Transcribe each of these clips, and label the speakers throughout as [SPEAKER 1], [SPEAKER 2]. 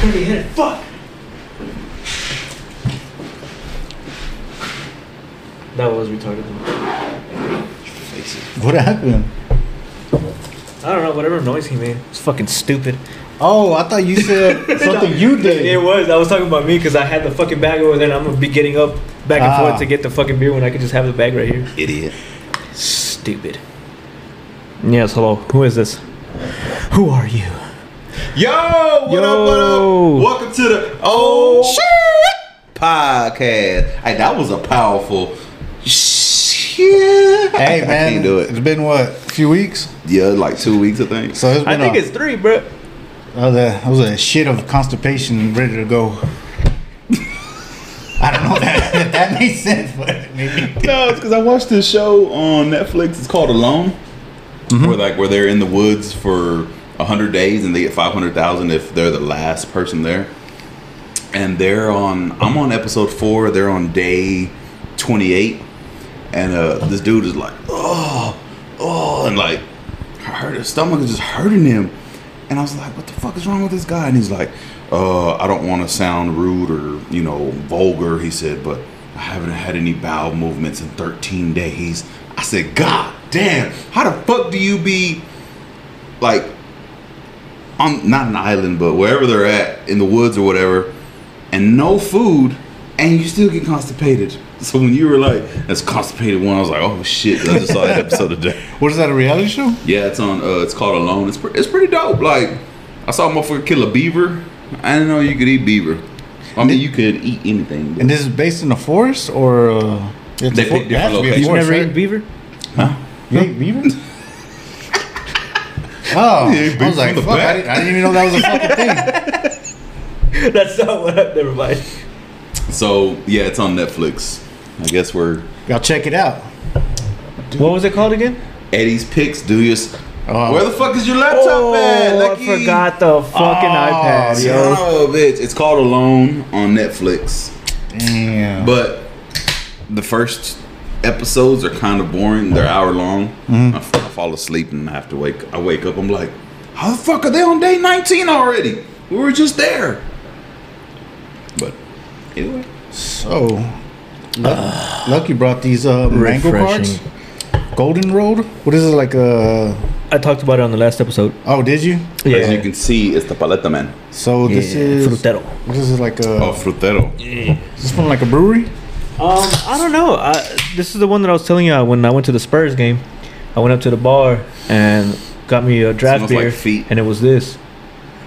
[SPEAKER 1] Kirby hit it. Fuck! That was retarded.
[SPEAKER 2] What happened?
[SPEAKER 1] I don't know, whatever noise he made. It's fucking stupid.
[SPEAKER 2] Oh, I thought you said something you
[SPEAKER 1] It
[SPEAKER 2] did.
[SPEAKER 1] was. I was talking about me because I had the fucking bag over there and I'm going to be getting up back and
[SPEAKER 2] Ah.
[SPEAKER 1] forth to get the fucking beer when I could just have the bag right here.
[SPEAKER 2] Idiot.
[SPEAKER 1] Stupid. Yes, hello. Who is this? Who are you?
[SPEAKER 3] Yo, what up, what
[SPEAKER 1] Yo.
[SPEAKER 3] up? Welcome to the Oh Shit Podcast. Hey, that was a powerful shit.
[SPEAKER 2] Hey man,
[SPEAKER 3] I can't do
[SPEAKER 2] It's
[SPEAKER 3] it.
[SPEAKER 2] been what a few weeks,
[SPEAKER 3] Yeah, like two weeks, I think.
[SPEAKER 2] so it's been
[SPEAKER 1] I think
[SPEAKER 2] a,
[SPEAKER 1] it's three, bro.
[SPEAKER 2] I was a, I was a shit of constipation, ready to go. I don't know if that, if that makes sense, but maybe.
[SPEAKER 3] No, it's because I watched this show on Netflix. It's called Alone,
[SPEAKER 2] Mm-hmm.
[SPEAKER 3] where like where they're in the woods for hundred days and they get five hundred thousand if they're the last person there. And they're on. I'm on episode four. They're on day twenty eight, and uh, this dude is like, oh, oh, and like, hurt his stomach is just hurting him. And I was like, what the fuck is wrong with this guy? And he's like, uh, I don't want to sound rude or, you know, vulgar, he said, but I haven't had any bowel movements in 13 days. I said, God damn, how the fuck do you be like on not an island, but wherever they're at in the woods or whatever, and no food, and you still get constipated? So when you were like, that's constipated one, I was like, oh shit, I just saw that episode today.
[SPEAKER 2] What is that a reality show?
[SPEAKER 3] Yeah, it's on. Uh, it's called Alone. It's pre- it's pretty dope. Like I saw a motherfucker kill a beaver. I didn't know you could eat beaver. I mean, you could eat anything. but-
[SPEAKER 2] And this is based in a forest, or uh, it's a
[SPEAKER 3] They
[SPEAKER 2] fo-
[SPEAKER 3] pick different
[SPEAKER 2] it has to be a
[SPEAKER 3] locations.
[SPEAKER 1] You
[SPEAKER 3] You've
[SPEAKER 2] forest,
[SPEAKER 1] never
[SPEAKER 2] right?
[SPEAKER 1] eaten beaver?
[SPEAKER 2] You ate beaver? Oh,
[SPEAKER 3] ate
[SPEAKER 2] I
[SPEAKER 3] beaver
[SPEAKER 2] was like,
[SPEAKER 3] from the
[SPEAKER 2] fuck, I
[SPEAKER 3] back.
[SPEAKER 2] didn't, I didn't even know that was a fucking thing.
[SPEAKER 1] That's not what I. Never mind.
[SPEAKER 3] so yeah, it's on Netflix. I guess we're
[SPEAKER 2] Y'all check it out.
[SPEAKER 1] What was it called again?
[SPEAKER 3] Eddie's picks. Do your. s-
[SPEAKER 2] Oh.
[SPEAKER 3] Where the fuck is your laptop at?
[SPEAKER 1] Oh,
[SPEAKER 3] Lucky?
[SPEAKER 1] I forgot the fucking iPad, yo.
[SPEAKER 3] Oh, bitch! It's called Alone on Netflix.
[SPEAKER 2] Damn.
[SPEAKER 3] But the first episodes are kind of boring. They're hour long. I, f- I fall asleep and I have to wake. I wake up. I'm like, how the fuck are they on day 19 already? We were just there. But anyway,
[SPEAKER 2] so, Luck- Lucky brought these uh, mango
[SPEAKER 1] Refreshing.
[SPEAKER 2] cards. Golden Road. What is it like? Uh,
[SPEAKER 1] I talked about it on the last episode.
[SPEAKER 2] oh, did you?
[SPEAKER 3] as you can see, it's the paleta man.
[SPEAKER 2] So this
[SPEAKER 1] Yeah,
[SPEAKER 2] is
[SPEAKER 1] Frutero.
[SPEAKER 2] This is like a.
[SPEAKER 3] Oh, frutero.
[SPEAKER 2] Is this from like a brewery?
[SPEAKER 1] Um, I don't know. I, this is the one that I was telling you uh, when I went to the Spurs game. I went up to the bar and got me a draft
[SPEAKER 3] Smells
[SPEAKER 1] beer,
[SPEAKER 3] like feet.
[SPEAKER 1] and it was this.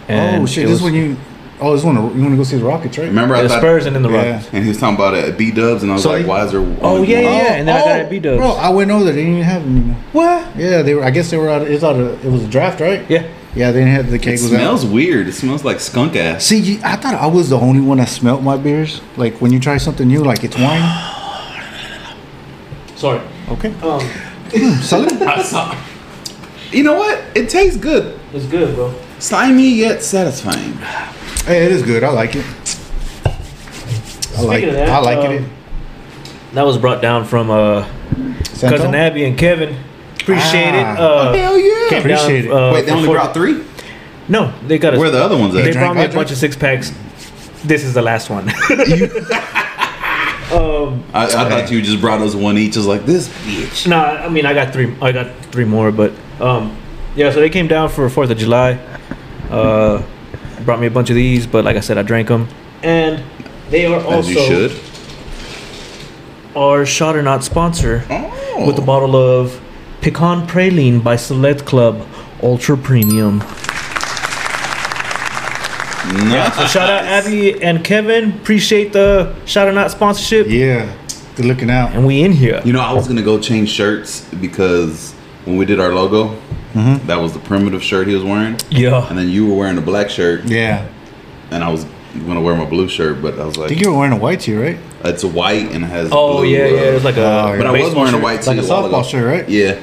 [SPEAKER 1] And
[SPEAKER 2] oh shit!
[SPEAKER 1] it
[SPEAKER 2] This
[SPEAKER 1] was
[SPEAKER 2] one you. Oh, this one you want to go see the Rockets, right?
[SPEAKER 3] Remember, I
[SPEAKER 1] the
[SPEAKER 3] thought.
[SPEAKER 1] Spurs and then the
[SPEAKER 2] Yeah.
[SPEAKER 1] Rockets.
[SPEAKER 3] And he was talking about it at B Dubs, and I was
[SPEAKER 2] So
[SPEAKER 3] like,
[SPEAKER 2] you-
[SPEAKER 3] why is there? only
[SPEAKER 1] Oh, yeah, yeah,
[SPEAKER 3] one?
[SPEAKER 1] yeah. And then I got it at B-Dubs.
[SPEAKER 2] Bro, I went over there. They didn't even have it anymore.
[SPEAKER 1] What?
[SPEAKER 2] Yeah, they were. I guess they were out. It's out of. It was a draft, right?
[SPEAKER 1] Yeah.
[SPEAKER 2] Yeah, they didn't have the
[SPEAKER 3] It
[SPEAKER 2] keg. was out.
[SPEAKER 3] smells weird. It smells like skunk ass.
[SPEAKER 2] See, you- I thought I was the only one that smelt my beers. Like when you try something new, like it's wine.
[SPEAKER 1] Sorry.
[SPEAKER 2] Okay.
[SPEAKER 1] Um,
[SPEAKER 2] Salud.
[SPEAKER 3] I saw- You know what? It tastes good.
[SPEAKER 1] it's good, bro.
[SPEAKER 3] Slimy yet satisfying.
[SPEAKER 2] Hey, it is good. I like it. I
[SPEAKER 1] Speaking
[SPEAKER 2] like.
[SPEAKER 1] of
[SPEAKER 2] it.
[SPEAKER 1] that,
[SPEAKER 2] I like
[SPEAKER 1] um,
[SPEAKER 2] it.
[SPEAKER 1] That was brought down from uh,
[SPEAKER 2] Santo?
[SPEAKER 1] cousin Abby and Kevin. Appreciate it.
[SPEAKER 2] Ah.
[SPEAKER 1] Uh,
[SPEAKER 3] Hell
[SPEAKER 1] came
[SPEAKER 3] yeah!
[SPEAKER 1] down,
[SPEAKER 2] Appreciate it.
[SPEAKER 1] uh,
[SPEAKER 3] Wait, they
[SPEAKER 1] for
[SPEAKER 3] only
[SPEAKER 1] four-
[SPEAKER 3] brought three?
[SPEAKER 1] No, they got a.
[SPEAKER 3] Where are the other ones
[SPEAKER 1] They
[SPEAKER 3] at?
[SPEAKER 2] drank-
[SPEAKER 1] brought me a
[SPEAKER 2] I drank-
[SPEAKER 1] bunch of six packs. This is the last one. um,
[SPEAKER 3] I, I thought you just brought us one each. I was like, this bitch.
[SPEAKER 1] nah, I mean I got three. I got three more, but um, yeah. So they came down for Fourth of July. Uh, brought me a bunch of these, but like I said, I drank them, and they are also
[SPEAKER 3] As you should.
[SPEAKER 1] our shot or not sponsor
[SPEAKER 3] Oh.
[SPEAKER 1] with a bottle of pecan praline by Select Club Ultra Premium. So shout out Abby and Kevin. Appreciate the shout or not sponsorship.
[SPEAKER 2] Yeah, good looking out.
[SPEAKER 1] And we in here.
[SPEAKER 3] You know, I was gonna go change shirts because when we did our logo,
[SPEAKER 1] Mm-hmm.
[SPEAKER 3] that was the primitive shirt he was wearing,
[SPEAKER 1] Yeah.
[SPEAKER 3] and then you were wearing a black shirt,
[SPEAKER 2] Yeah.
[SPEAKER 3] and I was gonna wear my blue shirt, but I was
[SPEAKER 2] I
[SPEAKER 3] like,
[SPEAKER 2] think you were wearing a white tee, right?
[SPEAKER 3] it's white and it has.
[SPEAKER 1] Oh
[SPEAKER 3] blue,
[SPEAKER 1] yeah,
[SPEAKER 3] uh,
[SPEAKER 1] yeah. It's like a.
[SPEAKER 2] Oh, yeah.
[SPEAKER 3] But I was
[SPEAKER 1] baseball
[SPEAKER 3] wearing a
[SPEAKER 1] shirt.
[SPEAKER 3] white tee
[SPEAKER 2] Like a
[SPEAKER 3] while ago.
[SPEAKER 2] softball shirt, right?
[SPEAKER 3] Yeah,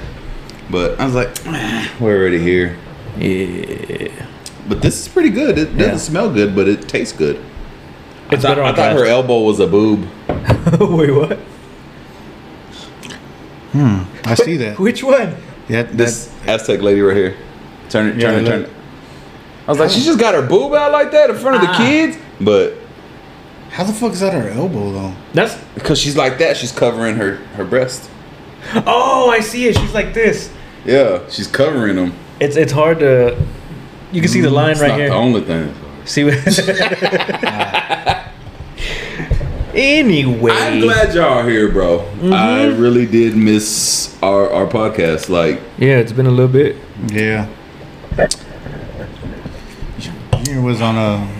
[SPEAKER 3] but I was like, "Ah, we're already here.
[SPEAKER 1] Yeah.
[SPEAKER 3] But this is pretty good. It doesn't
[SPEAKER 1] Yeah.
[SPEAKER 3] smell good, but it tastes good.
[SPEAKER 1] It's
[SPEAKER 3] I thought,
[SPEAKER 1] better
[SPEAKER 3] I
[SPEAKER 1] on
[SPEAKER 3] thought her
[SPEAKER 1] draft.
[SPEAKER 3] elbow was a boob.
[SPEAKER 1] Wait, what?
[SPEAKER 2] I see that.
[SPEAKER 1] Which one?
[SPEAKER 2] Yeah, that,
[SPEAKER 3] This Aztec lady right here. Turn it,
[SPEAKER 2] Yeah,
[SPEAKER 3] turn it,
[SPEAKER 2] look.
[SPEAKER 3] turn it. I was like, she just got her boob out like that in front of the kids, but
[SPEAKER 2] How the fuck is that her elbow though?
[SPEAKER 1] That's
[SPEAKER 3] because she's like that, she's covering her her breast.
[SPEAKER 1] oh, I see it. She's like this.
[SPEAKER 3] Yeah, she's covering them.
[SPEAKER 1] It's it's hard to. You can see the line
[SPEAKER 3] Mm, It's
[SPEAKER 1] right
[SPEAKER 3] not
[SPEAKER 1] here.
[SPEAKER 3] the only thing.
[SPEAKER 1] See. What anyway,
[SPEAKER 3] I'm glad y'all are here, bro. I really did miss our our podcast. Like,
[SPEAKER 1] Yeah, it's been a little bit.
[SPEAKER 2] Yeah. Junior was on a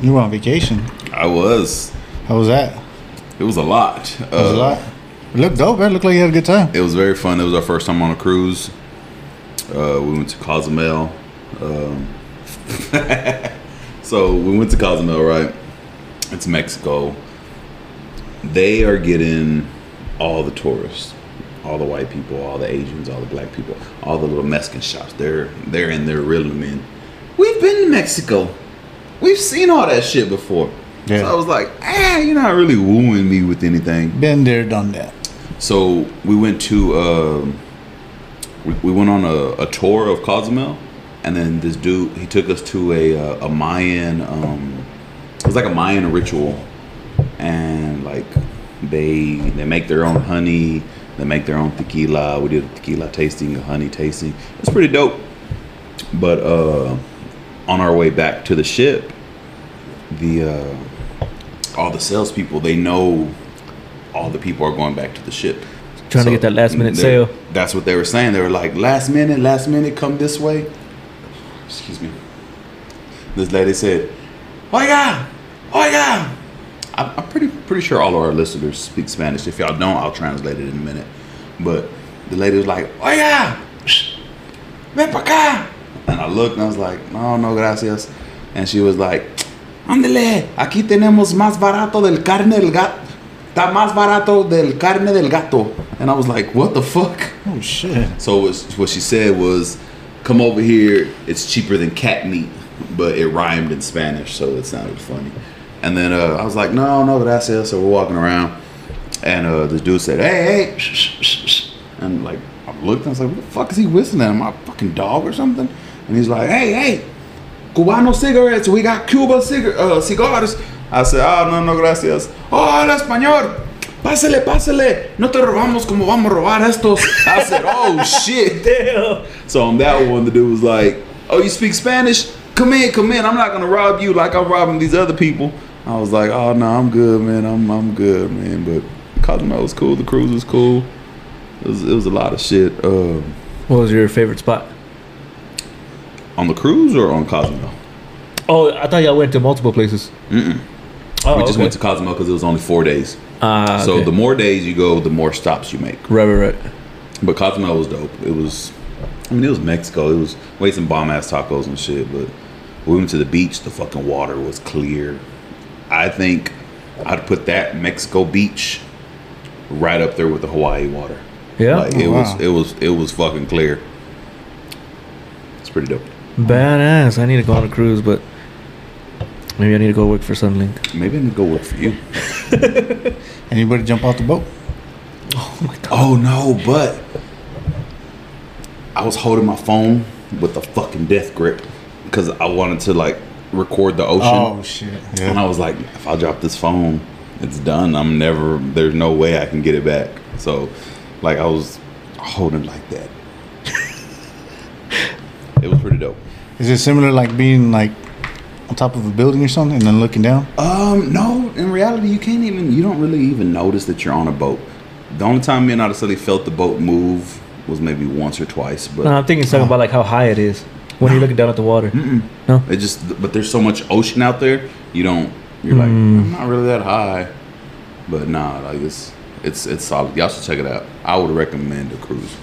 [SPEAKER 2] you were on vacation.
[SPEAKER 3] I was.
[SPEAKER 2] How was that?
[SPEAKER 3] It was a lot. Uh,
[SPEAKER 2] It was a lot. It looked dope. It looked like you had a good time.
[SPEAKER 3] It was very fun. It was our first time on a cruise. Uh, we went to Cozumel. Um, so we went to Cozumel, right? It's Mexico. They are getting all the tourists, all the white people, all the Asians, all the black people, all the little Mexican shops. They're they're in their rhythm in. We've been to Mexico. We've seen all that shit before.
[SPEAKER 2] Yeah.
[SPEAKER 3] So I was like, ah, you're not really wooing me with anything.
[SPEAKER 2] Been there, done that.
[SPEAKER 3] So we went to um we, we went on a, a tour of Cozumel, and then this dude he took us to a uh, a Mayan um, it was like a Mayan ritual, and like they they make their own honey, they make their own tequila. We did a tequila tasting, a honey tasting. It's pretty dope. But uh, on our way back to the ship, the uh, all the salespeople they know all the people are going back to the ship.
[SPEAKER 1] Trying to get that last minute
[SPEAKER 3] they-
[SPEAKER 1] sale.
[SPEAKER 3] That's what they were saying. They were like, last minute, last minute, come this way. Excuse me. This lady said, Oiga, oiga. I'm, I'm pretty pretty sure all of our listeners speak Spanish. If y'all don't, I'll translate it in a minute. But the lady was like, Oiga, ven pa' acá. And I looked and I was like, no, no, gracias. And she was like, ándele, aquí tenemos más barato del carne del gato. Está más barato del carne del gato. And I was like, what the fuck?
[SPEAKER 2] Oh shit.
[SPEAKER 3] So what, what she said was, "Come over here. It's cheaper than cat meat," but it rhymed in Spanish, so it sounded funny. And then uh, I was like, "No, no, gracias." So we're walking around, and uh, this dude said, "Hey, hey," shh, shh, shh, shh. and like I looked, and I was like, "What the fuck is he whistling at? Am I a fucking dog or something?" And he's like, "Hey, hey, Cubano cigarettes. We got Cuba cigar uh, cigars." I said, "Oh, no, no, gracias." Oh, habla español. Pásale, pásale. No te robamos como vamos a robar estos. I said, "Oh shit."
[SPEAKER 1] Damn.
[SPEAKER 3] So on that one, the dude was like, "Oh, you speak Spanish? Come in, come in. I'm not gonna rob you like I'm robbing these other people." I was like, "Oh no, I'm good, man. I'm I'm good, man." But Cozumel was cool. The cruise was cool. It was, it was a lot of shit. Uh,
[SPEAKER 1] What was your favorite spot?
[SPEAKER 3] on the cruise or on Cozumel?
[SPEAKER 1] Oh, I thought y'all went to multiple places. Mm-mm. Oh,
[SPEAKER 3] we just
[SPEAKER 1] okay.
[SPEAKER 3] went to Cozumel because it was only four days.
[SPEAKER 1] Ah,
[SPEAKER 3] So
[SPEAKER 1] okay.
[SPEAKER 3] the more days you go, the more stops you make.
[SPEAKER 1] right, right, right.
[SPEAKER 3] But Cozumel was dope. It was, I mean, it was Mexico. It was we ate some bomb ass tacos and shit. But we went to the beach. The fucking water was clear. I think I'd put that Mexico beach right up there with the Hawaii water.
[SPEAKER 1] Yeah.
[SPEAKER 3] Like it
[SPEAKER 2] Oh,
[SPEAKER 3] was,
[SPEAKER 2] wow.
[SPEAKER 3] it was, it was fucking clear. It's pretty dope.
[SPEAKER 1] Badass. I need to go on a cruise, but maybe I need to go work for Sunlink.
[SPEAKER 3] Maybe I need to go work for you.
[SPEAKER 2] Anybody jump off the boat?
[SPEAKER 3] Oh no, but I was holding my phone with a fucking death grip because I wanted to like record the ocean.
[SPEAKER 2] Oh shit.
[SPEAKER 3] And
[SPEAKER 2] Yeah.
[SPEAKER 3] I was like, if I drop this phone, it's done. I'm never. There's no way I can get it back. So, like, I was holding like that. it was pretty dope.
[SPEAKER 2] Is it similar like being like on top of a building or something and then looking down?
[SPEAKER 3] Um, no. In reality, you can't even. You don't really even notice that you're on a boat. The only time me and I really felt the boat move was maybe once or twice, but
[SPEAKER 1] No, I'm thinking something about like how high it is when you're looking down at the water. No.
[SPEAKER 3] it just. But there's so much ocean out there. You don't. You're like,
[SPEAKER 2] Mm.
[SPEAKER 3] I'm not really that high. But nah, like it's it's it's solid. Y'all should check it out. I would recommend a cruise.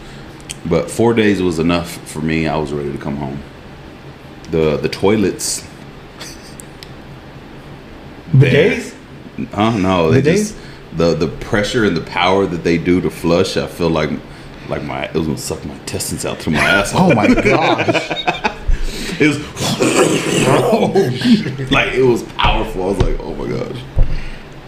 [SPEAKER 3] But four days was enough for me. I was ready to come home. The the toilets.
[SPEAKER 1] Bidets?
[SPEAKER 3] Huh? No, they
[SPEAKER 1] Did they?
[SPEAKER 3] just the the pressure and the power that they do to flush. I feel like like my it was gonna suck my intestines out through my asshole.
[SPEAKER 2] Oh my gosh.
[SPEAKER 3] It was like it was powerful. I was like, oh my gosh.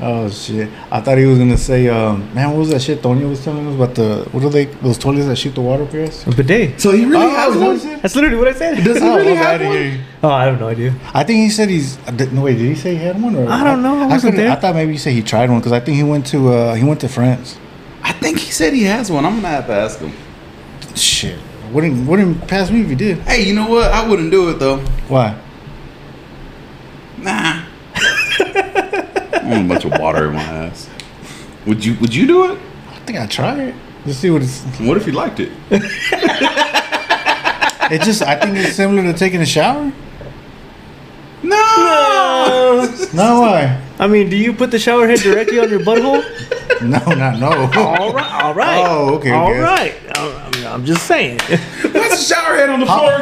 [SPEAKER 2] Oh shit! I thought he was gonna say, um, "Man, what was that shit Tonya was telling us about the what are they those toilets that shoot the water, Chris?"
[SPEAKER 1] A bidet.
[SPEAKER 3] So he really
[SPEAKER 2] Oh,
[SPEAKER 3] has
[SPEAKER 2] is that
[SPEAKER 3] one.
[SPEAKER 2] what he said?
[SPEAKER 1] That's literally what I said.
[SPEAKER 3] Does he
[SPEAKER 2] Oh,
[SPEAKER 3] really
[SPEAKER 2] I'm
[SPEAKER 3] have
[SPEAKER 2] outta
[SPEAKER 3] one?
[SPEAKER 2] here.
[SPEAKER 1] Oh, I have no idea.
[SPEAKER 2] I think he said he's. I did- No, wait, did he say he had one? Or
[SPEAKER 1] I don't know. I
[SPEAKER 2] I,
[SPEAKER 1] wasn't
[SPEAKER 2] couldn't-
[SPEAKER 1] there.
[SPEAKER 2] I thought maybe he said he tried one because I think he went to uh, he went to France.
[SPEAKER 3] I think he said he has one. I'm gonna have to ask him.
[SPEAKER 2] Shit, wouldn't wouldn't pass me if he did.
[SPEAKER 3] Hey, you know what? I wouldn't do it though.
[SPEAKER 2] Why?
[SPEAKER 3] Nah. I want a bunch of water in my ass. Would you would you do it?
[SPEAKER 2] I think I tried it. Let's see what it's.
[SPEAKER 3] What if you liked it?
[SPEAKER 2] It just I think it's similar to taking a shower.
[SPEAKER 1] Uh,
[SPEAKER 3] No!
[SPEAKER 2] No, why?
[SPEAKER 1] I mean, do you put the shower head directly on your butthole?
[SPEAKER 2] No, not no.
[SPEAKER 1] All right. All right.
[SPEAKER 2] Oh, okay,
[SPEAKER 1] All
[SPEAKER 2] okay.
[SPEAKER 1] right. I- I mean, I'm just saying.
[SPEAKER 3] That's a shower head on the floor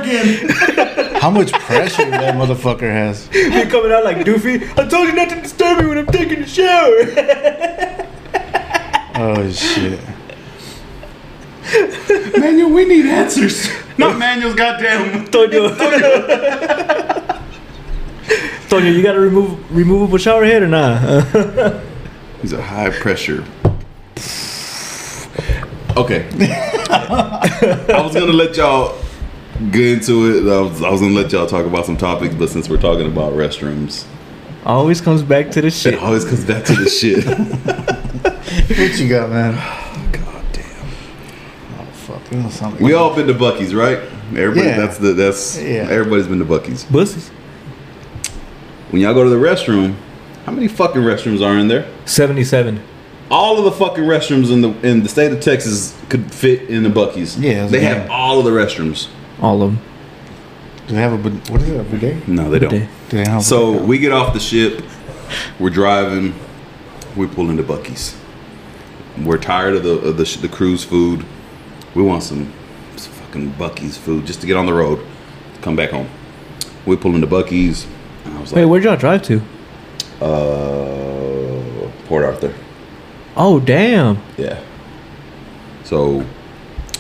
[SPEAKER 3] again.
[SPEAKER 2] How much pressure that motherfucker has?
[SPEAKER 1] You're coming out like Doofy. I told you not to disturb me when I'm taking a shower.
[SPEAKER 2] Oh shit.
[SPEAKER 3] Manuel, we need answers. Not Manuel's goddamn.
[SPEAKER 1] Tonya. Tonya, you got a remove removable shower head or not? Nah?
[SPEAKER 3] He's a high pressure. Okay. I was gonna let y'all get into it. I was, I was gonna let y'all talk about some topics, but since we're talking about restrooms,
[SPEAKER 1] Always comes back to the
[SPEAKER 3] it
[SPEAKER 1] shit.
[SPEAKER 3] always comes back to the shit.
[SPEAKER 2] What you got, man?
[SPEAKER 3] God damn.
[SPEAKER 2] Oh fuck, it was something.
[SPEAKER 3] We all been to Bucky's, right? Everybody.
[SPEAKER 2] Yeah.
[SPEAKER 3] That's the. That's.
[SPEAKER 2] Yeah.
[SPEAKER 3] Everybody's been to Bucky's.
[SPEAKER 1] Bussies.
[SPEAKER 3] When y'all go to the restroom, how many fucking restrooms are in there?
[SPEAKER 1] 77.
[SPEAKER 3] all of the fucking restrooms in the in the state of Texas could fit in the Bucky's.
[SPEAKER 2] Yeah,
[SPEAKER 3] they
[SPEAKER 2] yeah.
[SPEAKER 3] have all of the restrooms.
[SPEAKER 1] All of them.
[SPEAKER 2] Do they have a bid- what is it a bidet?
[SPEAKER 3] No, they
[SPEAKER 1] Bidet.
[SPEAKER 3] don't.
[SPEAKER 2] Do they have a-
[SPEAKER 3] So we get off the ship. We're driving. We pull into Bucky's. We're tired of the of the, sh- the cruise food. We want some, some fucking Bucky's food just to get on the road, come back home. We pull into Bucky's. And I was
[SPEAKER 1] Wait,
[SPEAKER 3] like,
[SPEAKER 1] where'd y'all drive to?
[SPEAKER 3] uh, Port Arthur.
[SPEAKER 1] Oh, damn.
[SPEAKER 3] Yeah. So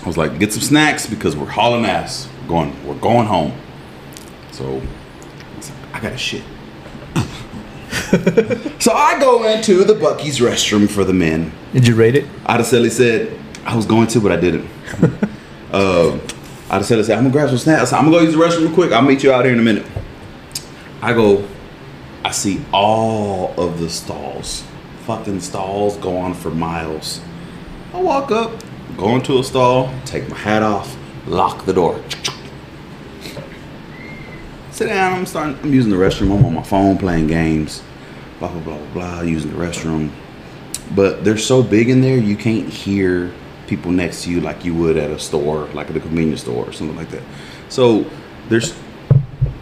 [SPEAKER 3] I was like, get some snacks because we're hauling ass. We're going, we're going home. So I was like, I got a shit. so I go into the Bucky's restroom for the men.
[SPEAKER 1] Did you rate it?
[SPEAKER 3] Adeseli said, I was going to, but I didn't. um, Adeseli said, I'm gonna grab some snacks. I'm gonna go use the restroom real quick. I'll meet you out here in a minute. I go, I see all of the stalls. Fucking stalls go on for miles. I walk up, go into a stall, take my hat off, lock the door. Sit down, I'm starting, I'm using the restroom. I'm on my phone playing games, blah, blah, blah, blah, blah, using the restroom but they're so big in there you can't hear people next to you like you would at a store like at a convenience store or something like that so there's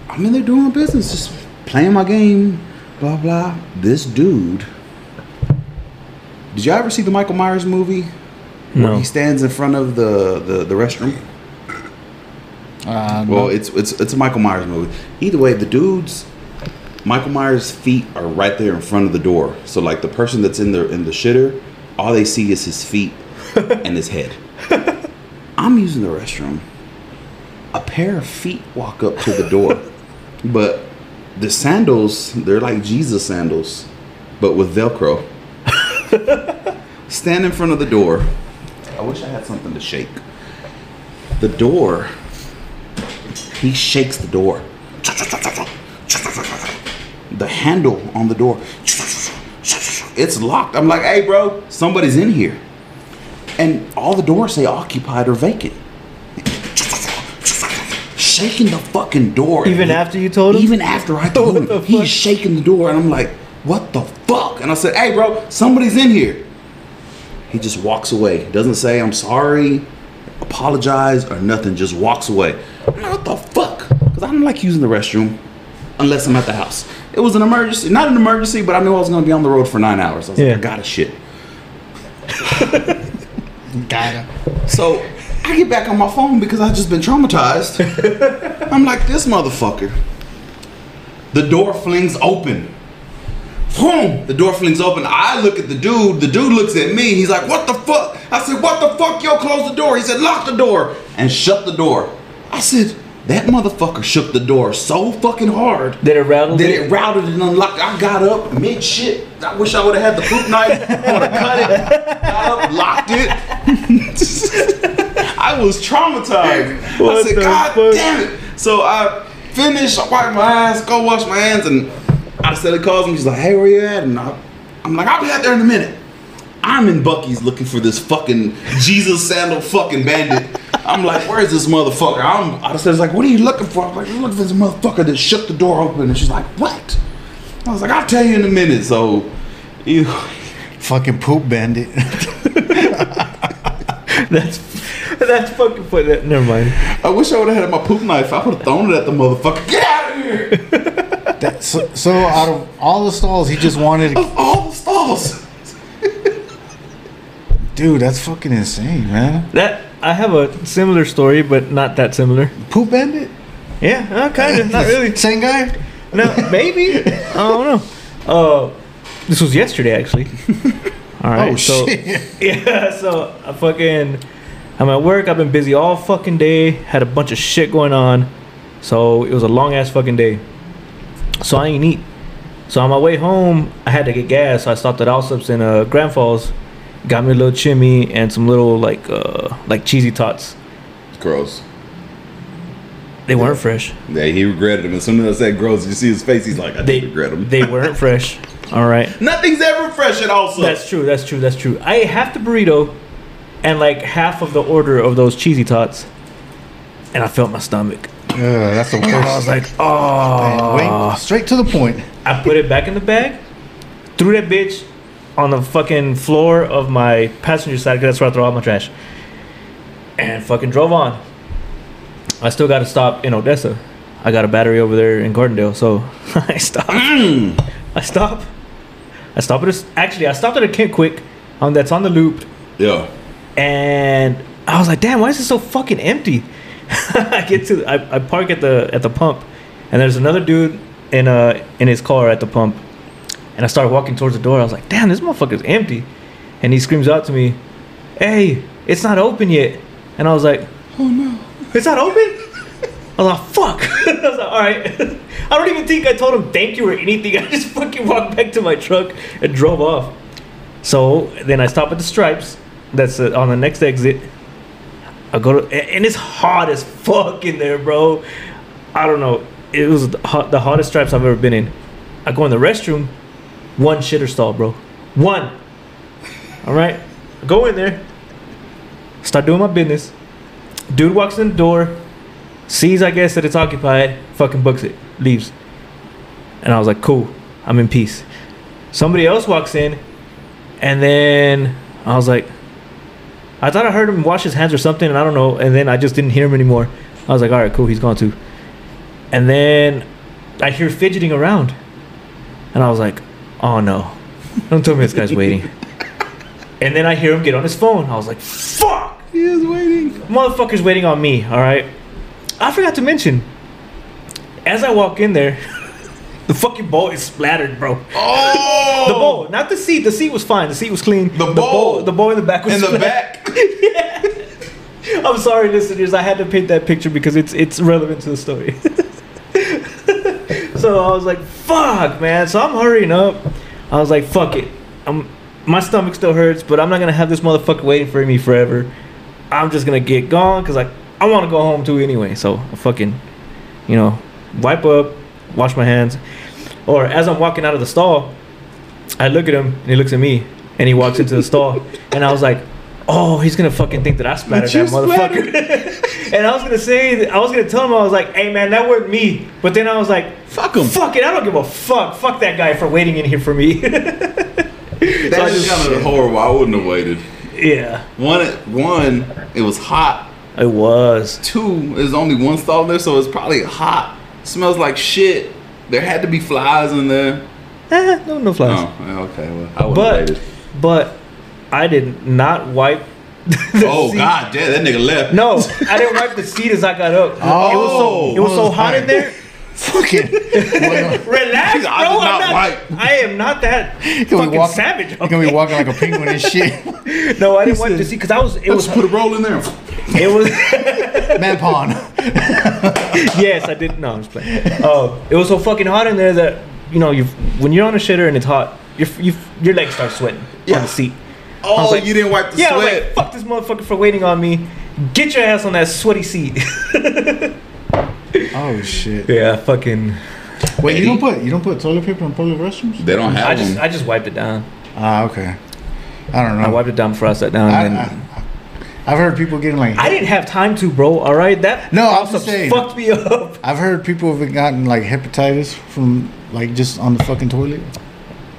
[SPEAKER 3] i mean they're doing business just playing my game blah blah this dude did y'all ever see the michael myers movie
[SPEAKER 1] No.
[SPEAKER 3] he stands in front of the the, the restroom
[SPEAKER 2] Uh, no.
[SPEAKER 3] well it's it's it's a michael myers movie either way the dude's Michael Myers' feet are right there in front of the door. So like the person that's in the in the shitter, all they see is his feet and his head. I'm using the restroom. A pair of feet walk up to the door. but the sandals, they're like Jesus sandals, but with Velcro. Stand in front of the door. I wish I had something to shake. The door. He shakes the door. The handle on the door. It's locked. I'm like, hey, bro, somebody's in here. And all the doors say occupied or vacant. Shaking the fucking door.
[SPEAKER 1] Even
[SPEAKER 3] And he-
[SPEAKER 1] after you told him?
[SPEAKER 3] Even after I told
[SPEAKER 1] What the
[SPEAKER 3] him. He's
[SPEAKER 1] fuck?
[SPEAKER 3] shaking the door, and I'm like, what the fuck? And I said, hey, bro, somebody's in here. He just walks away. Doesn't say I'm sorry, apologize, or nothing. Just walks away. I'm like, what the fuck? Because I don't like using the restroom unless I'm at the house. It was an emergency, not an emergency, but I knew I was gonna be on the road for nine hours. I was
[SPEAKER 1] Yeah.
[SPEAKER 3] like, I gotta shit.
[SPEAKER 2] Gotta.
[SPEAKER 3] So I get back on my phone because I've just been traumatized. I'm like, this motherfucker. The door flings open. Boom! The door flings open. I look at the dude. The dude looks at me. He's like, what the fuck? I said, what the fuck? Yo, close the door. He said, lock the door and shut the door. I said, That motherfucker shook the door so fucking hard
[SPEAKER 1] Did it rattle?
[SPEAKER 3] then it routed and unlocked. I got up mid shit. I wish I would have had the fruit knife. Would have cut it. Got up, locked it. I was traumatized. I
[SPEAKER 1] What
[SPEAKER 3] said,
[SPEAKER 1] the
[SPEAKER 3] God
[SPEAKER 1] fuck?"
[SPEAKER 3] damn it. So I finished. I wiped my ass. Go wash my hands. And I said, it calls me. She's like, Hey, where you at? And I, I'm like, I'll be out there in a minute. I'm in Bucky's looking for this fucking Jesus sandal fucking bandit. I'm like, where's this motherfucker? I'm I says like, what are you looking for? I'm like, I'm looking for this motherfucker that shook the door open. And she's like, what? I was like, I'll tell you in a minute. So, you,
[SPEAKER 2] Fucking poop bandit.
[SPEAKER 1] That's that's fucking funny. That- Never mind.
[SPEAKER 3] I wish I would have had my poop knife. I would have thrown it at the motherfucker. Get out of here!
[SPEAKER 2] that, so, so out of all the stalls, he just wanted. To,
[SPEAKER 3] Of all the stalls.
[SPEAKER 2] dude, that's fucking insane, man.
[SPEAKER 1] That I have a similar story, but not that similar.
[SPEAKER 2] Poop bandit.
[SPEAKER 1] Yeah, uh, kind of. Not really.
[SPEAKER 2] Same guy.
[SPEAKER 1] No, maybe. I don't know. Uh, this was yesterday, actually. All right.
[SPEAKER 2] oh
[SPEAKER 1] so,
[SPEAKER 2] shit.
[SPEAKER 1] Yeah. So I fucking. I'm at work. I've been busy all fucking day. Had a bunch of shit going on. So it was a long ass fucking day. So I ain't eat. So on my way home, I had to get gas. So I stopped at Allsup's in uh, Grand Falls. Got me a little chimney and some little like uh like cheesy tots.
[SPEAKER 3] Gross.
[SPEAKER 1] They weren't fresh.
[SPEAKER 3] Yeah, he regretted him. As soon as I said gross, you see his face. He's like, I
[SPEAKER 1] They
[SPEAKER 3] did regret him.
[SPEAKER 1] They weren't fresh. All right.
[SPEAKER 3] Nothing's ever fresh at all. Subs.
[SPEAKER 1] That's true. That's true. That's true. I ate half the burrito, and like half of the order of those cheesy tots, and I felt my stomach.
[SPEAKER 2] Ugh, that's the
[SPEAKER 1] I was
[SPEAKER 2] worst.
[SPEAKER 1] like, oh.
[SPEAKER 2] uh, Wait, straight to the point.
[SPEAKER 1] I put it back in the bag, threw that bitch on the fucking floor of my passenger side because that's where I throw all my trash, and fucking drove on. I still got to stop in Odessa. I got a battery over there in Gardendale, so I stopped. I stop. I stop at a, actually I stopped at a Kent Quick on that's on the loop
[SPEAKER 3] Yeah.
[SPEAKER 1] and I was like, damn, why is it so fucking empty? I get to I, I park at the at the pump and there's another dude in uh in his car at the pump and I started walking towards the door. I was like, damn, this motherfucker's empty. And he screams out to me, Hey, it's not open yet. And I was like, Oh no. It's not open? I was like, fuck. I was like, all right. I don't even think I told him thank you or anything. I just fucking walked back to my truck and drove off. So then I stop at the Stripes. That's uh, on the next exit. I go to, a- and it's hot as fuck in there, bro. I don't know. It was the, hot, the hottest Stripes I've ever been in. I go in the restroom, one shitter stall, bro. One. All right. Go in there. Start doing my business. Dude walks in the door, sees, I guess, that it's occupied, fucking books it, leaves. And I was like, cool, I'm in peace. Somebody else walks in, and then I was like, I thought I heard him wash his hands or something, and I don't know. And then I just didn't hear him anymore. I was like, all right, cool, he's gone too. And then I hear fidgeting around, and I was like, oh no, don't tell me this guy's waiting. and then I hear him get on his phone. I was like, fuck!
[SPEAKER 3] He is waiting.
[SPEAKER 1] motherfucker's waiting on me, all right? I forgot to mention, as I walk in there, the fucking bowl is splattered, bro.
[SPEAKER 3] Oh!
[SPEAKER 1] The bowl, not the seat. The seat was fine. The seat was clean.
[SPEAKER 3] The bowl.
[SPEAKER 1] the bowl in the back was
[SPEAKER 3] In the
[SPEAKER 1] splattered.
[SPEAKER 3] back.
[SPEAKER 1] I'm sorry, listeners. I had to paint that picture because it's it's relevant to the story. so I was like, "Fuck, man!" So I'm hurrying up. I was like, "Fuck it." I'm my stomach still hurts, but I'm not gonna have this motherfucker waiting for me forever. I'm just gonna get gone because like I want to go home too anyway. So I fucking, you know, wipe up, wash my hands, or as I'm walking out of the stall, I look at him and he looks at me and he walks into the stall and I was like, oh, he's gonna fucking think that I splattered
[SPEAKER 3] you
[SPEAKER 1] that motherfucker. and I was gonna say, that- I was gonna tell him I was like, hey man, that wasn't me. But then I was like,
[SPEAKER 3] Fuck him.
[SPEAKER 1] fuck it, I don't give a fuck. Fuck that guy for waiting in here for me. So I
[SPEAKER 3] That's
[SPEAKER 1] just-
[SPEAKER 3] kind of horrible. I wouldn't have waited.
[SPEAKER 1] yeah,
[SPEAKER 3] One, one, it was hot.
[SPEAKER 1] it was.
[SPEAKER 3] Two, there's only one stall there, so it's probably hot. Smells like shit. There had to be flies in there.
[SPEAKER 1] Eh, no, no flies.
[SPEAKER 3] Oh, yeah, okay. Well, I would have
[SPEAKER 1] But,
[SPEAKER 3] waited.
[SPEAKER 1] but I did not wipe. the
[SPEAKER 3] Oh
[SPEAKER 1] seat.
[SPEAKER 3] god, damn, that nigga left.
[SPEAKER 1] No, I didn't wipe the seat as I got up. it was so it was so
[SPEAKER 2] Oh,
[SPEAKER 1] hot in
[SPEAKER 2] fine.
[SPEAKER 1] there.
[SPEAKER 2] Fucking. Why not?
[SPEAKER 1] Relax, bro.
[SPEAKER 3] I did not
[SPEAKER 1] I'm not,
[SPEAKER 3] like-
[SPEAKER 1] I am not that
[SPEAKER 2] Can
[SPEAKER 1] fucking
[SPEAKER 2] we walk?
[SPEAKER 1] savage.
[SPEAKER 2] Savage, Can we walk like a penguin and shit?
[SPEAKER 1] No, I didn't
[SPEAKER 2] He
[SPEAKER 1] want to
[SPEAKER 2] said-
[SPEAKER 1] see because I was. It was.
[SPEAKER 3] Let's put a roll in there.
[SPEAKER 1] It was.
[SPEAKER 2] Man pawn.
[SPEAKER 1] yes, I did. No, I'm just playing. Uh, it was so fucking hot in there that you know you when you're on a shitter and it's hot, your you your legs start sweating
[SPEAKER 3] Yeah.
[SPEAKER 1] on the seat. I
[SPEAKER 3] Oh,
[SPEAKER 1] was like-
[SPEAKER 3] you didn't wipe the
[SPEAKER 1] Yeah, I was
[SPEAKER 3] sweat.
[SPEAKER 1] like fuck this motherfucker for waiting on me. Get your ass on that sweaty seat.
[SPEAKER 2] Oh shit.
[SPEAKER 1] yeah, fucking.
[SPEAKER 2] Wait, you don't put you don't put toilet paper in public restrooms?
[SPEAKER 3] they don't have
[SPEAKER 1] I just
[SPEAKER 3] them.
[SPEAKER 1] I just wiped it down.
[SPEAKER 2] Ah, okay. I don't know.
[SPEAKER 1] I wiped it down before I sat down.
[SPEAKER 2] I,
[SPEAKER 1] and then,
[SPEAKER 2] have heard people getting like.
[SPEAKER 1] I didn't have time to, bro. All right, that
[SPEAKER 2] No, I'm
[SPEAKER 1] house
[SPEAKER 2] just saying.
[SPEAKER 1] fucked me up.
[SPEAKER 2] I've heard people have gotten like hepatitis from like just on the fucking toilet.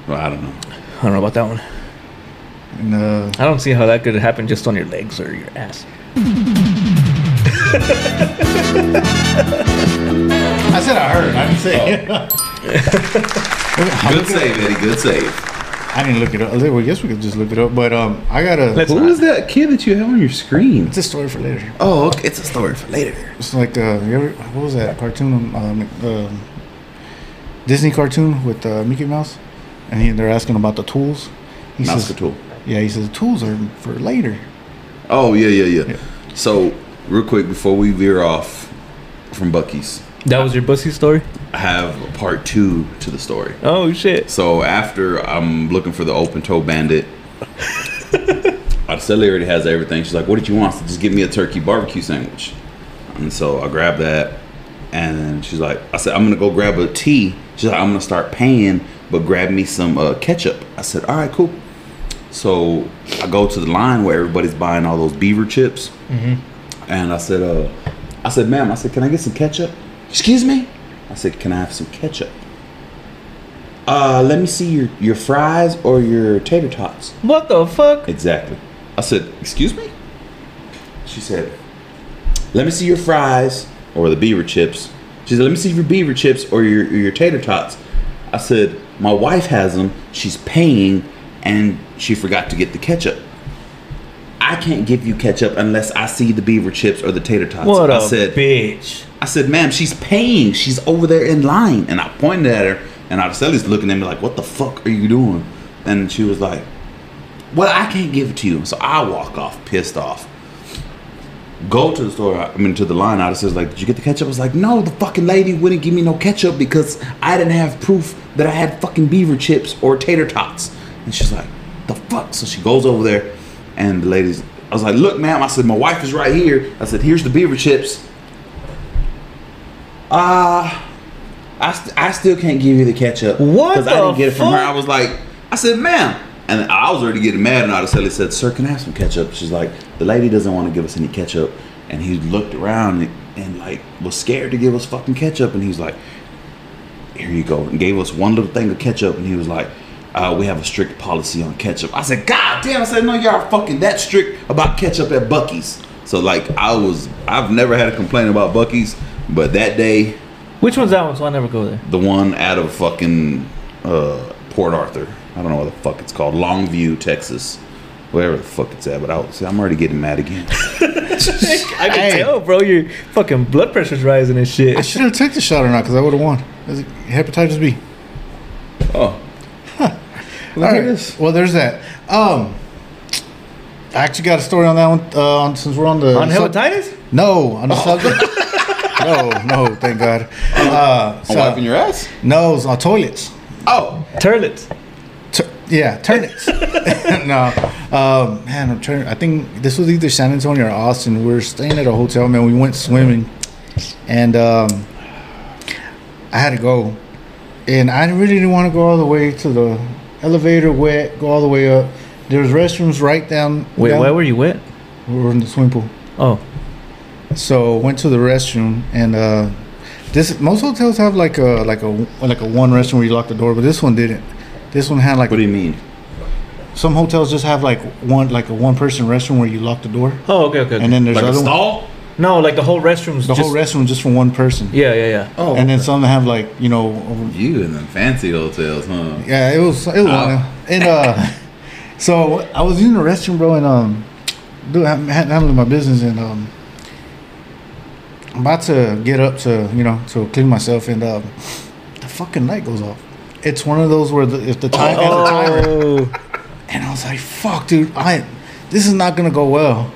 [SPEAKER 3] well, I don't know.
[SPEAKER 1] I don't know about that one.
[SPEAKER 2] And uh,
[SPEAKER 1] I don't see how that could happen just on your legs or your ass.
[SPEAKER 2] I said I heard. I didn't say.
[SPEAKER 1] Oh.
[SPEAKER 3] Good save, Eddie. Good save.
[SPEAKER 2] I didn't look it up. I guess we could just look it up. But um, I got a.
[SPEAKER 1] Let's-
[SPEAKER 3] Who was that kid that you have on your screen?
[SPEAKER 2] It's a story for later.
[SPEAKER 3] Oh, okay. It's a story for later.
[SPEAKER 2] It's like uh, you ever, what was that cartoon? Um, uh, Disney cartoon with uh, Mickey Mouse, and he, they're asking about the tools. He
[SPEAKER 3] Mouse
[SPEAKER 2] says,
[SPEAKER 3] tool.
[SPEAKER 2] "Yeah, he says tools are for later."
[SPEAKER 3] Oh yeah, yeah, yeah. So real quick before we veer off from Bucky's,
[SPEAKER 1] That was your bussy story.
[SPEAKER 3] I have part two to the story.
[SPEAKER 1] Oh shit.
[SPEAKER 3] So after I'm looking for the open toe bandit, Arcelia already has everything. She's like, "What did you want? I said, Just give me a turkey barbecue sandwich." And so I grab that, and she's like, "I said I'm gonna go grab a tea." She's like, "I'm gonna start paying, but grab me some uh, ketchup." I said, "All right, cool." So I go to the line where everybody's buying all those beaver chips, and I said, uh, "I said, ma'am, I said, can I get some ketchup?" Excuse me. I said, "Can I have some ketchup?" Uh, let me see your your fries or your tater tots.
[SPEAKER 1] What the fuck?
[SPEAKER 3] Exactly. I said, excuse me? She said, let me see your fries or the beaver chips. She said, let me see your beaver chips or your, your tater tots. I said, my wife has them. She's paying and she forgot to get the ketchup. I can't give you ketchup unless I see the beaver chips or the tater tots.
[SPEAKER 1] What
[SPEAKER 3] I
[SPEAKER 1] a
[SPEAKER 3] said,
[SPEAKER 1] bitch.
[SPEAKER 3] I said, ma'am, she's paying. She's over there in line. And I pointed at her, and Arceli's looking at me like, what the fuck are you doing? And she was like, well, I can't give it to you. So I walk off, pissed off. Go to the store, I mean, to the line. Arceli's like, did you get the ketchup? I was like, no, the fucking lady wouldn't give me no ketchup because I didn't have proof that I had fucking beaver chips or tater tots. And she's like, the fuck? So she goes over there, and the lady's, I was like, look, ma'am. I said, my wife is right here. I said, here's the beaver chips. Uh, I, st- I still can't give you the ketchup.
[SPEAKER 1] What
[SPEAKER 3] Because I
[SPEAKER 1] the
[SPEAKER 3] didn't get it from her.
[SPEAKER 1] fuck?
[SPEAKER 3] I was like, I said, ma'am. And I was already getting mad, and Araceli said, sir, can I have some ketchup? She's like, the lady doesn't want to give us any ketchup. And he looked around and, and like, was scared to give us fucking ketchup. And he's like, here you go. And gave us one little thing of ketchup. And he was like, uh, we have a strict policy on ketchup. I said, God damn. I said, no, y'all are fucking that strict about ketchup at Bucky's. So, like, I was, I've never had a complaint about Bucky's, but that day,
[SPEAKER 1] Which one's that one? So I never go there.
[SPEAKER 3] the one out of fucking uh, Port Arthur. I don't know what the fuck it's called. Longview, Texas. Wherever the fuck it's at. But I was, see, I'm already getting mad again.
[SPEAKER 1] I can
[SPEAKER 2] Hey.
[SPEAKER 1] tell, bro. Your fucking blood pressure's rising and
[SPEAKER 2] I
[SPEAKER 1] shit.
[SPEAKER 2] should have took the shot or not because I would have won. Is it Hepatitis B.
[SPEAKER 3] oh.
[SPEAKER 2] All right. Well, there's that. Um, I actually got a story on that one. Uh, on, since we're on the
[SPEAKER 1] On
[SPEAKER 2] sub-
[SPEAKER 1] hepatitis?
[SPEAKER 2] no, on the subject. no, no, thank God. Uh,
[SPEAKER 3] I'm
[SPEAKER 2] so-
[SPEAKER 3] wiping your ass?
[SPEAKER 2] no, it's on toilets.
[SPEAKER 3] Oh.
[SPEAKER 1] Turlets.
[SPEAKER 2] Tur- yeah, turnips. no, um, man, I'm trying. I think this was either San Antonio or Austin. We were staying at a hotel, man. We went swimming, and um, I had to go, and I really didn't want to go all the way to the elevator. Wet, go all the way up. There's restrooms right down.
[SPEAKER 1] Wait,
[SPEAKER 2] down-
[SPEAKER 1] why were you wet?
[SPEAKER 2] We were in the swimming pool.
[SPEAKER 1] Oh,
[SPEAKER 2] So went to the restroom and uh, this most hotels have like a like a like a one restroom where you lock the door, but this one didn't. This one had like
[SPEAKER 3] What do you mean?
[SPEAKER 2] some hotels just have like one like a one person restroom where you lock the door,
[SPEAKER 1] oh, okay, okay. okay.
[SPEAKER 2] and then there's
[SPEAKER 3] Like a
[SPEAKER 2] other one,
[SPEAKER 3] stall?
[SPEAKER 1] no, like the whole restroom's
[SPEAKER 2] the
[SPEAKER 1] just.
[SPEAKER 2] whole restroom just for one person.
[SPEAKER 1] yeah, yeah, yeah.
[SPEAKER 3] Oh.
[SPEAKER 2] and then some have like you know, over-
[SPEAKER 3] You in them fancy hotels, huh?
[SPEAKER 2] yeah, it was it was
[SPEAKER 3] Oh.
[SPEAKER 2] one and uh, so I was using the restroom, bro, and um, dude, I'm handling my business and um, I'm about to get up to you know to clean myself, and uh, the fucking light goes off. It's one of those where the, if the time has a timer,
[SPEAKER 1] Oh,
[SPEAKER 2] and I was like, "Fuck, dude, I this is not gonna go well."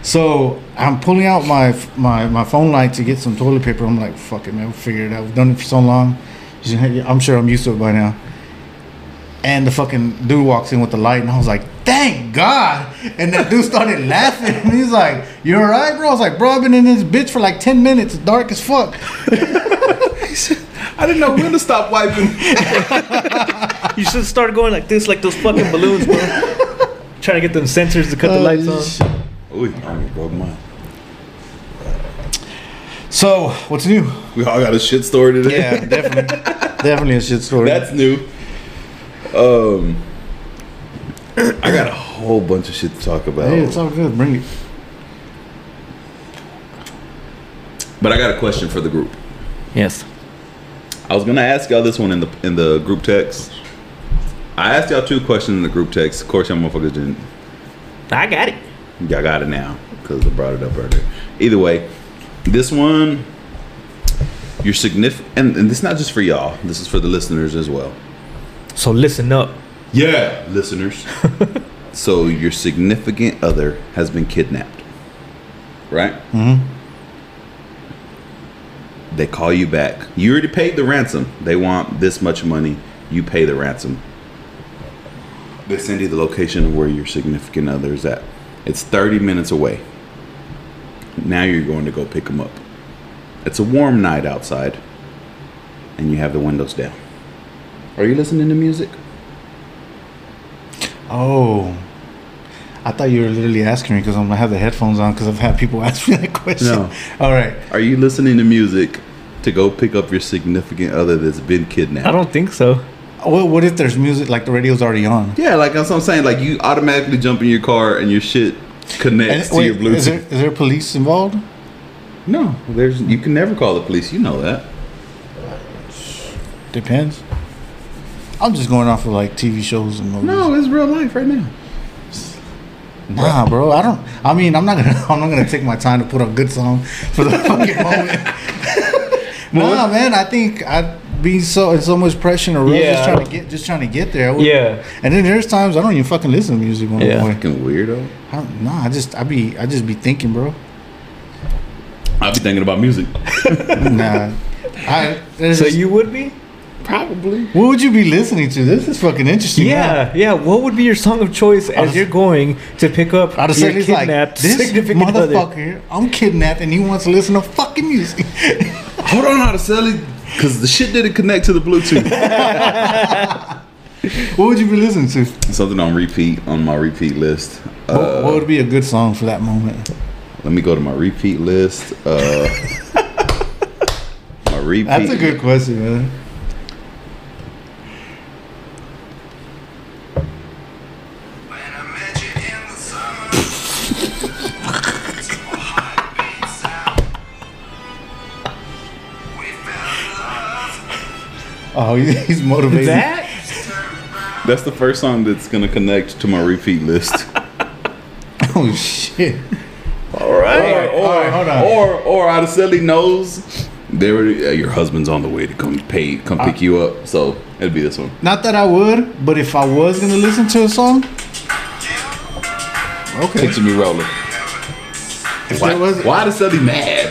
[SPEAKER 2] So I'm pulling out my my my phone light to get some toilet paper. I'm like, "Fuck it, man, we'll figure it out. We've done it for so long. I'm sure I'm used to it by now." And the fucking dude walks in with the light, and I was like, "Thank God!" And that dude started laughing. And he's like, "You alright, bro?" I was like, "Bro, I've been in this bitch for like ten minutes. It's dark as fuck."
[SPEAKER 3] I didn't know when to stop wiping.
[SPEAKER 1] you should start going like this, like those fucking balloons, bro. Trying to get them sensors to cut
[SPEAKER 2] Uh,
[SPEAKER 1] the lights on.
[SPEAKER 3] Ooh, I almost broke mine.
[SPEAKER 2] So what's new?
[SPEAKER 3] We all got a shit story today.
[SPEAKER 2] Yeah, definitely, definitely a shit story.
[SPEAKER 3] That's new. Um, I got a whole bunch of shit to talk about.
[SPEAKER 2] hey, it's all good. Bring it.
[SPEAKER 3] but I got a question for the group.
[SPEAKER 1] Yes.
[SPEAKER 3] I was gonna ask y'all this one in the in the group text. I asked y'all two questions in the group text. Of course, y'all motherfuckers didn't.
[SPEAKER 1] I got it.
[SPEAKER 3] Y'all got it now because I brought it up earlier. Either way, this one, your significant, and, and this is not just for y'all. This is for the listeners as well.
[SPEAKER 1] So listen up.
[SPEAKER 3] Yeah, listeners. so your significant other has been kidnapped, right? Mm-hmm. They call you back. You already paid the ransom. They want this much money. You pay the ransom. They send you the location of where your significant other is at. It's 30 minutes away. Now you're going to go pick them up. It's a warm night outside, and you have the windows down. Are you listening to music?
[SPEAKER 2] Oh, I thought you were literally asking me because I'm gonna have the headphones on because I've had people ask me that question.
[SPEAKER 3] No.
[SPEAKER 2] All right.
[SPEAKER 3] Are you listening to music to go pick up your significant other that's been
[SPEAKER 1] I
[SPEAKER 3] kidnapped?
[SPEAKER 1] don't think so.
[SPEAKER 2] Well, what if there's music like the radio's already on?
[SPEAKER 3] Yeah, like that's what I'm saying. Like you automatically jump in your car and your shit
[SPEAKER 2] And,
[SPEAKER 3] connects to
[SPEAKER 2] wait,
[SPEAKER 3] your Bluetooth.
[SPEAKER 2] is there is there police involved?
[SPEAKER 3] no, there's you can never call the police. You know that.
[SPEAKER 2] Depends. I'm just going off of like TV shows and movies.
[SPEAKER 3] No, it's real life right now.
[SPEAKER 2] Nah, bro. I don't. I mean, I'm not gonna. I'm not gonna take my time to put a good song for the fucking moment. nah, man. I think I'd be so in so much pressure in a row
[SPEAKER 1] Yeah.
[SPEAKER 2] just trying to get just trying to get there. I would-
[SPEAKER 1] Yeah.
[SPEAKER 2] And then there's times I don't even fucking listen to music when
[SPEAKER 1] Yeah.
[SPEAKER 2] I'm away.
[SPEAKER 3] Fucking weirdo.
[SPEAKER 2] I don't, nah, I just I be I just be thinking, bro.
[SPEAKER 3] I'll be thinking about music.
[SPEAKER 2] Nah, I. There's
[SPEAKER 1] So
[SPEAKER 2] just-
[SPEAKER 1] you would be?
[SPEAKER 3] Probably.
[SPEAKER 2] what would you be listening to? This is fucking interesting.
[SPEAKER 1] Yeah, yeah. What would be your song of choice as
[SPEAKER 2] was-
[SPEAKER 1] you're going to pick up
[SPEAKER 2] I'd have
[SPEAKER 1] your
[SPEAKER 2] said it's like
[SPEAKER 1] kidnapped
[SPEAKER 2] this
[SPEAKER 1] significant other?
[SPEAKER 2] motherfucker. I'm kidnapped, and he wants to listen to fucking music.
[SPEAKER 3] Hold on, how to sell it? Because the shit didn't connect to the Bluetooth.
[SPEAKER 2] what would you be listening to?
[SPEAKER 3] Something on repeat on my repeat list.
[SPEAKER 2] What-
[SPEAKER 3] Uh,
[SPEAKER 2] what, would be a good song for that moment?
[SPEAKER 3] Let me go to my repeat list. Uh, my repeat.
[SPEAKER 2] That's a good question, man. Oh, he- he's motivated.
[SPEAKER 1] That?
[SPEAKER 3] That's the first song that's gonna connect to my repeat list.
[SPEAKER 2] Oh shit!
[SPEAKER 3] All right. Or or,
[SPEAKER 2] all right, hold on.
[SPEAKER 3] or or Araceli knows there uh, your husband's on the way to come pay come
[SPEAKER 2] Uh.
[SPEAKER 3] pick you up. So it'd be this one.
[SPEAKER 2] Not that I would, but if I was gonna listen to a song, okay.
[SPEAKER 3] Picture me rolling.
[SPEAKER 2] If
[SPEAKER 3] Why,
[SPEAKER 2] there was
[SPEAKER 3] why Araceli mad?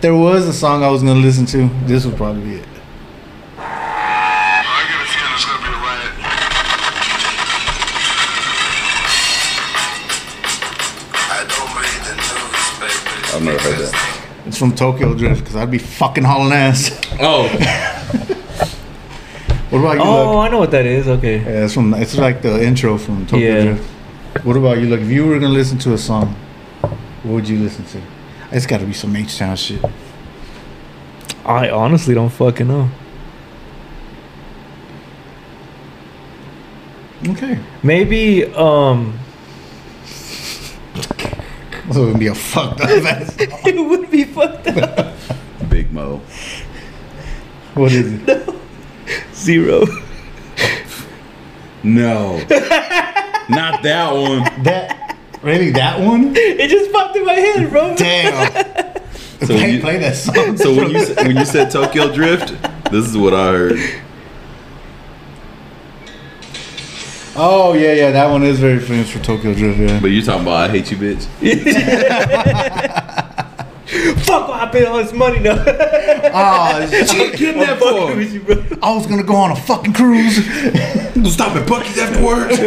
[SPEAKER 2] there was a song I was gonna listen to, this would probably be it.
[SPEAKER 4] I get a feeling it's gonna be a riot. I don't read the news, baby.
[SPEAKER 3] I've never heard that.
[SPEAKER 2] It's from Tokyo Drift because I'd be fucking hauling ass.
[SPEAKER 3] Oh,
[SPEAKER 2] What about you?
[SPEAKER 1] Oh,
[SPEAKER 2] Luck?
[SPEAKER 1] I know what that is. Okay.
[SPEAKER 2] Yeah, it's from it's like the intro from Tokyo
[SPEAKER 1] Yeah.
[SPEAKER 2] Drift. What about you? Look, if you were gonna listen to a song, what would you listen to? It's got to be some H Town shit.
[SPEAKER 1] I honestly don't fucking know.
[SPEAKER 2] Okay,
[SPEAKER 1] Maybe um
[SPEAKER 2] so it would be a fucked up ass.
[SPEAKER 1] it would be fucked up.
[SPEAKER 3] Big Mo.
[SPEAKER 2] What is it?
[SPEAKER 1] Zero.
[SPEAKER 3] No, not that one.
[SPEAKER 2] That Really, that one?
[SPEAKER 1] It just popped in my head, bro.
[SPEAKER 2] Damn.
[SPEAKER 3] So
[SPEAKER 2] play,
[SPEAKER 3] you-
[SPEAKER 2] play that song.
[SPEAKER 3] So when you when you said Tokyo Drift, this is what I heard.
[SPEAKER 2] oh yeah, yeah, that one is very famous for Tokyo Drift. Yeah.
[SPEAKER 3] But you talking about I hate you, bitch.
[SPEAKER 1] Fuck! I paid all this money now.
[SPEAKER 2] Oh, shit. Oh,
[SPEAKER 3] Getting that
[SPEAKER 1] Fuck with you, bro.
[SPEAKER 2] I was gonna go on a fucking cruise.
[SPEAKER 3] Stop at Bucky's afterwards.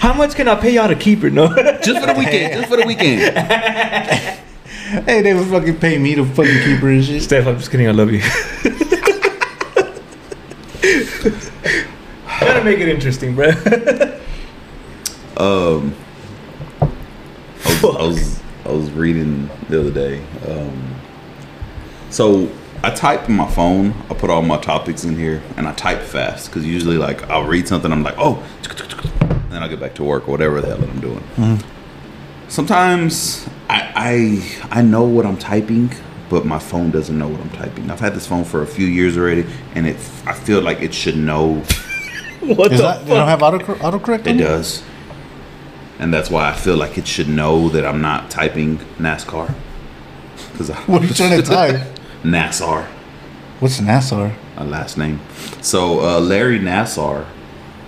[SPEAKER 1] How much can I pay y'all to keep it? No.
[SPEAKER 3] just for the weekend. Just for the weekend.
[SPEAKER 2] hey, they would fucking pay me to fucking keep her and shit.
[SPEAKER 1] Steph, I'm just kidding. I love you. Gotta make it interesting, bro.
[SPEAKER 3] Um, I was, I was I was reading the other day. Um, so I type in my phone. I put all my topics in here, and I type fast because usually, like, I'll read something. I'm like, oh, and then I'll get back to work or whatever the hell I'm doing. Sometimes I, I I know what I'm typing, but my phone doesn't know what I'm typing. I've had this phone for a few years already, and it I feel like it should know
[SPEAKER 1] what
[SPEAKER 2] Is
[SPEAKER 1] the
[SPEAKER 2] that, they
[SPEAKER 1] fuck?
[SPEAKER 2] don't have auto autocorrect?
[SPEAKER 3] it
[SPEAKER 2] on
[SPEAKER 3] does. And that's why I feel like it should know that I'm not typing NASCAR. Because
[SPEAKER 2] What are you trying to type?
[SPEAKER 3] Nassar,
[SPEAKER 2] What's Nassar?
[SPEAKER 3] my last name. So uh, Larry Nassar,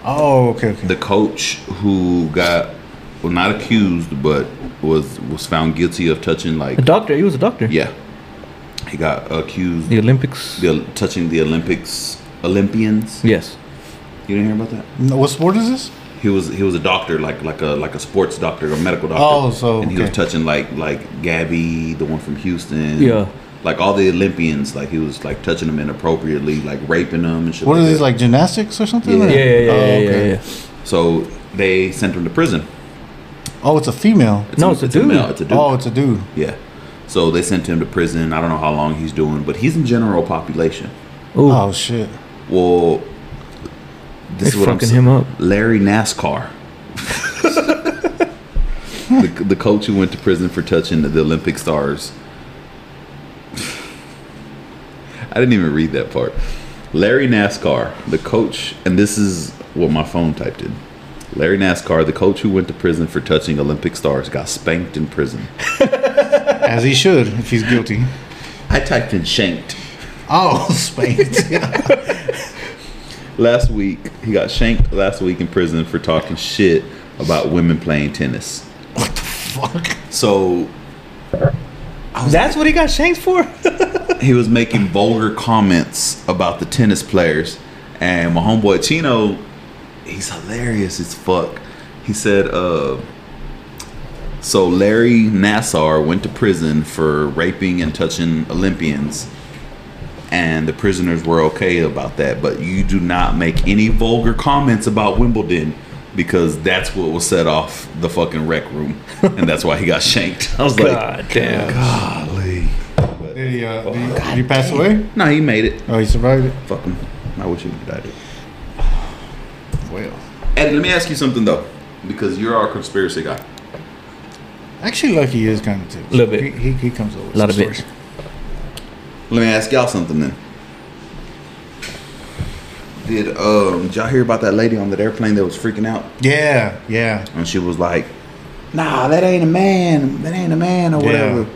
[SPEAKER 2] Oh, okay, okay.
[SPEAKER 3] the coach who got well, not accused, but was was found guilty of touching like
[SPEAKER 1] A doctor. He was a doctor.
[SPEAKER 3] yeah, he got accused
[SPEAKER 1] The Olympics.
[SPEAKER 3] the, touching the Olympics Olympians.
[SPEAKER 1] Yes.
[SPEAKER 3] You didn't hear about that?
[SPEAKER 2] No, what sport is this?
[SPEAKER 3] he was he was a doctor like like a like a sports doctor a medical doctor
[SPEAKER 2] Oh, so,
[SPEAKER 3] and he was
[SPEAKER 2] okay.
[SPEAKER 3] touching like like gabby the one from houston
[SPEAKER 1] Yeah.
[SPEAKER 3] like all the olympians like he was like touching them inappropriately like raping them and shit
[SPEAKER 2] What
[SPEAKER 3] like
[SPEAKER 2] is this
[SPEAKER 3] that.
[SPEAKER 2] like gymnastics or something?
[SPEAKER 3] Yeah.
[SPEAKER 1] Yeah, yeah, yeah,
[SPEAKER 2] oh,
[SPEAKER 1] yeah,
[SPEAKER 2] okay.
[SPEAKER 1] yeah, yeah.
[SPEAKER 3] so they sent him to prison
[SPEAKER 2] Oh, it's a female.
[SPEAKER 1] No, it's a dude.
[SPEAKER 3] male, it's a dude
[SPEAKER 2] Oh, it's a dude.
[SPEAKER 3] yeah so they sent him to prison i don't know how long he's doing but he's in general population
[SPEAKER 1] Ooh,
[SPEAKER 2] Oh shit.
[SPEAKER 3] well
[SPEAKER 1] they
[SPEAKER 3] this is what I'm
[SPEAKER 1] fucking
[SPEAKER 3] sa-
[SPEAKER 1] him up.
[SPEAKER 3] Larry NASCAR. the, the coach who went to prison for touching the, Olympic stars. I didn't even read that part. Larry NASCAR, the coach, and this is what my phone typed in. Larry NASCAR, the coach who went to prison for touching Olympic stars, got spanked in prison.
[SPEAKER 2] As he should, if he's guilty.
[SPEAKER 3] I typed in shanked.
[SPEAKER 2] Oh, spanked.
[SPEAKER 3] Last week, he got shanked last week in prison for talking shit about women playing tennis.
[SPEAKER 2] Fuck.
[SPEAKER 3] So
[SPEAKER 1] That's what he got shanked for.
[SPEAKER 3] he was making vulgar comments about the tennis players. And my homeboy Chino, he's hilarious as fuck. He said, uh, so Larry Nassar went to prison for raping and touching Olympians. And the prisoners were okay about that. But you do not make any vulgar comments about Wimbledon because that's what will set off the fucking rec room. and that's why he got shanked. I was
[SPEAKER 1] God
[SPEAKER 3] like,
[SPEAKER 1] damn.
[SPEAKER 3] golly.
[SPEAKER 2] Did he, uh, did he, did he pass away?
[SPEAKER 3] No, he made it.
[SPEAKER 2] Oh, he survived it.
[SPEAKER 3] Fuck him. I wish he would have died.
[SPEAKER 2] Well.
[SPEAKER 3] Eddie, let me ask you something though, because you're our conspiracy guy.
[SPEAKER 2] Actually, Lucky is kind of too.
[SPEAKER 1] Little bit.
[SPEAKER 2] He, he, he comes over. with
[SPEAKER 1] Lot
[SPEAKER 2] some
[SPEAKER 1] of it.
[SPEAKER 2] stories.
[SPEAKER 3] Let me ask y'all something then. Did um did y'all hear about that lady on that airplane that was freaking out
[SPEAKER 2] Yeah, yeah.
[SPEAKER 3] and she was like, "Nah, that ain't a man. That ain't a man or whatever."
[SPEAKER 2] Yeah.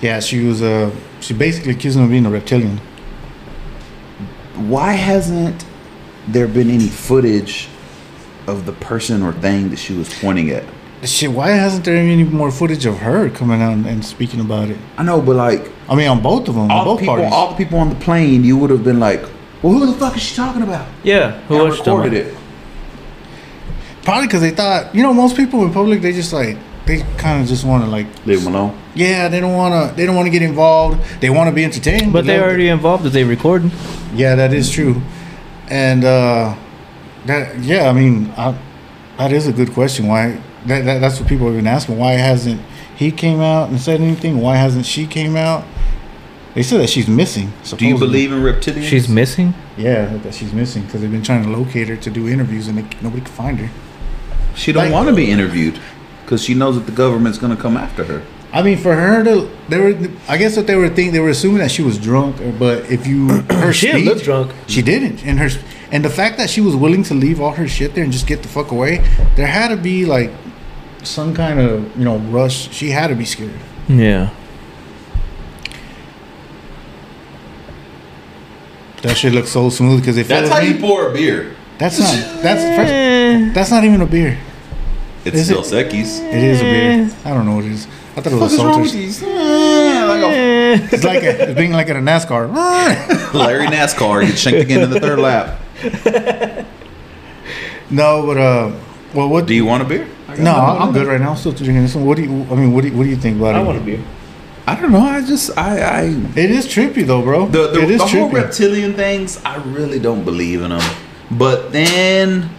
[SPEAKER 2] Yeah, she was, uh, she basically accused him of being a reptilian.
[SPEAKER 3] Why hasn't there been any footage of the person or thing that she was pointing at?
[SPEAKER 2] Shit, why hasn't there any more footage of her coming out and, and speaking about it?
[SPEAKER 3] I know, but like
[SPEAKER 2] I mean, on both of them, on
[SPEAKER 3] all
[SPEAKER 2] both
[SPEAKER 3] the people,
[SPEAKER 2] parties.
[SPEAKER 3] all the people on the plane, you would have been like, "Well, who the fuck is she talking about?"
[SPEAKER 1] Yeah, who
[SPEAKER 3] I
[SPEAKER 1] was she talking
[SPEAKER 3] recorded
[SPEAKER 1] about?
[SPEAKER 3] it.
[SPEAKER 2] Probably because they thought, you know, most people in public, they just like, they kind of just want to like,
[SPEAKER 3] Leave him alone.
[SPEAKER 2] yeah, they don't want to, they don't want to get involved. They want to be entertained.
[SPEAKER 1] But they
[SPEAKER 2] let-
[SPEAKER 1] already involved if they recording.
[SPEAKER 2] Yeah, that is true. And uh, that yeah, I mean, I, that is a good question. Why that, that that's what people have been asking. Why hasn't he came out and said anything? Why hasn't she came out? They said that she's missing.
[SPEAKER 3] Do you
[SPEAKER 2] supposedly.
[SPEAKER 3] believe in reptilians?
[SPEAKER 1] She's missing.
[SPEAKER 2] Yeah, that she's missing because they've been trying to locate her to do interviews and they, nobody could find her.
[SPEAKER 3] She don't
[SPEAKER 2] Like-
[SPEAKER 3] want to be interviewed because she knows that the government's gonna come after her.
[SPEAKER 2] I mean, for her to they were, I guess what they were thinking they were assuming that she was drunk. or- But if you her
[SPEAKER 1] She didn't
[SPEAKER 2] speech-
[SPEAKER 1] look drunk.
[SPEAKER 2] she didn't. And her and the fact that she was willing to leave all her shit there and just get the fuck away, there had to be like some kind of you know rush. She had to be scared.
[SPEAKER 1] Yeah.
[SPEAKER 2] That shit looks so smooth because if it
[SPEAKER 3] That's
[SPEAKER 2] was
[SPEAKER 3] how
[SPEAKER 2] me-
[SPEAKER 3] you pour a beer.
[SPEAKER 2] that's not that's first,
[SPEAKER 1] Eh,
[SPEAKER 2] that's not even a beer.
[SPEAKER 3] It's
[SPEAKER 2] Is it-
[SPEAKER 3] Dos Equis.
[SPEAKER 2] It is a beer. I don't know what it is. I thought it was a Salters.
[SPEAKER 3] these? Larry
[SPEAKER 1] eh.
[SPEAKER 2] It's like a, it's being like at a NASCAR.
[SPEAKER 3] NASCAR gets shanked again in the third lap.
[SPEAKER 2] no, but uh, well, what?
[SPEAKER 3] Do you want a beer? I got
[SPEAKER 2] no,
[SPEAKER 3] another
[SPEAKER 2] I'm
[SPEAKER 3] one.
[SPEAKER 2] good right now. I'm still drinking this one. What do you? I mean, what do you, what do you think about
[SPEAKER 1] I
[SPEAKER 2] it?
[SPEAKER 1] want a beer.
[SPEAKER 3] I don't know. I just I I
[SPEAKER 2] It is trippy though, bro.
[SPEAKER 3] the the,
[SPEAKER 2] it is
[SPEAKER 3] the whole
[SPEAKER 2] trippy.
[SPEAKER 3] reptilian things. I really don't believe in them. But then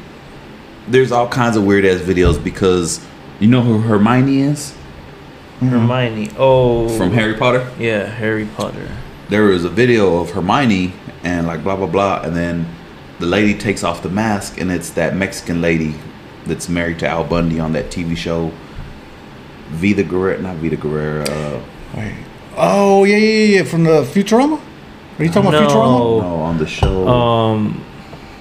[SPEAKER 3] there's all kinds of weird ass videos because you know who Hermione is
[SPEAKER 1] Hermione. Oh.
[SPEAKER 3] from Harry Potter.
[SPEAKER 1] Yeah, Harry Potter.
[SPEAKER 3] there was a video of Hermione and like blah blah blah, and then the lady takes off the mask, and it's that Mexican lady that's married to Al Bundy on that TV show. Vida Guerrera, not Vida Guerrera. Uh,
[SPEAKER 2] Wait. Oh yeah, yeah, yeah. From the Futurama. Are you talking about Futurama?
[SPEAKER 1] No.
[SPEAKER 3] no, on the show.
[SPEAKER 2] Uh,
[SPEAKER 1] Um.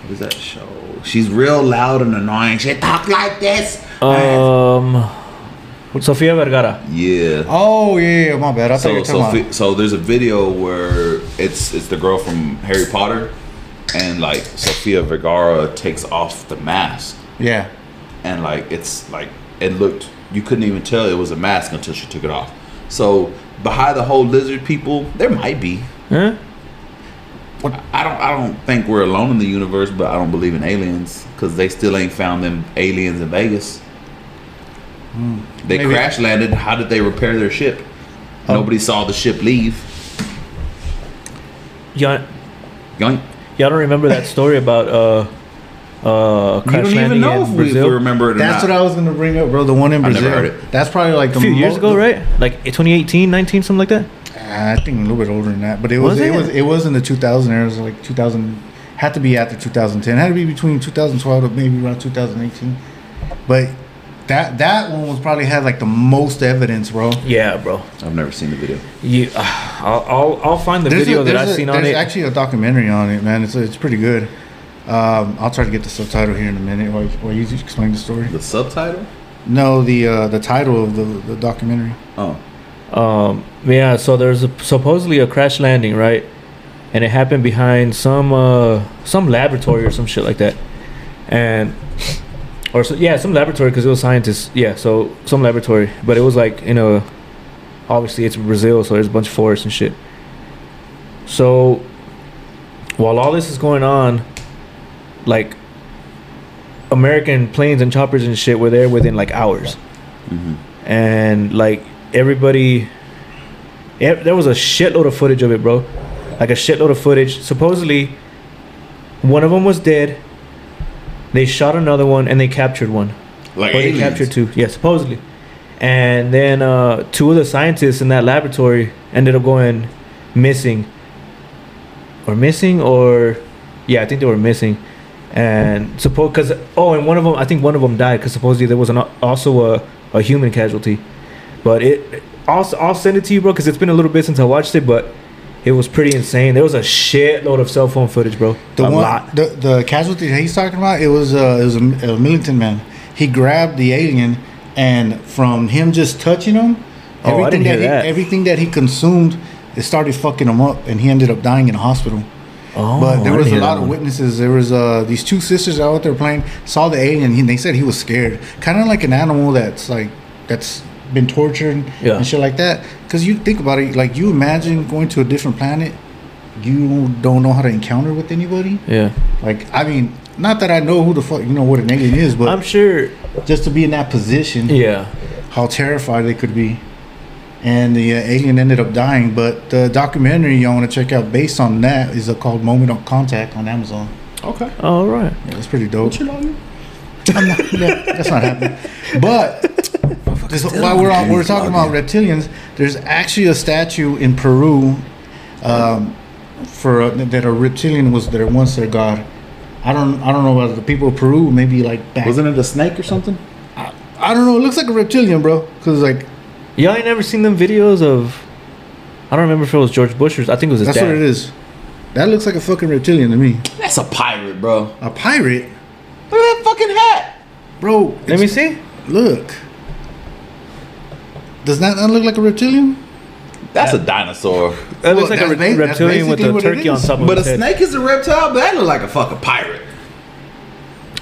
[SPEAKER 3] what is that show? She's real loud and annoying. She talk like this.
[SPEAKER 2] Uh,
[SPEAKER 1] Um. Sofia Vergara.
[SPEAKER 3] yeah.
[SPEAKER 2] Oh yeah, yeah. My bad. I thought you
[SPEAKER 3] so
[SPEAKER 2] were talking
[SPEAKER 3] so,
[SPEAKER 2] about.
[SPEAKER 3] fi- so there's a video where it's it's the girl from Harry Potter, and like Sofia Vergara takes off the mask,
[SPEAKER 2] yeah.
[SPEAKER 3] and like it's like it looked you couldn't even tell it was a mask until she took it off so behind the whole lizard people there might be
[SPEAKER 1] Huh?
[SPEAKER 3] i don't i don't think we're alone in the universe but i don't believe in aliens because they still ain't found them aliens in vegas
[SPEAKER 1] Hmm.
[SPEAKER 3] they
[SPEAKER 2] Maybe-
[SPEAKER 3] crash landed how did they repair their ship
[SPEAKER 1] Oh.
[SPEAKER 3] nobody saw the ship leave
[SPEAKER 1] Y'all,
[SPEAKER 3] Yoink.
[SPEAKER 1] y'all don't remember that story about uh. Uh,
[SPEAKER 3] you don't
[SPEAKER 1] crash
[SPEAKER 3] even
[SPEAKER 1] landing
[SPEAKER 3] know if
[SPEAKER 1] in
[SPEAKER 3] we, if we
[SPEAKER 1] Brazil.
[SPEAKER 3] remember it or
[SPEAKER 2] That's
[SPEAKER 3] not
[SPEAKER 2] what I was gonna bring up, bro. The one in
[SPEAKER 3] I never
[SPEAKER 2] Brazil.
[SPEAKER 3] heard it.
[SPEAKER 2] That's probably like the
[SPEAKER 1] a few years
[SPEAKER 2] mo-
[SPEAKER 1] ago,
[SPEAKER 2] the-
[SPEAKER 1] right? Like 2018, 19, something like that.
[SPEAKER 2] I think a little bit older than that, but it
[SPEAKER 1] Was
[SPEAKER 2] was, it?
[SPEAKER 1] it?
[SPEAKER 2] was it was in the 2000 era. It was like 2000 had to be after 2010. Had to be between 2012 to maybe around 2018. But that that one was probably had like the most evidence, bro.
[SPEAKER 1] Yeah, bro.
[SPEAKER 3] i've never seen the video
[SPEAKER 1] You, uh, I'll, I'll I'll find the
[SPEAKER 2] There's
[SPEAKER 1] video
[SPEAKER 2] a-
[SPEAKER 1] that
[SPEAKER 2] there's
[SPEAKER 1] I've
[SPEAKER 2] a-
[SPEAKER 1] seen on
[SPEAKER 2] there's
[SPEAKER 1] it.
[SPEAKER 2] actually a documentary on it, man. It's it's pretty good. Um, I'll try to get the subtitle here in a minute while, while you explain the story.
[SPEAKER 3] the subtitle
[SPEAKER 2] No, the uh, the title of the, the documentary.
[SPEAKER 3] oh
[SPEAKER 1] Um, yeah, so there's a, supposedly a crash landing, right? And it happened behind some uh, some laboratory or some shit like that, and or so, yeah, some laboratory because it was scientists. Yeah, so some laboratory, but it was like you know, obviously it's Brazil, so there's a bunch of forests and shit. So while all this is going on, like American planes and choppers and shit were there within like hours
[SPEAKER 3] hmm
[SPEAKER 1] and like everybody e- there was a shitload of footage of it bro like a shitload of footage supposedly one of them was dead they shot another one and they captured one
[SPEAKER 3] like
[SPEAKER 1] or they
[SPEAKER 3] aliens.
[SPEAKER 1] captured two yeah supposedly and then uh, two of the scientists in that laboratory ended up going missing or missing or yeah i think they were missing and suppose because oh and one of them i think one of them died because supposedly there was an al- also a, a human casualty but it I'll, I'll send it to you bro because it's been a little bit since i watched it but it was pretty insane there was a shitload of cell phone footage bro
[SPEAKER 2] The
[SPEAKER 1] a
[SPEAKER 2] one,
[SPEAKER 1] lot
[SPEAKER 2] the the casualty that he's talking about, it was uh, it was a, a militant man. He grabbed the alien, and from him just touching him,
[SPEAKER 1] Oh, I didn't hear
[SPEAKER 2] that,
[SPEAKER 1] that.
[SPEAKER 2] He, everything that he consumed, it started fucking him up, and he ended up dying in the hospital.
[SPEAKER 1] oh
[SPEAKER 2] but there
[SPEAKER 1] I
[SPEAKER 2] was
[SPEAKER 1] didn't hear
[SPEAKER 2] a
[SPEAKER 1] that
[SPEAKER 2] lot of
[SPEAKER 1] one.
[SPEAKER 2] witnesses. There was uh, these two sisters out there playing, saw the alien, and they said he was scared, kind of like an animal that's like that's been tortured
[SPEAKER 1] Yeah.
[SPEAKER 2] and shit like that. Because you think about it, like you imagine going to a different planet, you don't know how to encounter with anybody.
[SPEAKER 1] yeah
[SPEAKER 2] Like, I mean, not that I know who the fuck you know what an alien is, but
[SPEAKER 1] i'm sure
[SPEAKER 2] just to be in that position,
[SPEAKER 1] yeah
[SPEAKER 2] how terrified they could be. And the uh, alien ended up dying, but the documentary y'all want to check out based on that is uh, called "Moment of Contact" on Amazon.
[SPEAKER 3] okay
[SPEAKER 1] all Oh, right
[SPEAKER 2] Yeah, that's pretty dope.
[SPEAKER 3] What you know?
[SPEAKER 2] I'm not- yeah, that's not happening. But this, while we're on, we're talking about reptilians, there's actually a statue in Peru um, for a, that a reptilian was there once their god. I don't I don't know about the people of Peru. Maybe like back.
[SPEAKER 3] Wasn't it a snake or something?
[SPEAKER 2] I don't know. It looks like a reptilian, bro. Cause like
[SPEAKER 1] Y'all ain't never seen them videos of. I don't remember if it was George Bush or I think it was his
[SPEAKER 2] that's
[SPEAKER 1] dad.
[SPEAKER 2] what it is. That looks like a fucking reptilian to me.
[SPEAKER 3] That's a pirate, bro. Look
[SPEAKER 2] A pirate,
[SPEAKER 3] at that fucking hat.
[SPEAKER 2] bro.
[SPEAKER 1] Let me
[SPEAKER 2] it's-
[SPEAKER 1] see.
[SPEAKER 2] Look, Does that not look like a reptilian?
[SPEAKER 3] That's a dinosaur.
[SPEAKER 1] That looks
[SPEAKER 2] Well,
[SPEAKER 1] like a
[SPEAKER 2] that's ba-
[SPEAKER 1] re-
[SPEAKER 2] that's
[SPEAKER 1] reptilian with
[SPEAKER 2] basically
[SPEAKER 1] a
[SPEAKER 2] what it
[SPEAKER 1] turkey on
[SPEAKER 2] is.
[SPEAKER 1] top of
[SPEAKER 3] But a
[SPEAKER 1] its head.
[SPEAKER 3] snake is a reptile. But that look like a fucking pirate.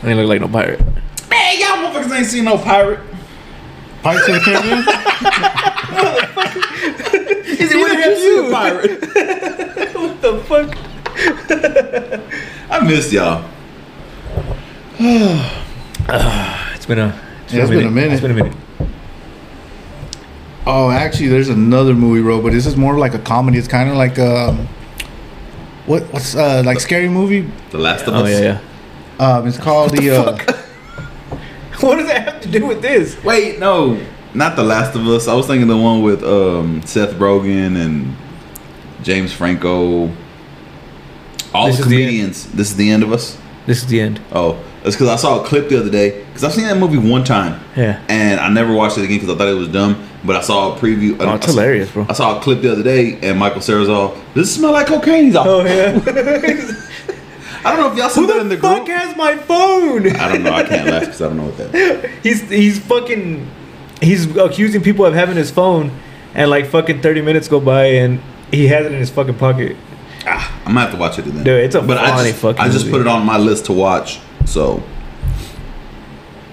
[SPEAKER 1] They look like no pirate.
[SPEAKER 3] Man, y'all motherfuckers ain't seen no pirate.
[SPEAKER 2] Pirates of the Caribbean?
[SPEAKER 3] Is it really
[SPEAKER 1] have you.
[SPEAKER 3] a pirate?
[SPEAKER 1] What the fuck?
[SPEAKER 3] I miss y'all.
[SPEAKER 1] It's been a.
[SPEAKER 2] Yeah, it's been a minute.
[SPEAKER 1] It's been a minute.
[SPEAKER 2] Oh, actually, there's another movie role, but this is more like a comedy. It's kind of like um, what what's uh, like scary movie.
[SPEAKER 3] The Last of
[SPEAKER 1] Oh
[SPEAKER 3] Us.
[SPEAKER 1] yeah, yeah.
[SPEAKER 2] Um, it's called the. uh,
[SPEAKER 1] What does that have to do with this?
[SPEAKER 3] Wait, no, not The Last of Us. I was thinking the one with um, Seth Rogen and James Franco. All
[SPEAKER 1] This
[SPEAKER 3] the
[SPEAKER 1] is the end.
[SPEAKER 3] comedians. this is the end of us.
[SPEAKER 1] This is the end.
[SPEAKER 3] Oh, that's because I saw a clip the other day. Because I've seen that movie one time.
[SPEAKER 1] Yeah.
[SPEAKER 3] And I never watched it again because I thought it was dumb. But I saw a preview.
[SPEAKER 1] Oh, it's hilarious, bro.
[SPEAKER 3] I saw a clip the other day, and Michael Cera's all, "This smell like cocaine." He's all,
[SPEAKER 1] Oh yeah.
[SPEAKER 3] I don't know if
[SPEAKER 1] Who
[SPEAKER 3] y'all seen that in
[SPEAKER 1] the,
[SPEAKER 3] the
[SPEAKER 1] fuck
[SPEAKER 3] group.
[SPEAKER 1] has my phone?
[SPEAKER 3] I don't know. I can't laugh because I don't know what that.
[SPEAKER 1] he's he's fucking he's accusing people of having his phone and like fucking 30 minutes go by and he has it in his fucking pocket
[SPEAKER 3] Ah, I'm gonna have to watch it then.
[SPEAKER 1] Dude, it's a
[SPEAKER 3] I
[SPEAKER 1] funny
[SPEAKER 3] just,
[SPEAKER 1] fucking
[SPEAKER 3] I just
[SPEAKER 1] movie.
[SPEAKER 3] put it on my list to watch. So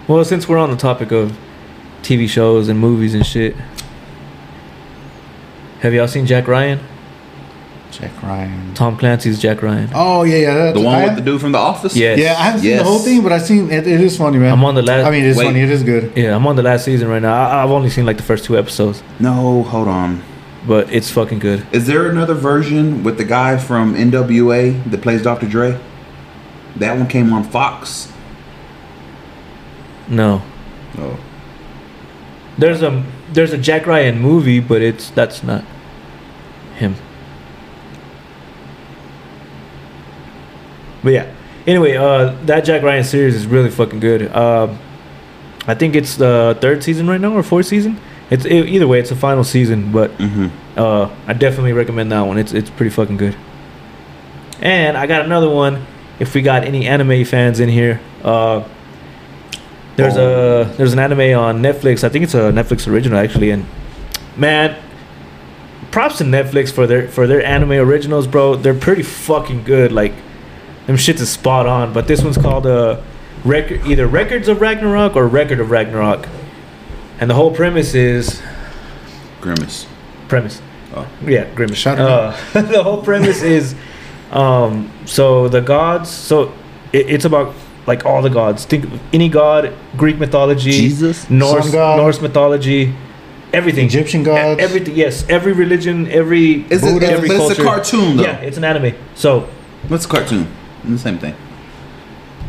[SPEAKER 1] well since we're on the topic of tv shows and movies and shit have y'all seen jack ryan
[SPEAKER 2] Jack Ryan.
[SPEAKER 1] tom clancy's jack ryan
[SPEAKER 2] Oh yeah, yeah. that's-
[SPEAKER 3] the one
[SPEAKER 2] I-
[SPEAKER 3] with the dude from The Office.
[SPEAKER 1] Yeah.
[SPEAKER 2] Yeah, I haven't seen
[SPEAKER 3] Yes.
[SPEAKER 2] the whole thing, but I've seen it. It is funny, man.
[SPEAKER 1] I'm on the last-
[SPEAKER 2] I mean, it is
[SPEAKER 3] Wait.
[SPEAKER 2] funny. It is good.
[SPEAKER 1] yeah i'm on the last season right now I, i've only seen like the first two episodes
[SPEAKER 3] No, hold on.
[SPEAKER 1] but it's fucking good
[SPEAKER 3] Is there another version with the guy from NWA that plays Dr. Dre? That one came on Fox.
[SPEAKER 1] no
[SPEAKER 3] Oh,
[SPEAKER 1] there's a there's a jack ryan movie but it's that's not him but yeah anyway uh that jack ryan series is really fucking good um i think it's the third season right now or fourth season it's e either way it's the final season but
[SPEAKER 3] mm-hmm.
[SPEAKER 1] uh i definitely recommend that one it's it's pretty fucking good and i got another one if we got any anime fans in here uh there's a there's an anime on netflix i think it's a netflix original actually and man props to netflix for their for their anime originals bro they're pretty fucking good like them shits is spot on but this one's called uh record either records of ragnarok or record of ragnarok and the whole premise is
[SPEAKER 3] Grimace.
[SPEAKER 1] premise.
[SPEAKER 3] Oh.
[SPEAKER 1] Yeah, grimace.
[SPEAKER 2] Shut
[SPEAKER 1] uh,
[SPEAKER 2] up.
[SPEAKER 1] The whole premise is, um, so the gods. So it, it's about like all the gods. Think of any god, Greek mythology,
[SPEAKER 3] Jesus?
[SPEAKER 1] Norse,
[SPEAKER 2] Sun god.
[SPEAKER 1] Norse mythology, everything.
[SPEAKER 2] Egyptian
[SPEAKER 1] E-
[SPEAKER 2] gods.
[SPEAKER 1] Everything. Yes, every religion, every
[SPEAKER 3] Is it,
[SPEAKER 1] Buddha,
[SPEAKER 3] it's,
[SPEAKER 1] every
[SPEAKER 3] but it's
[SPEAKER 1] culture.
[SPEAKER 3] a cartoon though.
[SPEAKER 1] Yeah, it's an anime. So
[SPEAKER 3] What's a cartoon? The same thing.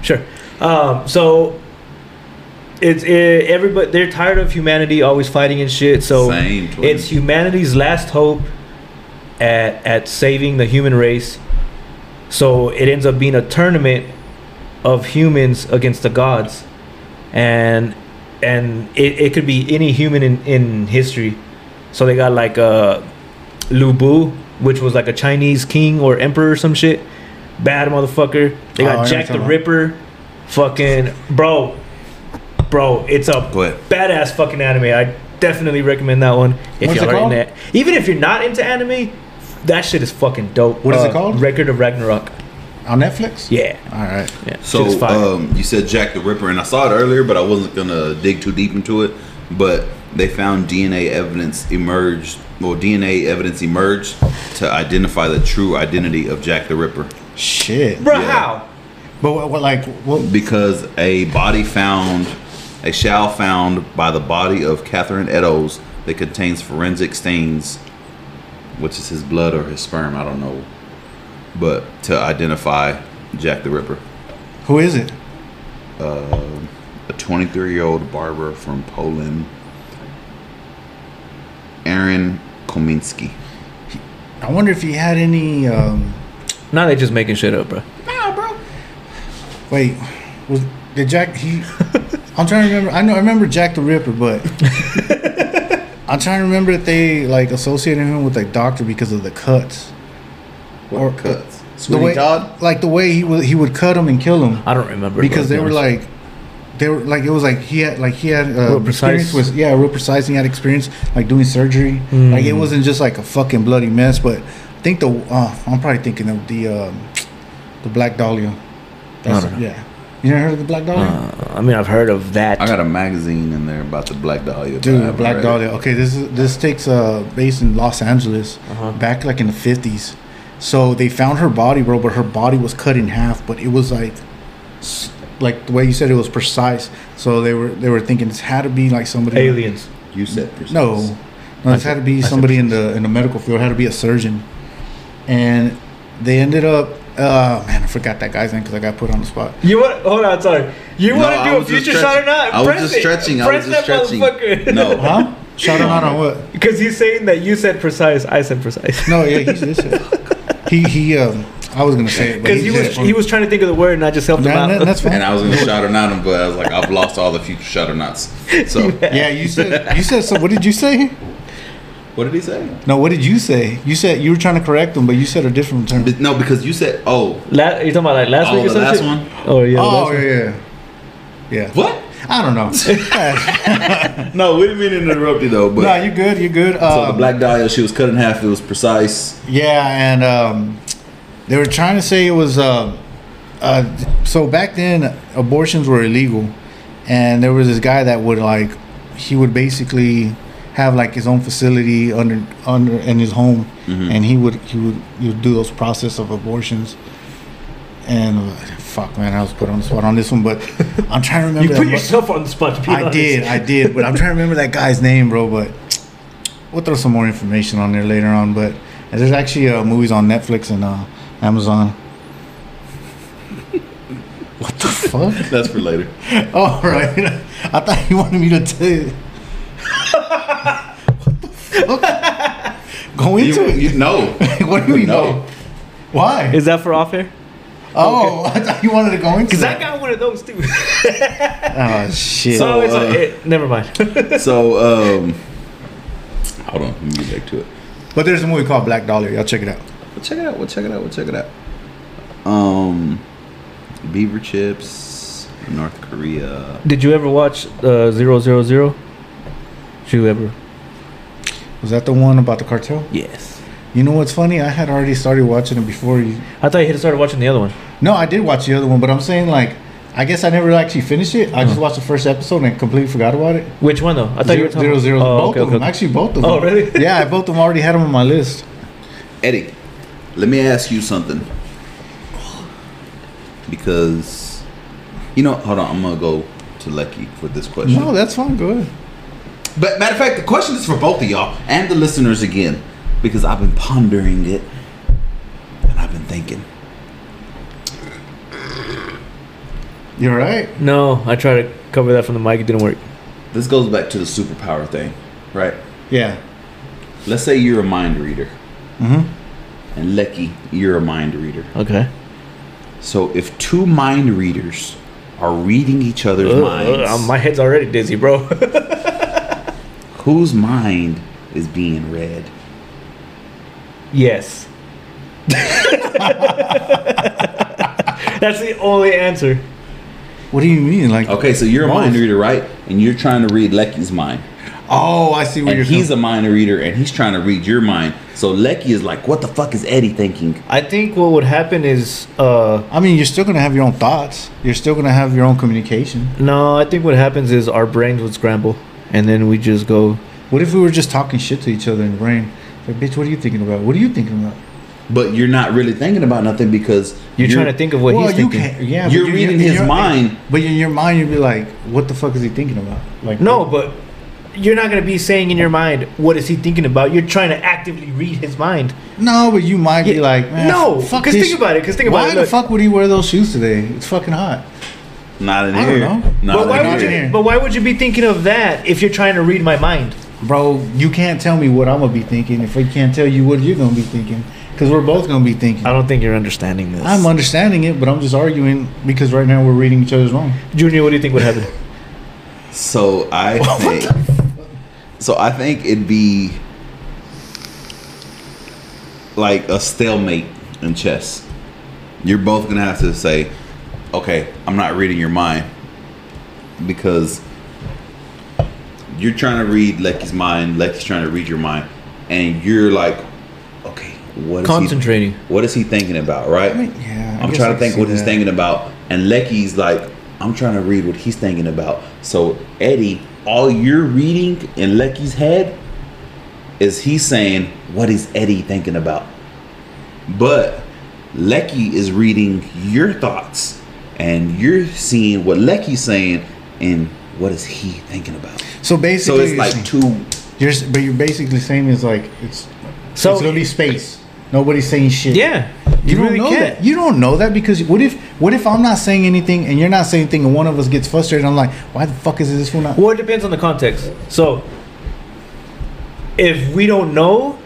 [SPEAKER 1] Sure. Um, so it's it, everybody. They're tired of humanity always fighting and shit. So
[SPEAKER 3] Same, twin.
[SPEAKER 1] it's humanity's last hope at at saving the human race. So it ends up being a tournament of humans against the gods, and and it, it could be any human in, in history. So they got like uh, Lu Bu, which was like a Chinese king or emperor or some shit. Bad motherfucker. They
[SPEAKER 2] Oh, I know
[SPEAKER 1] got
[SPEAKER 2] what
[SPEAKER 1] Jack the
[SPEAKER 2] you're talking about.
[SPEAKER 1] Ripper. Fucking bro, bro, it's a
[SPEAKER 3] Go ahead.
[SPEAKER 1] badass fucking anime. I definitely recommend that one. If
[SPEAKER 2] What's
[SPEAKER 1] y'all
[SPEAKER 2] it
[SPEAKER 1] are
[SPEAKER 2] called?
[SPEAKER 1] into, even if you're not into anime, that shit is fucking dope.
[SPEAKER 2] What is it
[SPEAKER 3] Uh,
[SPEAKER 2] called?
[SPEAKER 1] Record of Ragnarok.
[SPEAKER 2] On Netflix.
[SPEAKER 1] Yeah.
[SPEAKER 2] All right.
[SPEAKER 1] yeah.
[SPEAKER 3] So
[SPEAKER 1] shit's fire.
[SPEAKER 3] um, you said Jack the Ripper, and I saw it earlier, but I wasn't gonna dig too deep into it. But they found DNA evidence emerged, well, DNA evidence emerged to identify the true identity of Jack the Ripper
[SPEAKER 2] Shit.
[SPEAKER 1] bro,
[SPEAKER 3] yeah.
[SPEAKER 1] how?
[SPEAKER 2] But what, what like what?
[SPEAKER 3] because a body found, a shell found by the body of Catherine Eddowes that contains forensic stains, which is his blood or his sperm, I don't know, but to identify Jack the Ripper.
[SPEAKER 2] Who is it?
[SPEAKER 3] a 23 year old barber from Poland, Aaron Kominski.
[SPEAKER 2] I wonder if he had any. Um,
[SPEAKER 1] Now they just making shit up, bro.
[SPEAKER 2] wait, was did Jack? He. I'm trying to remember. I know. I remember Jack the Ripper, but I'm trying to remember if they like associated him with like doctor because of the cuts.
[SPEAKER 3] Or cuts.
[SPEAKER 2] the way, like the way he would he would cut him and kill him
[SPEAKER 1] I don't remember.
[SPEAKER 2] because
[SPEAKER 1] bro,
[SPEAKER 2] they
[SPEAKER 1] to be
[SPEAKER 2] were
[SPEAKER 1] honest.
[SPEAKER 2] like they were like it was like he had like he had uh,
[SPEAKER 1] Real precise. Mm.
[SPEAKER 2] experience with yeah real precise. and He had experience like doing surgery. Like it wasn't just like a fucking bloody mess. But I think the uh, I'm probably thinking of the um, the Black Dahlia. That's, yeah, you never heard of the Black Dahlia?
[SPEAKER 1] Uh, I mean, I've heard of that.
[SPEAKER 3] I got a magazine in there about the Black Dahlia. but I
[SPEAKER 2] Dude,
[SPEAKER 3] haven't
[SPEAKER 2] Black
[SPEAKER 3] read it.
[SPEAKER 2] Dahlia. Okay, this is this takes uh base in Los Angeles, back like in the fifties. So they found her body, bro, but her body was cut in half, but it was like, s- like the way you said it was precise. So they were they were thinking this had to be like somebody
[SPEAKER 1] Aliens.
[SPEAKER 3] You said precise.
[SPEAKER 2] No, no, this had to be somebody in the in the medical field. Had to be a surgeon, and they ended up. Uh, man, I forgot that guy's name because I got put on the spot.
[SPEAKER 1] You want? Hold on, sorry. You
[SPEAKER 3] No,
[SPEAKER 1] want to
[SPEAKER 3] I
[SPEAKER 1] do a
[SPEAKER 3] was just
[SPEAKER 1] future shot or
[SPEAKER 3] stretching.
[SPEAKER 1] not?
[SPEAKER 3] I was
[SPEAKER 1] Press
[SPEAKER 3] just
[SPEAKER 1] it.
[SPEAKER 3] stretching. I
[SPEAKER 1] Press
[SPEAKER 3] was just
[SPEAKER 1] that
[SPEAKER 3] stretching.
[SPEAKER 1] motherfucker.
[SPEAKER 3] No.
[SPEAKER 2] Huh? Shout out on what?
[SPEAKER 1] Because he's saying that you said precise, I said precise.
[SPEAKER 2] No, yeah, he's this. He he. Um, I was gonna say it, but
[SPEAKER 1] Because he
[SPEAKER 2] he's
[SPEAKER 1] was
[SPEAKER 2] this.
[SPEAKER 1] he was trying to think of the word, not just help them
[SPEAKER 2] Nah,
[SPEAKER 1] out.
[SPEAKER 2] that- that's fine.
[SPEAKER 3] And I was gonna shout or not him, but I was like, I've lost all the future shout or nots. So
[SPEAKER 2] yeah, you said you said some. What did you say?
[SPEAKER 3] what did he say?
[SPEAKER 2] No, what did you say? You said you were trying to correct them, but you said a different term.
[SPEAKER 3] But- No, because you said, oh,
[SPEAKER 1] La- you talking about like last
[SPEAKER 3] Oh,
[SPEAKER 1] week or
[SPEAKER 3] the
[SPEAKER 1] something?
[SPEAKER 3] last one?
[SPEAKER 1] Oh yeah. the last
[SPEAKER 2] oh
[SPEAKER 1] one.
[SPEAKER 2] yeah, yeah, yeah.
[SPEAKER 3] what?
[SPEAKER 2] I don't know.
[SPEAKER 3] No, we didn't mean to interrupt you though. But
[SPEAKER 2] no, you're good. You're good. Um,
[SPEAKER 3] so the Black Dahlia, she was cut in half. It was precise.
[SPEAKER 2] Yeah, and um, they were trying to say it was. Uh, uh, so back then, abortions were illegal, and there was this guy that would like, he would basically have like his own facility under under in his home,
[SPEAKER 1] Mm-hmm.
[SPEAKER 2] and he would he would he would do those process of abortions. And uh, fuck, man, I was put on the spot on this one, but I'm trying to remember.
[SPEAKER 1] You
[SPEAKER 2] that
[SPEAKER 1] put
[SPEAKER 2] mu-
[SPEAKER 1] yourself on the spot. To be
[SPEAKER 2] I
[SPEAKER 1] honest.
[SPEAKER 2] did, I did, but I'm trying to remember that guy's name, bro. But we'll throw some more information on there later on. But and there's actually uh, movies on Netflix and uh, Amazon. What the fuck?
[SPEAKER 3] That's for later.
[SPEAKER 2] All Oh, right, I thought you wanted me to tell you. what the fuck? Go into
[SPEAKER 3] You,
[SPEAKER 2] it.
[SPEAKER 3] you no.
[SPEAKER 2] what do we
[SPEAKER 3] No.
[SPEAKER 2] know? Why?
[SPEAKER 1] Is that for off air?
[SPEAKER 2] oh, I thought you wanted to go into
[SPEAKER 1] Because
[SPEAKER 2] it.
[SPEAKER 1] I got one of those too.
[SPEAKER 2] oh shit.
[SPEAKER 1] so it's
[SPEAKER 3] uh,
[SPEAKER 1] it, never mind.
[SPEAKER 3] So um, hold on, let me get back to it.
[SPEAKER 2] but there's a movie called Black Dollar. Y'all check it out.
[SPEAKER 3] We'll check it out. We'll check it out. We'll check it out. Um, beaver chips, North Korea.
[SPEAKER 1] did you ever watch uh, Zero Zero Zero? Did you ever?
[SPEAKER 2] Was that the one about the cartel?
[SPEAKER 1] Yes.
[SPEAKER 2] You know what's funny? I had already started watching it before you.
[SPEAKER 1] I thought you had started watching the other one.
[SPEAKER 2] No, I did watch the other one, but I'm saying like, I guess I never actually finished it. I just watched the first episode and completely forgot about it.
[SPEAKER 1] Which one though? Uh-huh. I thought you were
[SPEAKER 2] Zero,
[SPEAKER 1] talking
[SPEAKER 2] zero,
[SPEAKER 1] about-
[SPEAKER 2] zero.
[SPEAKER 1] Oh,
[SPEAKER 2] both
[SPEAKER 1] okay,
[SPEAKER 2] of
[SPEAKER 1] okay,
[SPEAKER 2] them,
[SPEAKER 1] okay.
[SPEAKER 2] actually both of them.
[SPEAKER 1] Oh, really?
[SPEAKER 2] yeah, I both of them already had them on my list.
[SPEAKER 3] Eddie, let me ask you something. Because, you know, hold on, I'm gonna go to Lucky for this question.
[SPEAKER 2] No, that's fine. Go ahead.
[SPEAKER 3] But matter of fact, the question is for both of y'all and the listeners again, because I've been pondering it and I've been thinking.
[SPEAKER 2] You're right.
[SPEAKER 1] No, I tried to cover that from the mic. It didn't work.
[SPEAKER 3] This goes back to the superpower thing, right?
[SPEAKER 2] Yeah.
[SPEAKER 3] Let's say you're a mind reader. Mm-hmm. And Lecky, you're a mind reader.
[SPEAKER 1] Okay.
[SPEAKER 3] So if two mind readers are reading each other's minds,
[SPEAKER 1] uh, my head's already dizzy, bro.
[SPEAKER 3] whose mind is being read?
[SPEAKER 1] yes. That's the only answer.
[SPEAKER 2] What do you mean? Like,
[SPEAKER 3] Okay, so you're a
[SPEAKER 2] Both.
[SPEAKER 3] mind reader, right? And you're trying to read Lecky's mind.
[SPEAKER 2] oh, I see where
[SPEAKER 3] And
[SPEAKER 2] you're.
[SPEAKER 3] he's
[SPEAKER 2] coming-
[SPEAKER 3] a mind reader and he's trying to read your mind. So Lecky is like, what the fuck is Eddie thinking?
[SPEAKER 1] I think what would happen is, uh,
[SPEAKER 2] I mean, you're still gonna have your own thoughts. You're still gonna have your own communication.
[SPEAKER 1] no, I think what happens is our brains would scramble, and then we just go.
[SPEAKER 2] What if we were just talking shit to each other in the brain? Like, bitch, what are you thinking about? What are you thinking about?
[SPEAKER 3] But you're not really thinking about nothing because
[SPEAKER 1] You're, trying to think of what he's thinking.
[SPEAKER 2] can't- yeah, but
[SPEAKER 3] You're reading his mind.
[SPEAKER 2] But in your mind, you'd be like, "What the fuck is he thinking about?" Like,
[SPEAKER 1] No, but you're not gonna be saying in your mind what is he thinking about. You're trying to actively read his mind.
[SPEAKER 2] no, but you might be
[SPEAKER 1] Yeah.
[SPEAKER 2] like, Man,
[SPEAKER 1] No,
[SPEAKER 2] f- fuck
[SPEAKER 1] 'cause
[SPEAKER 2] this
[SPEAKER 1] think
[SPEAKER 2] sh-
[SPEAKER 1] about it, 'cause think about
[SPEAKER 2] why
[SPEAKER 1] it,
[SPEAKER 2] the
[SPEAKER 1] look.
[SPEAKER 2] fuck would he wear those shoes today? It's fucking hot.
[SPEAKER 3] Not in
[SPEAKER 2] I
[SPEAKER 3] here.
[SPEAKER 2] don't know.
[SPEAKER 3] Not
[SPEAKER 1] but why
[SPEAKER 3] in
[SPEAKER 1] would
[SPEAKER 3] here.
[SPEAKER 1] you?
[SPEAKER 2] here.
[SPEAKER 1] But why would you be thinking of that if you're trying to read my mind?
[SPEAKER 2] Bro, you can't tell me what I'm gonna be thinking if I can't tell you what you're gonna be thinking, because we're both gonna be thinking.
[SPEAKER 1] I don't think you're understanding this.
[SPEAKER 2] I'm understanding it, but I'm just arguing because right now we're reading each other's wrong.
[SPEAKER 1] Junior, what do you think would happen?
[SPEAKER 3] So I think. So I think it'd be like a stalemate in chess. You're both gonna have to say, "Okay, I'm not reading your mind. because you're trying to read Lecky's mind, Lecky's trying to read your mind, and you're like, okay, what is
[SPEAKER 1] Concentrating.
[SPEAKER 3] He, what is he thinking about, right? I
[SPEAKER 2] mean, yeah, I guess I
[SPEAKER 3] am trying to
[SPEAKER 2] can
[SPEAKER 3] think
[SPEAKER 2] see
[SPEAKER 3] what he's
[SPEAKER 2] that.
[SPEAKER 3] thinking about, and Lecky's like, I'm trying to read what he's thinking about. So Eddie, all you're reading in Lecky's head is he's saying, what is Eddie thinking about? But Lecky is reading your thoughts and you're seeing what Lecky's saying and what is he thinking about.
[SPEAKER 2] So
[SPEAKER 3] So
[SPEAKER 2] basically,
[SPEAKER 3] it's like two
[SPEAKER 2] you're, s- but you're basically saying is like it's
[SPEAKER 1] So-
[SPEAKER 2] it's literally space. Nobody's saying shit.
[SPEAKER 1] Yeah,
[SPEAKER 2] You, don't know that. You don't know that because what if what if I'm not saying anything and you're not saying anything and one of us gets frustrated? I'm like, why the fuck is this fool not?
[SPEAKER 1] Well, it depends on the context. So, if we don't know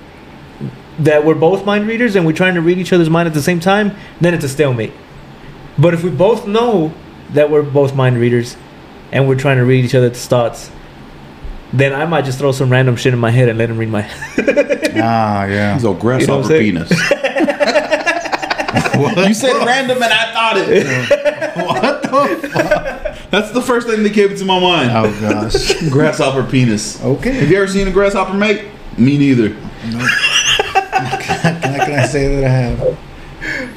[SPEAKER 1] that we're both mind readers and we're trying to read each other's mind at the same time, then it's a stalemate. But if we both know that we're both mind readers and we're trying to read each other's thoughts, then I might just throw some random shit in my head and let him read my.
[SPEAKER 2] Ah, yeah.
[SPEAKER 3] So grass
[SPEAKER 1] You know what
[SPEAKER 3] over
[SPEAKER 1] I'm
[SPEAKER 3] penis. You said random and I thought it.
[SPEAKER 2] what the? Fuck?
[SPEAKER 3] That's the first thing that came to my mind.
[SPEAKER 2] Oh gosh.
[SPEAKER 3] Grasshopper penis.
[SPEAKER 2] Okay.
[SPEAKER 3] Have you ever seen a grasshopper mate? Me neither.
[SPEAKER 2] Can I, can I say that I have?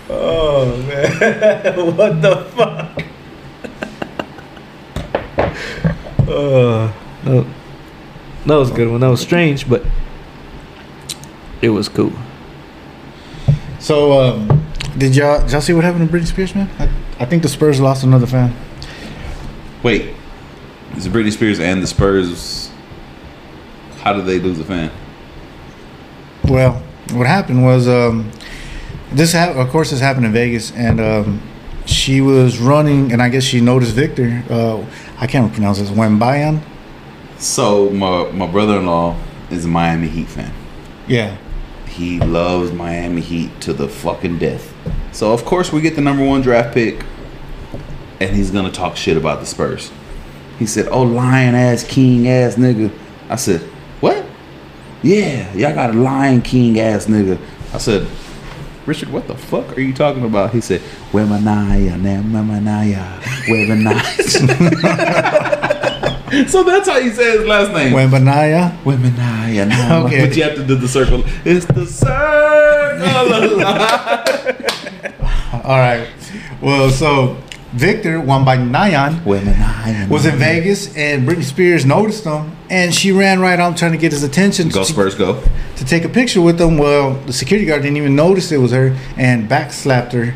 [SPEAKER 1] oh man! what the fuck? uh, no, that was a good one. That was strange, but it was cool.
[SPEAKER 2] So, um, did y'all did y'all see what happened to Britney Spears, man? I, I think the Spurs lost another fan.
[SPEAKER 3] Wait. Is it Britney Spears and the Spurs? How did they lose a fan?
[SPEAKER 2] Well, what happened was um, this. Hap- of course, this happened in Vegas, and um, she was running, and I guess she noticed Victor. Uh, I can't pronounce this. Wembayan.
[SPEAKER 3] So my my brother in law is a Miami Heat fan.
[SPEAKER 2] Yeah.
[SPEAKER 3] He loves Miami Heat to the fucking death. So of course we get the number one draft pick, and he's gonna talk shit about the Spurs. He said, "Oh lion ass king ass nigga." I said, "What? Yeah, y'all got a lion king ass nigga." I said, "Richard, what the fuck are you talking about?" He said, "Wemanaya, Wemanaya, Wemanaya." so that's how he said his last name.
[SPEAKER 2] Wembanaya.
[SPEAKER 3] Women, I and I.
[SPEAKER 2] Okay.
[SPEAKER 3] But you have to do the circle. It's the circle of life.
[SPEAKER 2] All right. Well, so Victor Wembanayan
[SPEAKER 3] Women, I and
[SPEAKER 2] was
[SPEAKER 3] I.
[SPEAKER 2] in Vegas, and Britney Spears noticed him, and she ran right on trying to get his attention.
[SPEAKER 3] Go
[SPEAKER 2] to-
[SPEAKER 3] Spurs, go.
[SPEAKER 2] to take a picture with them. Well, the security guard didn't even notice it was her and backslapped her.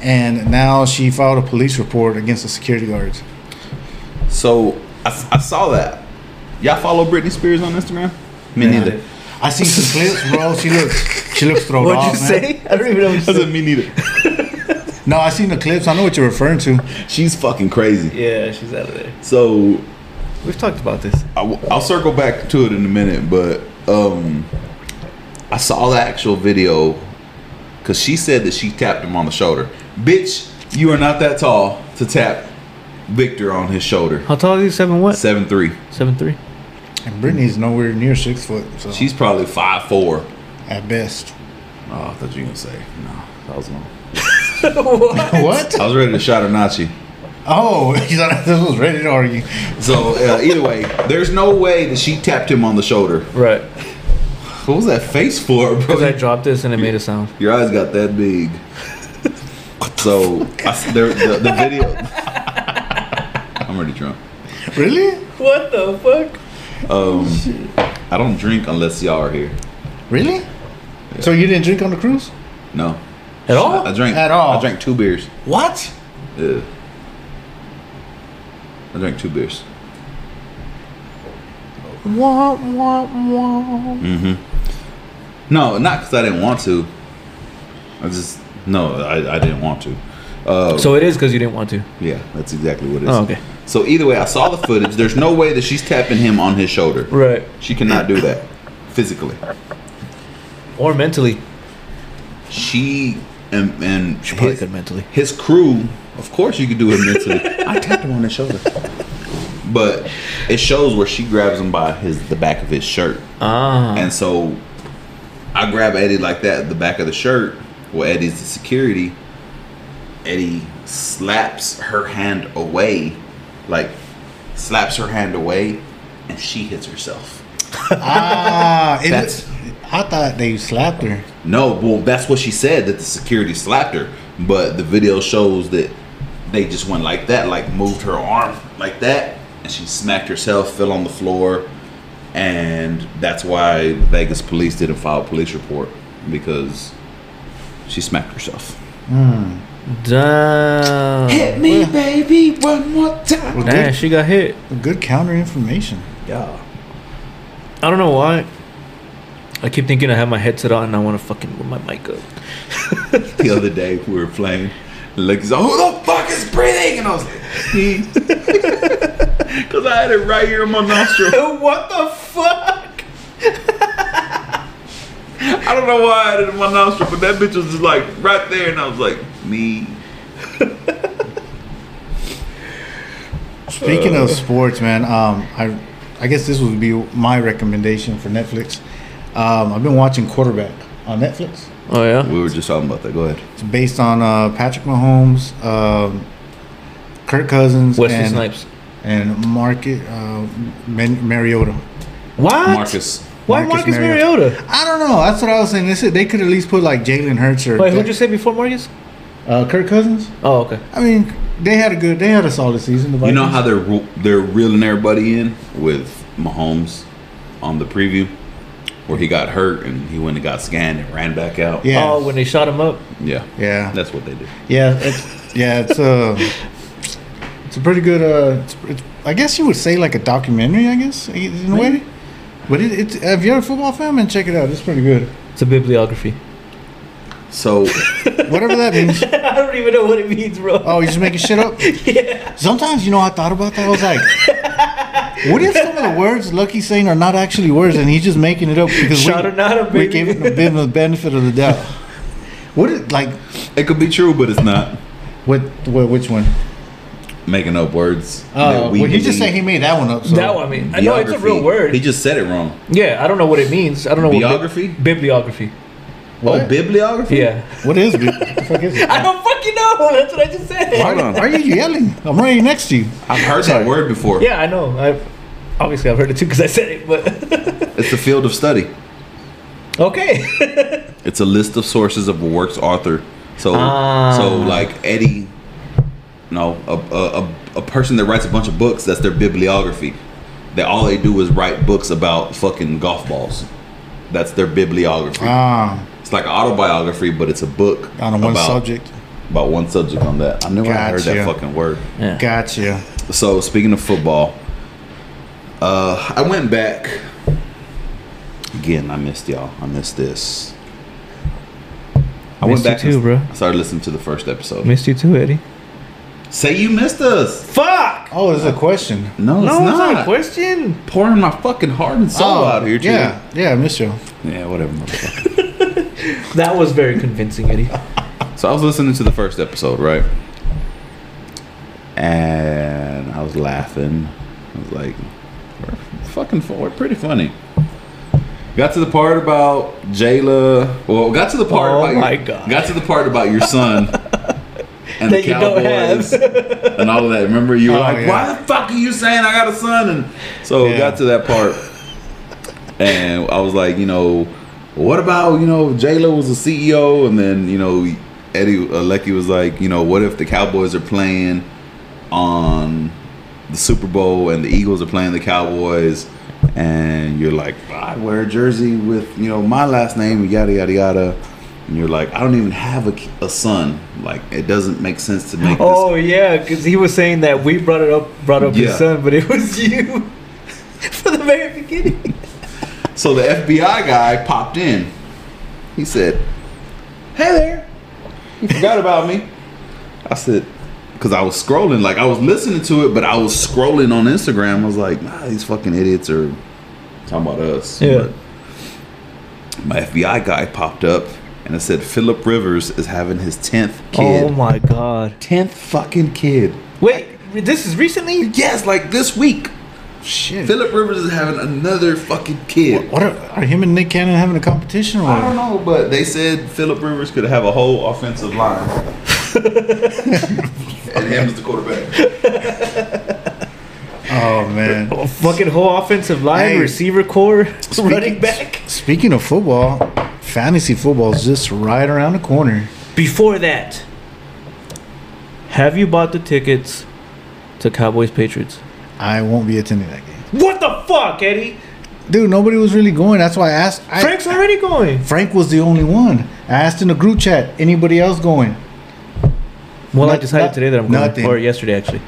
[SPEAKER 2] And now she filed a police report against the security guards.
[SPEAKER 3] So I, I saw that. Y'all follow Britney Spears on Instagram? Me neither.
[SPEAKER 2] I seen some clips, bro. She looks, she looks thrown
[SPEAKER 1] What'd
[SPEAKER 2] off.
[SPEAKER 1] you
[SPEAKER 2] man.
[SPEAKER 1] say? I don't even know what you
[SPEAKER 3] I said
[SPEAKER 1] said.
[SPEAKER 3] me neither.
[SPEAKER 2] No, I seen the clips. I know what you're referring to.
[SPEAKER 3] She's fucking crazy.
[SPEAKER 1] Yeah, she's out of there.
[SPEAKER 3] So
[SPEAKER 1] We've talked about this.
[SPEAKER 3] I, will circle back to it in a minute, but um, I saw the actual video because she said that she tapped him on the shoulder. Bitch, you are not that tall to tap Victor on his shoulder.
[SPEAKER 1] How tall are you? Seven what?
[SPEAKER 3] Seven three.
[SPEAKER 1] Seven three.
[SPEAKER 2] And Brittany's nowhere near six foot, so
[SPEAKER 3] She's probably five four.
[SPEAKER 2] at best.
[SPEAKER 3] Oh, I thought you were gonna say no. That was long.
[SPEAKER 2] what?
[SPEAKER 3] I was ready to shot her Nachi.
[SPEAKER 2] Oh, he's on, this was ready to argue.
[SPEAKER 3] So uh, either way, there's no way that she tapped him on the shoulder.
[SPEAKER 1] Right.
[SPEAKER 3] What was that face for,
[SPEAKER 1] Because I
[SPEAKER 3] bro?
[SPEAKER 1] dropped this and it made a sound.
[SPEAKER 3] Your eyes got that big. So I s there, the, the video. I'm already drunk.
[SPEAKER 2] Really?
[SPEAKER 1] What the fuck?
[SPEAKER 3] Um, I don't drink unless y'all are here.
[SPEAKER 2] Really? So you didn't drink on the cruise?
[SPEAKER 3] No,
[SPEAKER 1] At
[SPEAKER 3] I, I
[SPEAKER 1] all?
[SPEAKER 3] drank
[SPEAKER 2] At all.
[SPEAKER 3] I drank two beers.
[SPEAKER 2] What?
[SPEAKER 3] Yeah. I drank two beers.
[SPEAKER 2] Wah, wah, wah.
[SPEAKER 3] No, not because I didn't want to. I just no, I, I didn't want to. Uh,
[SPEAKER 1] So it is because you didn't want to.
[SPEAKER 3] yeah, that's exactly what it is.
[SPEAKER 1] Oh, okay.
[SPEAKER 3] So either way, I saw the footage. There's no way that she's tapping him on his shoulder.
[SPEAKER 1] Right.
[SPEAKER 3] She cannot do that physically.
[SPEAKER 1] Or mentally.
[SPEAKER 3] She and and
[SPEAKER 1] She probably
[SPEAKER 3] his,
[SPEAKER 1] could mentally.
[SPEAKER 3] his crew. Of course, you could do it mentally. I tapped him on his shoulder. But it shows where she grabs him by his the back of his shirt.
[SPEAKER 1] Ah.
[SPEAKER 3] And so I grab Eddie like that, the back of the shirt, where Eddie's the security. Eddie slaps her hand away, like slaps her hand away, and she hits herself.
[SPEAKER 2] Ah, it,
[SPEAKER 3] That's-
[SPEAKER 2] I thought they slapped her.
[SPEAKER 3] No, well, that's what she said that the security slapped her, but the video shows that they just went like that, like moved her arm like that, and she smacked herself, fell on the floor, and that's why Vegas police didn't file a police report because she smacked herself.
[SPEAKER 1] Damn.
[SPEAKER 3] me, baby, one more time.
[SPEAKER 2] Well,
[SPEAKER 1] Damn,
[SPEAKER 2] good,
[SPEAKER 1] she got hit.
[SPEAKER 2] good counter information.
[SPEAKER 3] Yeah.
[SPEAKER 1] I don't know why. I keep thinking I have my headset on and I want to fucking move my mic up.
[SPEAKER 3] the other day we were playing. And Lucas, like, who the fuck is breathing? And I was like, me. Because I had it right here in my nostril.
[SPEAKER 1] what the fuck?
[SPEAKER 3] I don't know why I had it in my nostril, but that bitch was just like right there. And I was like, me.
[SPEAKER 2] Speaking of sports, man, um, I I guess this would be my recommendation for Netflix. Um, I've been watching Quarterback on Netflix.
[SPEAKER 1] Oh yeah.
[SPEAKER 3] We were just talking about that. Go ahead.
[SPEAKER 2] It's based on uh, Patrick Mahomes, um, Kirk Cousins,
[SPEAKER 1] Wesley
[SPEAKER 2] and,
[SPEAKER 1] Snipes.
[SPEAKER 2] and Market uh, Man- Mariota.
[SPEAKER 1] What?
[SPEAKER 3] Marcus.
[SPEAKER 1] Why
[SPEAKER 2] Marcus
[SPEAKER 1] Marcus,
[SPEAKER 2] Mariota.
[SPEAKER 1] Mariota?
[SPEAKER 2] I don't know. That's what I was saying. They said they could at least put like Jalen Hurts or
[SPEAKER 1] Wait, who'd you say before Marcus?
[SPEAKER 2] uh, Kirk Cousins.
[SPEAKER 1] Oh, okay.
[SPEAKER 2] I mean, they had a good, they had a solid season. The
[SPEAKER 3] You know
[SPEAKER 2] Vikings.
[SPEAKER 3] how they're ru- they're reeling everybody in with Mahomes on the preview, where he got hurt and he went and got scanned and ran back out.
[SPEAKER 2] Yeah.
[SPEAKER 1] Oh, when they shot him up.
[SPEAKER 3] yeah,
[SPEAKER 2] yeah,
[SPEAKER 3] That's what they did.
[SPEAKER 2] yeah, it's, yeah. It's a, it's a pretty good. Uh, it's, it's, I guess you would say like a documentary. I guess in a way. But it, it's if you're a football fan, man, check it out. It's pretty good.
[SPEAKER 1] It's a bibliography.
[SPEAKER 3] So
[SPEAKER 2] Whatever that means.
[SPEAKER 1] I don't even know what it means, bro.
[SPEAKER 2] Oh, you're just making shit up.
[SPEAKER 1] yeah.
[SPEAKER 2] Sometimes, you know, I thought about that. I was like, what if some of the words Lucky's saying are not actually words and he's just making it up because
[SPEAKER 1] Shot
[SPEAKER 2] we,
[SPEAKER 1] or not,
[SPEAKER 2] we
[SPEAKER 1] baby.
[SPEAKER 2] gave him the, ben- the benefit of the doubt? What is, like,
[SPEAKER 3] it could be true, but it's not.
[SPEAKER 2] what, what, which one?
[SPEAKER 3] making up words.
[SPEAKER 2] Oh,
[SPEAKER 3] that we
[SPEAKER 2] well, he just
[SPEAKER 3] believe.
[SPEAKER 2] said he made that one up. So.
[SPEAKER 1] That one, I mean, I know it's a
[SPEAKER 3] Biography.
[SPEAKER 1] real word.
[SPEAKER 3] He just said it wrong.
[SPEAKER 1] yeah, I don't know what it means. I don't know
[SPEAKER 3] Biography?
[SPEAKER 1] what bib- bibliography.
[SPEAKER 3] Oh, bibliography.
[SPEAKER 1] Yeah.
[SPEAKER 2] What is it? What the fuck is it?
[SPEAKER 1] I don't fucking know. That's what I just said.
[SPEAKER 2] Why,
[SPEAKER 3] Hold on.
[SPEAKER 2] why are you yelling? I'm right next to you.
[SPEAKER 3] I've heard that word before.
[SPEAKER 1] Yeah, I know. I obviously I've heard it too because I said it. But
[SPEAKER 3] It's the field of study.
[SPEAKER 1] okay.
[SPEAKER 3] It's a list of sources of a work's author. So,
[SPEAKER 1] Ah.
[SPEAKER 3] so like Eddie, no, a, a, a, a person that writes a bunch of books. That's their bibliography. That all they do is write books about fucking golf balls. That's their bibliography.
[SPEAKER 2] Ah,
[SPEAKER 3] it's like an autobiography, but it's a book
[SPEAKER 2] on one
[SPEAKER 3] about,
[SPEAKER 2] subject.
[SPEAKER 3] About one subject on that. I never heard that
[SPEAKER 2] Gotcha.
[SPEAKER 3] fucking word.
[SPEAKER 1] Yeah.
[SPEAKER 2] Gotcha.
[SPEAKER 3] So speaking of football, uh, I went back again. I missed y'all. I missed this. I
[SPEAKER 1] Missed you too,
[SPEAKER 3] and
[SPEAKER 1] bro.
[SPEAKER 3] I started listening to the first episode.
[SPEAKER 1] Missed you too, Eddie.
[SPEAKER 3] Say you missed us.
[SPEAKER 1] Fuck.
[SPEAKER 2] Oh, there's a question.
[SPEAKER 3] No, it's
[SPEAKER 1] no, it's
[SPEAKER 3] not.
[SPEAKER 1] not a question.
[SPEAKER 3] Pouring my fucking heart and soul
[SPEAKER 2] oh,
[SPEAKER 3] out here, too.
[SPEAKER 2] yeah, yeah, I missed you.
[SPEAKER 3] yeah, whatever. motherfucker.
[SPEAKER 1] That was very convincing, Eddie.
[SPEAKER 3] so I was listening to the first episode, right? And I was laughing. I was like, we're fucking, fu- we're pretty funny. Got to the part about Jayla. Well, got to the part.
[SPEAKER 1] Oh
[SPEAKER 3] about your-
[SPEAKER 1] my God.
[SPEAKER 3] Got to the part about your son and the
[SPEAKER 1] That you don't
[SPEAKER 3] Cowboys and all of that. Remember, you were
[SPEAKER 2] Oh,
[SPEAKER 3] like,
[SPEAKER 2] yeah.
[SPEAKER 3] "Why the fuck are you saying I got a son?" And so
[SPEAKER 2] Yeah.
[SPEAKER 3] got to that part, and I was like, you know, what about you know Jayla was the CEO, and then you know Eddie uh, Lecky was like, you know, what if the Cowboys are playing on the Super Bowl and the Eagles are playing the Cowboys, and you're like, I'd wear a jersey with you know my last name, yada yada yada, and you're like, I don't even have a, ki- a son. Like it doesn't make sense to make.
[SPEAKER 1] Oh yeah, because he was saying that we brought it up, brought up
[SPEAKER 3] Yeah.
[SPEAKER 1] his son, but it was you from the very beginning.
[SPEAKER 3] this. So the FBI guy popped in. He said, Hey there, you forgot about me. I said, because I was scrolling, like I was listening to it, but I was scrolling on Instagram. I was like, nah, these fucking idiots are talking about us.
[SPEAKER 1] Yeah.
[SPEAKER 3] But my FBI guy popped up and it said Philip Rivers is having his tenth
[SPEAKER 1] Oh
[SPEAKER 3] kid.
[SPEAKER 1] my god!
[SPEAKER 3] Tenth fucking kid.
[SPEAKER 1] Wait, this is recently.
[SPEAKER 3] Yes, like this week.
[SPEAKER 2] Shit.
[SPEAKER 3] Philip Rivers is having another fucking kid.
[SPEAKER 2] What are, are him and Nick Cannon having a competition or
[SPEAKER 3] I don't
[SPEAKER 2] what?
[SPEAKER 3] know, but they said Philip Rivers could have a whole offensive line. and him as the quarterback.
[SPEAKER 2] Oh man.
[SPEAKER 1] A fucking whole offensive line,
[SPEAKER 2] Hey.
[SPEAKER 1] receiver core, running
[SPEAKER 2] Speaking-
[SPEAKER 1] back.
[SPEAKER 2] Speaking of football, fantasy football is just right around the corner.
[SPEAKER 1] Before that, have you bought the tickets to Cowboys Patriots?
[SPEAKER 2] I won't be attending that game.
[SPEAKER 1] What the fuck, Eddie?
[SPEAKER 2] Dude, nobody was really going. That's why I asked. I,
[SPEAKER 1] Frank's already going.
[SPEAKER 2] Frank was the only one. I asked in the group chat, anybody else going?
[SPEAKER 1] Well, I
[SPEAKER 2] Not-
[SPEAKER 1] decided
[SPEAKER 2] not-
[SPEAKER 1] today that I'm going,
[SPEAKER 2] nothing.
[SPEAKER 1] or yesterday actually.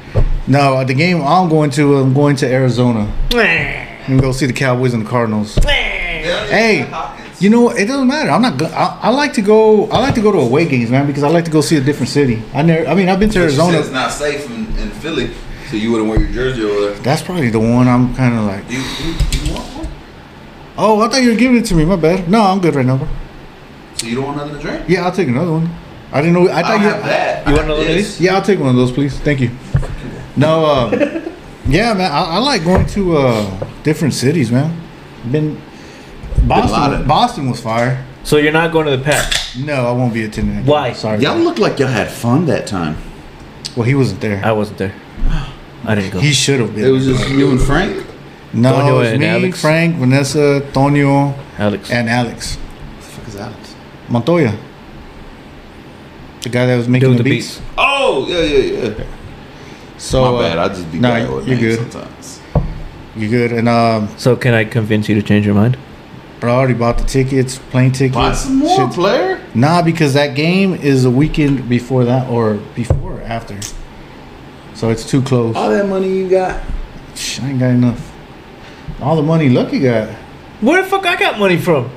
[SPEAKER 2] No, the game I'm going to, I'm going to Arizona. And go see the Cowboys and the Cardinals. Hey, you know what? It doesn't matter. I'm not. Go- I, I like to go. I like to go to away games, man, because I like to go see a different city. I never. I mean, I've been to
[SPEAKER 3] It's
[SPEAKER 2] Arizona.
[SPEAKER 3] not safe in, in Philly, so you wouldn't wear your jersey over there.
[SPEAKER 2] That's probably the one I'm kind of like.
[SPEAKER 3] You, you, you want one?
[SPEAKER 2] Oh, I thought you were giving it to me. My bad. No, I'm good right now. bro.
[SPEAKER 3] So you don't want nothing to drink?
[SPEAKER 2] Yeah, I'll take another one. I didn't know. I
[SPEAKER 3] I
[SPEAKER 2] thought
[SPEAKER 3] don't
[SPEAKER 2] you.
[SPEAKER 3] have that.
[SPEAKER 1] You
[SPEAKER 3] I
[SPEAKER 1] want
[SPEAKER 3] have
[SPEAKER 1] another
[SPEAKER 3] this.
[SPEAKER 1] ladies?
[SPEAKER 2] Yeah, I'll take one of those, please. Thank you. No, um, yeah, man. I, I like going to uh, different cities, man. Been
[SPEAKER 3] lot
[SPEAKER 2] Boston.
[SPEAKER 3] of-
[SPEAKER 2] Boston was fire.
[SPEAKER 1] So you're not going to the Pat?
[SPEAKER 2] No, I won't be attending. that.
[SPEAKER 1] Why?
[SPEAKER 2] Sorry.
[SPEAKER 3] Y'all look like y'all had fun that time.
[SPEAKER 2] Well, he wasn't there.
[SPEAKER 1] I wasn't there. I didn't go.
[SPEAKER 2] He should have been.
[SPEAKER 3] It was just you and Frank.
[SPEAKER 2] no,
[SPEAKER 1] Tonio
[SPEAKER 2] it was
[SPEAKER 1] and
[SPEAKER 2] me,
[SPEAKER 1] Alex.
[SPEAKER 2] Frank, Vanessa, Tonio,
[SPEAKER 1] Alex.
[SPEAKER 2] and Alex
[SPEAKER 3] What the fuck is Alex?
[SPEAKER 2] Montoya. The guy that was making
[SPEAKER 1] Dude,
[SPEAKER 2] the,
[SPEAKER 1] the
[SPEAKER 2] beats.
[SPEAKER 1] beats.
[SPEAKER 3] Oh yeah yeah yeah.
[SPEAKER 2] So
[SPEAKER 3] My bad.
[SPEAKER 2] uh,
[SPEAKER 3] I just be
[SPEAKER 2] nah,
[SPEAKER 3] bad with
[SPEAKER 2] you're
[SPEAKER 3] names
[SPEAKER 2] good.
[SPEAKER 3] sometimes.
[SPEAKER 2] You good? And um,
[SPEAKER 1] So can I convince you to change your mind?
[SPEAKER 2] bro, I already bought the tickets, plane tickets.
[SPEAKER 3] Buy some more
[SPEAKER 2] shit's-
[SPEAKER 3] player.
[SPEAKER 2] Nah, because that game is a weekend before that, or before or after. So it's too close.
[SPEAKER 3] All that money you got.
[SPEAKER 2] Shh, I ain't got enough. All the money Lucky got.
[SPEAKER 1] Where the fuck I got money from?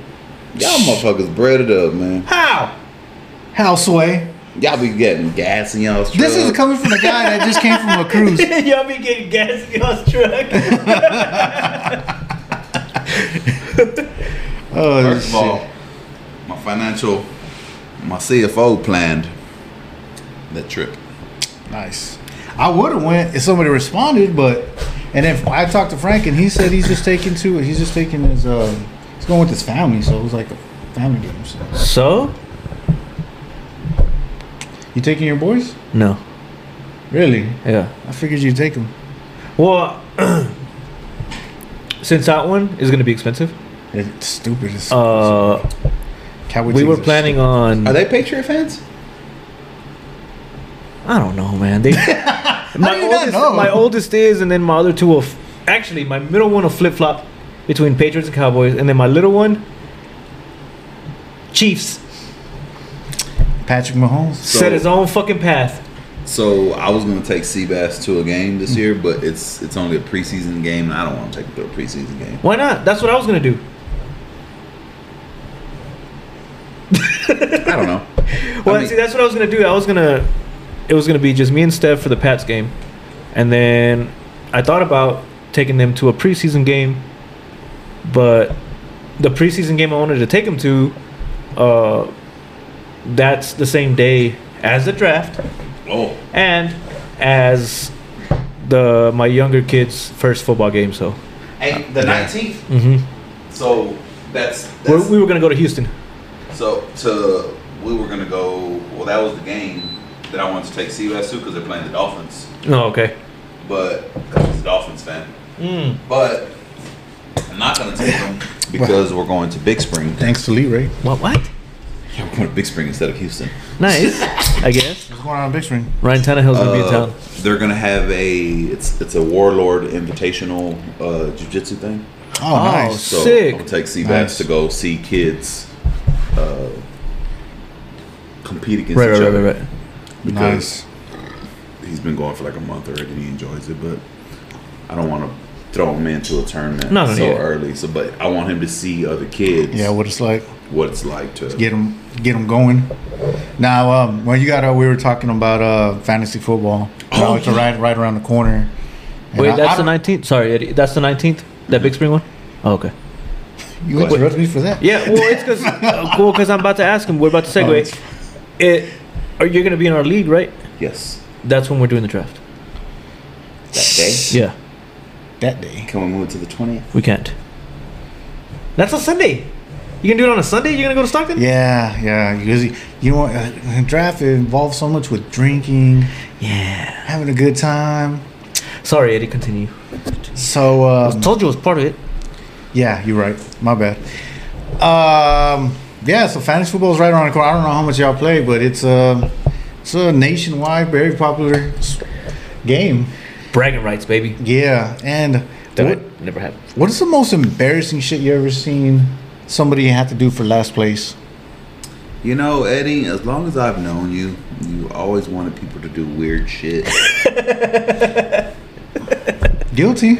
[SPEAKER 3] Y'all motherfuckers breaded up, man.
[SPEAKER 1] How?
[SPEAKER 2] How sway?
[SPEAKER 3] Y'all be getting gas in y'all's truck.
[SPEAKER 2] This is coming from a guy that just came from a cruise.
[SPEAKER 1] Y'all be getting gas in y'all's truck.
[SPEAKER 2] Oh, shit.
[SPEAKER 3] First of all, my financial, my CFO planned that trip.
[SPEAKER 2] Nice. I would have went if somebody responded, but and if I talked to Frank and he said he's just taking two, he's just taking his uh, he's going with his family, so it was like a family game. So.
[SPEAKER 1] so?
[SPEAKER 2] You taking your boys?
[SPEAKER 1] No.
[SPEAKER 2] Really?
[SPEAKER 1] Yeah.
[SPEAKER 2] I figured you'd take them.
[SPEAKER 1] Well, since that one is going to be expensive,
[SPEAKER 2] It's stupid. It's
[SPEAKER 1] uh,
[SPEAKER 2] Cowboy
[SPEAKER 1] we
[SPEAKER 2] teams
[SPEAKER 1] were
[SPEAKER 2] are
[SPEAKER 1] planning
[SPEAKER 2] stupid.
[SPEAKER 1] on.
[SPEAKER 3] Are they Patriot fans?
[SPEAKER 1] I don't know, man. They, my,
[SPEAKER 2] do you not
[SPEAKER 1] oldest,
[SPEAKER 2] know?
[SPEAKER 1] my oldest is, and then my other two will. F- actually, my middle one will flip flop between Patriots and Cowboys, and then my little one, Chiefs,
[SPEAKER 2] Patrick Mahomes.
[SPEAKER 1] set his own fucking path.
[SPEAKER 3] So I was gonna take Seabass to a game this year, but it's it's only a preseason game, and I don't want to take him to a preseason game.
[SPEAKER 1] Why not? That's what I was going to do.
[SPEAKER 3] I don't know.
[SPEAKER 1] Well,
[SPEAKER 3] I mean-
[SPEAKER 1] see, that's what I was gonna do. I was gonna, it was gonna be just me and Steph for the Pats game, and then I thought about taking them to a preseason game, but the preseason game I wanted to take them to, uh, that's the same day as the draft
[SPEAKER 3] Oh,
[SPEAKER 1] and as the my younger kid's first football game. So
[SPEAKER 3] hey, the nineteenth.
[SPEAKER 1] Mhm.
[SPEAKER 3] So that's,
[SPEAKER 1] we're, we were gonna go to Houston.
[SPEAKER 3] So to we were gonna go. Well, that was the game that I wanted to take CUS to because they're playing the Dolphins.
[SPEAKER 1] No, Oh, okay.
[SPEAKER 3] But because he's a Dolphins fan.
[SPEAKER 1] Hmm.
[SPEAKER 3] But I'm not gonna take them because we're going to Big Spring.
[SPEAKER 2] Thanks to Lee Ray.
[SPEAKER 1] What? What?
[SPEAKER 3] Yeah, we're going to Big Spring instead of Houston.
[SPEAKER 1] Nice, I guess.
[SPEAKER 2] What's going on in Big Spring?
[SPEAKER 1] Ryan Tannehill's gonna be in
[SPEAKER 3] Uh,
[SPEAKER 1] town.
[SPEAKER 3] they're gonna have a it's it's a Warlord Invitational uh, jiu-jitsu thing.
[SPEAKER 2] Oh, nice.
[SPEAKER 3] So
[SPEAKER 1] Sick.
[SPEAKER 3] I'll take Seabass
[SPEAKER 2] Nice.
[SPEAKER 3] to go see kids uh, compete against
[SPEAKER 1] Right, right,
[SPEAKER 3] each
[SPEAKER 1] right,
[SPEAKER 3] other
[SPEAKER 1] right, right.
[SPEAKER 2] Nice.
[SPEAKER 3] he's been going for like a month already. He enjoys it, but I don't want to throw him into a tournament
[SPEAKER 1] No, no,
[SPEAKER 3] so
[SPEAKER 1] yeah.
[SPEAKER 3] early. So, but I want him to see other kids.
[SPEAKER 2] Yeah, what it's like.
[SPEAKER 3] what it's like to
[SPEAKER 2] Get them, get them going. Now, um, when you got, uh, we were talking about uh, fantasy football. Oh, it's right, right around the corner. And
[SPEAKER 1] Wait,
[SPEAKER 2] I- I
[SPEAKER 1] that's the
[SPEAKER 2] don't-
[SPEAKER 1] nineteenth. Sorry, Eddie, that's the nineteenth. That Big Spring one. Oh, okay.
[SPEAKER 2] You interrupted me for that.
[SPEAKER 1] Yeah. Well, it's because well, because I'm about to ask him. We're about to segue. It. Are you gonna be in our league, right?
[SPEAKER 3] yes
[SPEAKER 1] That's when we're doing the draft.
[SPEAKER 3] that day.
[SPEAKER 1] Yeah.
[SPEAKER 2] That day.
[SPEAKER 3] Can we move it to the twentieth?
[SPEAKER 1] We can't. That's a Sunday. You can do it on a Sunday. You're gonna go to Stockton.
[SPEAKER 2] Yeah, yeah. Because you- you know, what, uh, draft it involves so much with drinking,
[SPEAKER 1] Yeah.
[SPEAKER 2] having a good time.
[SPEAKER 1] Sorry, Eddie. Continue.
[SPEAKER 2] So um,
[SPEAKER 1] I told you it was part of it.
[SPEAKER 2] Yeah, you're right. My bad. Um, yeah, so fantasy football is right around the corner. I don't know how much y'all play, but it's a it's a nationwide, very popular s- game.
[SPEAKER 1] Bragging rights, baby.
[SPEAKER 2] Yeah, and
[SPEAKER 5] That
[SPEAKER 2] what,
[SPEAKER 5] never happened.
[SPEAKER 2] what is the most embarrassing shit you ever seen somebody have to do for last place?
[SPEAKER 3] You know, Eddie, as long as I've known you, you always wanted people to do weird shit.
[SPEAKER 2] Guilty.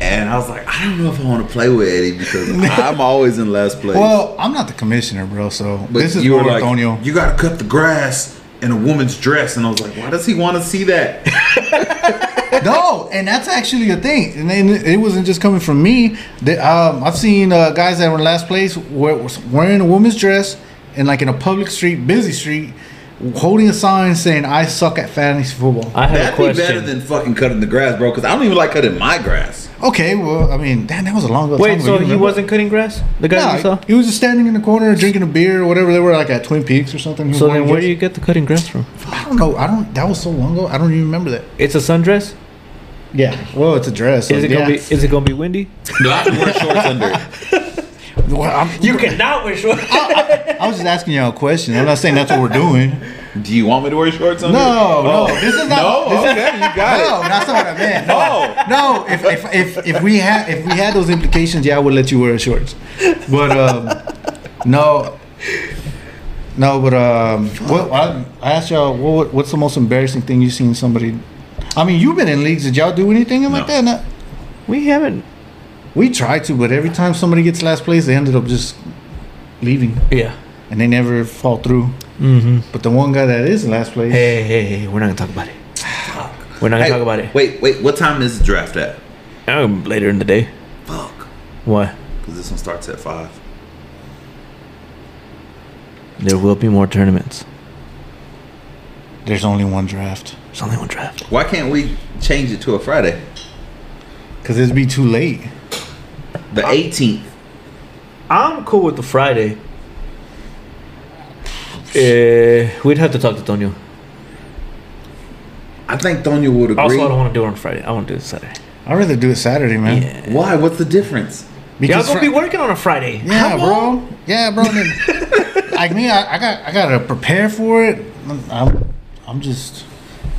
[SPEAKER 3] and I was like, I don't know if I want to play with Eddie because I'm always in last place.
[SPEAKER 2] Well, I'm not the commissioner, bro. So
[SPEAKER 3] but
[SPEAKER 2] this is
[SPEAKER 3] you
[SPEAKER 2] more
[SPEAKER 3] were like,
[SPEAKER 2] Antonio.
[SPEAKER 3] you got to cut the grass in a woman's dress. And I was like, why does he want to see that?
[SPEAKER 2] no, and that's actually a thing, and, then it wasn't just coming from me. The, um, I've seen uh, guys that were in last place wear, wearing a woman's dress and like in a public street, busy street, holding a sign saying "I suck at fantasy football."
[SPEAKER 1] I have
[SPEAKER 3] That'd
[SPEAKER 1] a
[SPEAKER 3] be
[SPEAKER 1] question.
[SPEAKER 3] better than fucking cutting the grass, bro, because I don't even like cutting my grass.
[SPEAKER 2] Okay, well, I mean, damn, that was a long time
[SPEAKER 1] Wait,
[SPEAKER 2] ago.
[SPEAKER 1] so
[SPEAKER 2] You
[SPEAKER 1] he
[SPEAKER 2] remember?
[SPEAKER 1] wasn't cutting grass? The guy you
[SPEAKER 2] No,
[SPEAKER 1] saw?
[SPEAKER 2] he was just standing in the corner drinking a beer or whatever. They were like at Twin Peaks or something. He was
[SPEAKER 1] So
[SPEAKER 2] wearing
[SPEAKER 1] then, where
[SPEAKER 2] this-
[SPEAKER 1] do you get the cutting grass from?
[SPEAKER 2] I don't know. I don't. That was so long ago. I don't even remember that.
[SPEAKER 1] It's a sundress.
[SPEAKER 2] Yeah. Well, it's a dress. So
[SPEAKER 1] Is it
[SPEAKER 2] yeah.
[SPEAKER 1] gonna be? Is it gonna be windy?
[SPEAKER 3] No, I can wear shorts under. it.
[SPEAKER 2] Well, I'm-
[SPEAKER 1] cannot wear shorts.
[SPEAKER 2] I was just asking y'all a question. I'm not saying that's what we're doing.
[SPEAKER 3] Do you want me to wear shorts under?
[SPEAKER 2] No,
[SPEAKER 3] it?
[SPEAKER 2] Oh. no, this is not.
[SPEAKER 3] No,
[SPEAKER 2] this is-
[SPEAKER 3] okay, you got it.
[SPEAKER 2] no, that's not what I meant. No,
[SPEAKER 3] Oh.
[SPEAKER 2] no. If if if, if we had if we had those implications, yeah, I would let you wear shorts. But um, no, no. But um, what I, I asked y'all, what what's the most embarrassing thing you've seen somebody? I mean, you've been in leagues. Did y'all do anything like
[SPEAKER 3] No.
[SPEAKER 2] that? No.
[SPEAKER 1] we haven't.
[SPEAKER 2] We tried to, but every time somebody gets last place, they ended up just leaving,
[SPEAKER 1] Yeah.
[SPEAKER 2] and they never fall through.
[SPEAKER 1] Mm-hmm.
[SPEAKER 2] But the one guy that is in last place,
[SPEAKER 1] Hey, hey, hey! We're not gonna talk about it. We're not gonna
[SPEAKER 3] Hey,
[SPEAKER 1] talk about it.
[SPEAKER 3] Wait, wait. What time is the draft at?
[SPEAKER 1] Um, later in the day.
[SPEAKER 3] Fuck,
[SPEAKER 1] Why?
[SPEAKER 3] because this one starts at five.
[SPEAKER 1] There will be more tournaments.
[SPEAKER 2] there's only one draft.
[SPEAKER 1] There's only one draft.
[SPEAKER 3] Why can't we change it to a Friday,
[SPEAKER 2] Cause it'd be too late.
[SPEAKER 3] the 18th?
[SPEAKER 1] I'm cool with the Friday. Uh, we'd have to talk to Tonyo.
[SPEAKER 3] I think Donya would agree.
[SPEAKER 1] Also, I don't want to do it on Friday. I want to do it Saturday.
[SPEAKER 2] I'd rather do it Saturday, man.
[SPEAKER 1] Yeah.
[SPEAKER 3] Why? What's the difference?
[SPEAKER 1] Y'all
[SPEAKER 2] Because
[SPEAKER 1] gonna
[SPEAKER 2] Fri-
[SPEAKER 1] be working on a Friday.
[SPEAKER 2] yeah, bro. Yeah, bro. man. like me, I, I got I gotta prepare for it. I'm- I'm I'm just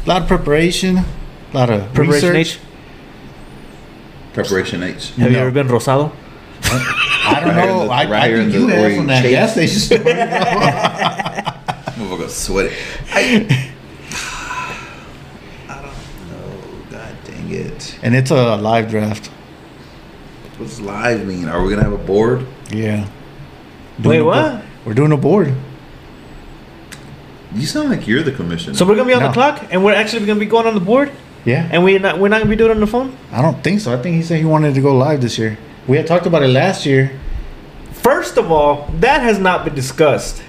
[SPEAKER 2] a lot of preparation, a lot of
[SPEAKER 1] Preparation
[SPEAKER 2] research.
[SPEAKER 1] H.
[SPEAKER 3] Preparation H.
[SPEAKER 1] Have you
[SPEAKER 2] No.
[SPEAKER 1] ever been rosado?
[SPEAKER 2] I don't
[SPEAKER 3] Right here
[SPEAKER 2] know.
[SPEAKER 3] in the-
[SPEAKER 2] I,
[SPEAKER 3] right
[SPEAKER 2] I
[SPEAKER 3] here
[SPEAKER 2] think
[SPEAKER 3] in
[SPEAKER 2] you
[SPEAKER 3] the
[SPEAKER 2] have from that
[SPEAKER 3] orange
[SPEAKER 2] gas station. story.
[SPEAKER 3] I'm gonna sweat it. I, I don't know. God dang it.
[SPEAKER 2] and it's a live draft.
[SPEAKER 3] What's live mean? Are we gonna have a board?
[SPEAKER 2] Yeah.
[SPEAKER 1] Wait,
[SPEAKER 2] a
[SPEAKER 1] what?
[SPEAKER 2] bo- we're doing a board.
[SPEAKER 3] You sound like you're the commissioner.
[SPEAKER 1] So we're gonna be on
[SPEAKER 2] No.
[SPEAKER 1] the clock, and we're actually gonna be going on the board,
[SPEAKER 2] Yeah.
[SPEAKER 1] and we're not we're not gonna be doing it on the phone.
[SPEAKER 2] I don't think so. I think he said he wanted to go live this year. We had talked about it last year.
[SPEAKER 1] First of all, that has not been discussed.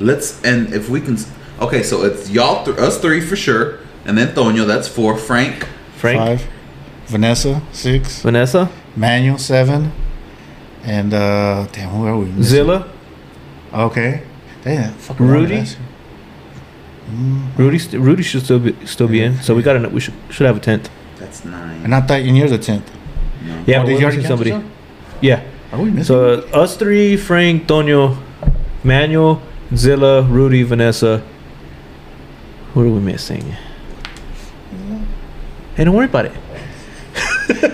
[SPEAKER 3] Let's and if we can. s- Okay, so it's y'all, th- us three for sure, and then Tonyo. That's four. Frank.
[SPEAKER 1] Frank,
[SPEAKER 2] Five. Vanessa, six.
[SPEAKER 1] Vanessa,
[SPEAKER 2] Manual seven, and uh, damn, who are we? missing?
[SPEAKER 1] Zilla,
[SPEAKER 2] Okay. Damn, fucking
[SPEAKER 1] Rudy?
[SPEAKER 2] Rudy.
[SPEAKER 1] Rudy. st- Rudy should still be still be in. So we got to we should should have a tenth.
[SPEAKER 3] That's nine.
[SPEAKER 2] And I thought and you're the tenth.
[SPEAKER 1] Yeah,
[SPEAKER 2] Oh,
[SPEAKER 1] we're
[SPEAKER 2] did you already
[SPEAKER 1] missing
[SPEAKER 2] count
[SPEAKER 1] somebody.
[SPEAKER 2] yourself?
[SPEAKER 1] Yeah.
[SPEAKER 2] Are we missing?
[SPEAKER 1] So uh, us three: Frank, Tonyo, Manuel, Zilla, Rudy, Vanessa. What are we missing? Hey, don't worry about it.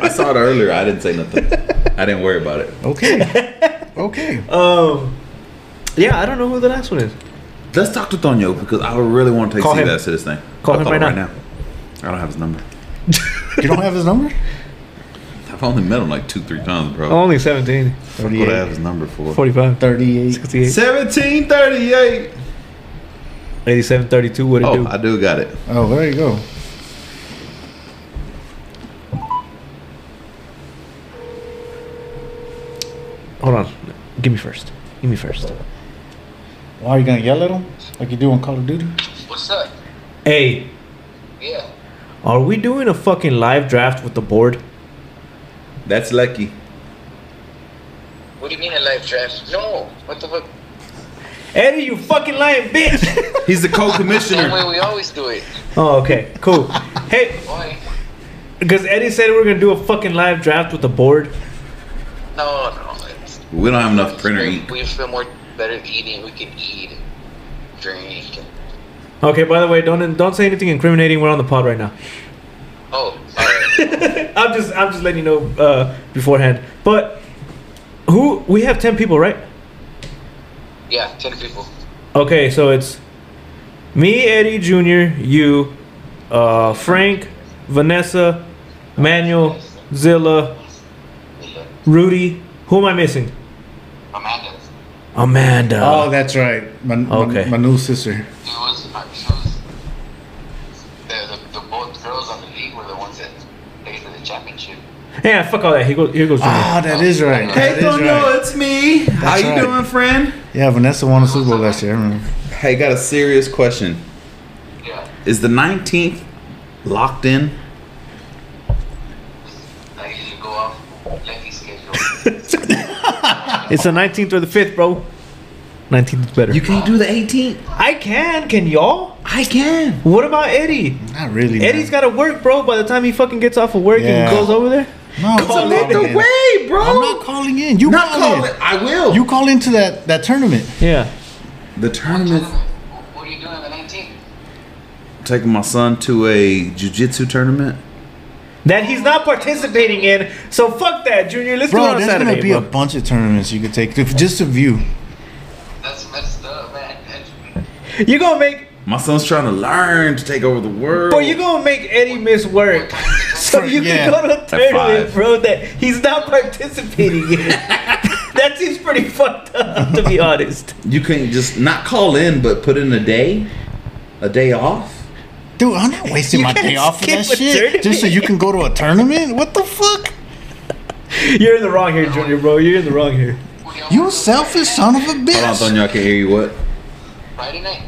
[SPEAKER 3] I saw it earlier. I didn't say nothing. I didn't worry about it.
[SPEAKER 2] okay. okay.
[SPEAKER 1] Um, yeah, I don't know who the last one is.
[SPEAKER 3] Let's talk to Tonyo because I really want to take
[SPEAKER 1] Call him.
[SPEAKER 3] CVAS to this thing.
[SPEAKER 1] Call
[SPEAKER 3] I'll
[SPEAKER 1] him right now.
[SPEAKER 3] I don't have his number.
[SPEAKER 2] You don't have his number?
[SPEAKER 3] I've only met him like two, three times, bro.
[SPEAKER 1] Only 17,
[SPEAKER 3] Fuck what I have
[SPEAKER 2] 38.
[SPEAKER 3] his number for.
[SPEAKER 1] 45,
[SPEAKER 2] 38.
[SPEAKER 1] 68,
[SPEAKER 3] 1738.
[SPEAKER 1] 87, 32. What it
[SPEAKER 3] Oh,
[SPEAKER 1] do?
[SPEAKER 3] I do got it.
[SPEAKER 2] Oh, there you go.
[SPEAKER 1] Hold on. Give me first. Give me first.
[SPEAKER 2] Why are you gonna yell at him like you do on Call of Duty?
[SPEAKER 4] What's up?
[SPEAKER 1] Hey,
[SPEAKER 4] Yeah.
[SPEAKER 1] are we doing a fucking live draft with the board?
[SPEAKER 3] That's lucky.
[SPEAKER 4] What do you mean a live draft? No. What the fuck?
[SPEAKER 1] Eddie, you fucking lying bitch.
[SPEAKER 3] He's the
[SPEAKER 4] Same way
[SPEAKER 3] co-commissioner.
[SPEAKER 4] we always do it.
[SPEAKER 1] oh, okay, cool. Hey,
[SPEAKER 4] Boy,
[SPEAKER 1] because Eddie said we are gonna do a fucking live draft with the board.
[SPEAKER 4] no, no. It's,
[SPEAKER 3] We don't have enough printer
[SPEAKER 4] we,
[SPEAKER 3] ink.
[SPEAKER 4] we feel more better eating. We can eat, and drink, and
[SPEAKER 1] Okay, by the way, don't don't say anything incriminating. We're on the pod right now.
[SPEAKER 4] oh, all right.
[SPEAKER 1] I'm just I'm just letting you know uh, beforehand. But who we have ten people, right?
[SPEAKER 4] yeah, ten people.
[SPEAKER 1] Okay, so it's me, Eddie Jr., you, uh, Frank, Vanessa, Manuel, Zilla,
[SPEAKER 4] Yeah.
[SPEAKER 1] Rudy. Who am I missing?
[SPEAKER 4] Amanda.
[SPEAKER 1] Amanda.
[SPEAKER 2] Oh, that's right. My,
[SPEAKER 1] Uh, Okay.
[SPEAKER 2] my, my new sister.
[SPEAKER 4] It was, uh, she was the, the, the both girls on the league were the ones that played for the championship.
[SPEAKER 1] yeah, fuck all that. Here goes. Here goes. Junior.
[SPEAKER 2] Ah, that is right.
[SPEAKER 3] Hey,
[SPEAKER 2] That is
[SPEAKER 3] Daniel,
[SPEAKER 2] right.
[SPEAKER 3] it's me. How
[SPEAKER 2] That's
[SPEAKER 3] you
[SPEAKER 2] right.
[SPEAKER 3] doing, friend?
[SPEAKER 2] Yeah, Vanessa won a Super Bowl last year. I remember.
[SPEAKER 3] Hey, got a serious question.
[SPEAKER 4] Yeah,
[SPEAKER 3] Is the 19th locked in?
[SPEAKER 4] I usually go off lengthy schedule.
[SPEAKER 1] It's the 19th or the 5th, bro. 19th is better.
[SPEAKER 3] You can't do the 18th.
[SPEAKER 1] I can. Can y'all?
[SPEAKER 3] I can.
[SPEAKER 1] What about Eddie?
[SPEAKER 2] Not really. man.
[SPEAKER 1] Eddie's got to work, bro. By the time he fucking gets off of work
[SPEAKER 2] Yeah.
[SPEAKER 1] and goes over there.
[SPEAKER 2] No,
[SPEAKER 3] It's a
[SPEAKER 2] call
[SPEAKER 3] lot
[SPEAKER 2] in.
[SPEAKER 3] the way, bro.
[SPEAKER 2] I'm not calling in. You
[SPEAKER 3] Not
[SPEAKER 2] call
[SPEAKER 3] call
[SPEAKER 2] in.
[SPEAKER 3] it. I will.
[SPEAKER 2] You call into that that tournament.
[SPEAKER 1] Yeah.
[SPEAKER 3] the tournament.
[SPEAKER 4] What- What are you doing on the 19th?
[SPEAKER 3] Taking my son to a jujitsu tournament.
[SPEAKER 1] That he's not participating in. So fuck that, Junior. Let's do
[SPEAKER 2] Bro,
[SPEAKER 1] it on
[SPEAKER 2] there's
[SPEAKER 1] Saturday,
[SPEAKER 2] gonna be
[SPEAKER 1] bro.
[SPEAKER 2] a bunch of tournaments you could take to, just to view.
[SPEAKER 4] That's messed up, man. That's-
[SPEAKER 1] You're gonna make,
[SPEAKER 3] My son's trying to learn to take over the world.
[SPEAKER 1] bro. You're gonna make Eddie miss work, so you can
[SPEAKER 2] Yeah.
[SPEAKER 1] go to a tournament,
[SPEAKER 3] five.
[SPEAKER 1] bro. That he's not participating in. that seems pretty fucked up, to be honest.
[SPEAKER 3] you can just not call in, but put in a day, a day off.
[SPEAKER 2] Dude, I'm not wasting
[SPEAKER 1] You
[SPEAKER 2] my
[SPEAKER 1] gotta
[SPEAKER 2] day off for
[SPEAKER 1] skip
[SPEAKER 2] that
[SPEAKER 1] a
[SPEAKER 2] shit
[SPEAKER 1] tournament.
[SPEAKER 2] just so you can go to a tournament. What the fuck?
[SPEAKER 1] You're in the wrong here, Junior, bro. You're in the wrong here.
[SPEAKER 4] what do y'all
[SPEAKER 2] You
[SPEAKER 4] wanna do
[SPEAKER 2] selfish son of a
[SPEAKER 3] Hold on,
[SPEAKER 2] bitch.
[SPEAKER 3] Sonia, I can't hear you. What?
[SPEAKER 4] Friday night?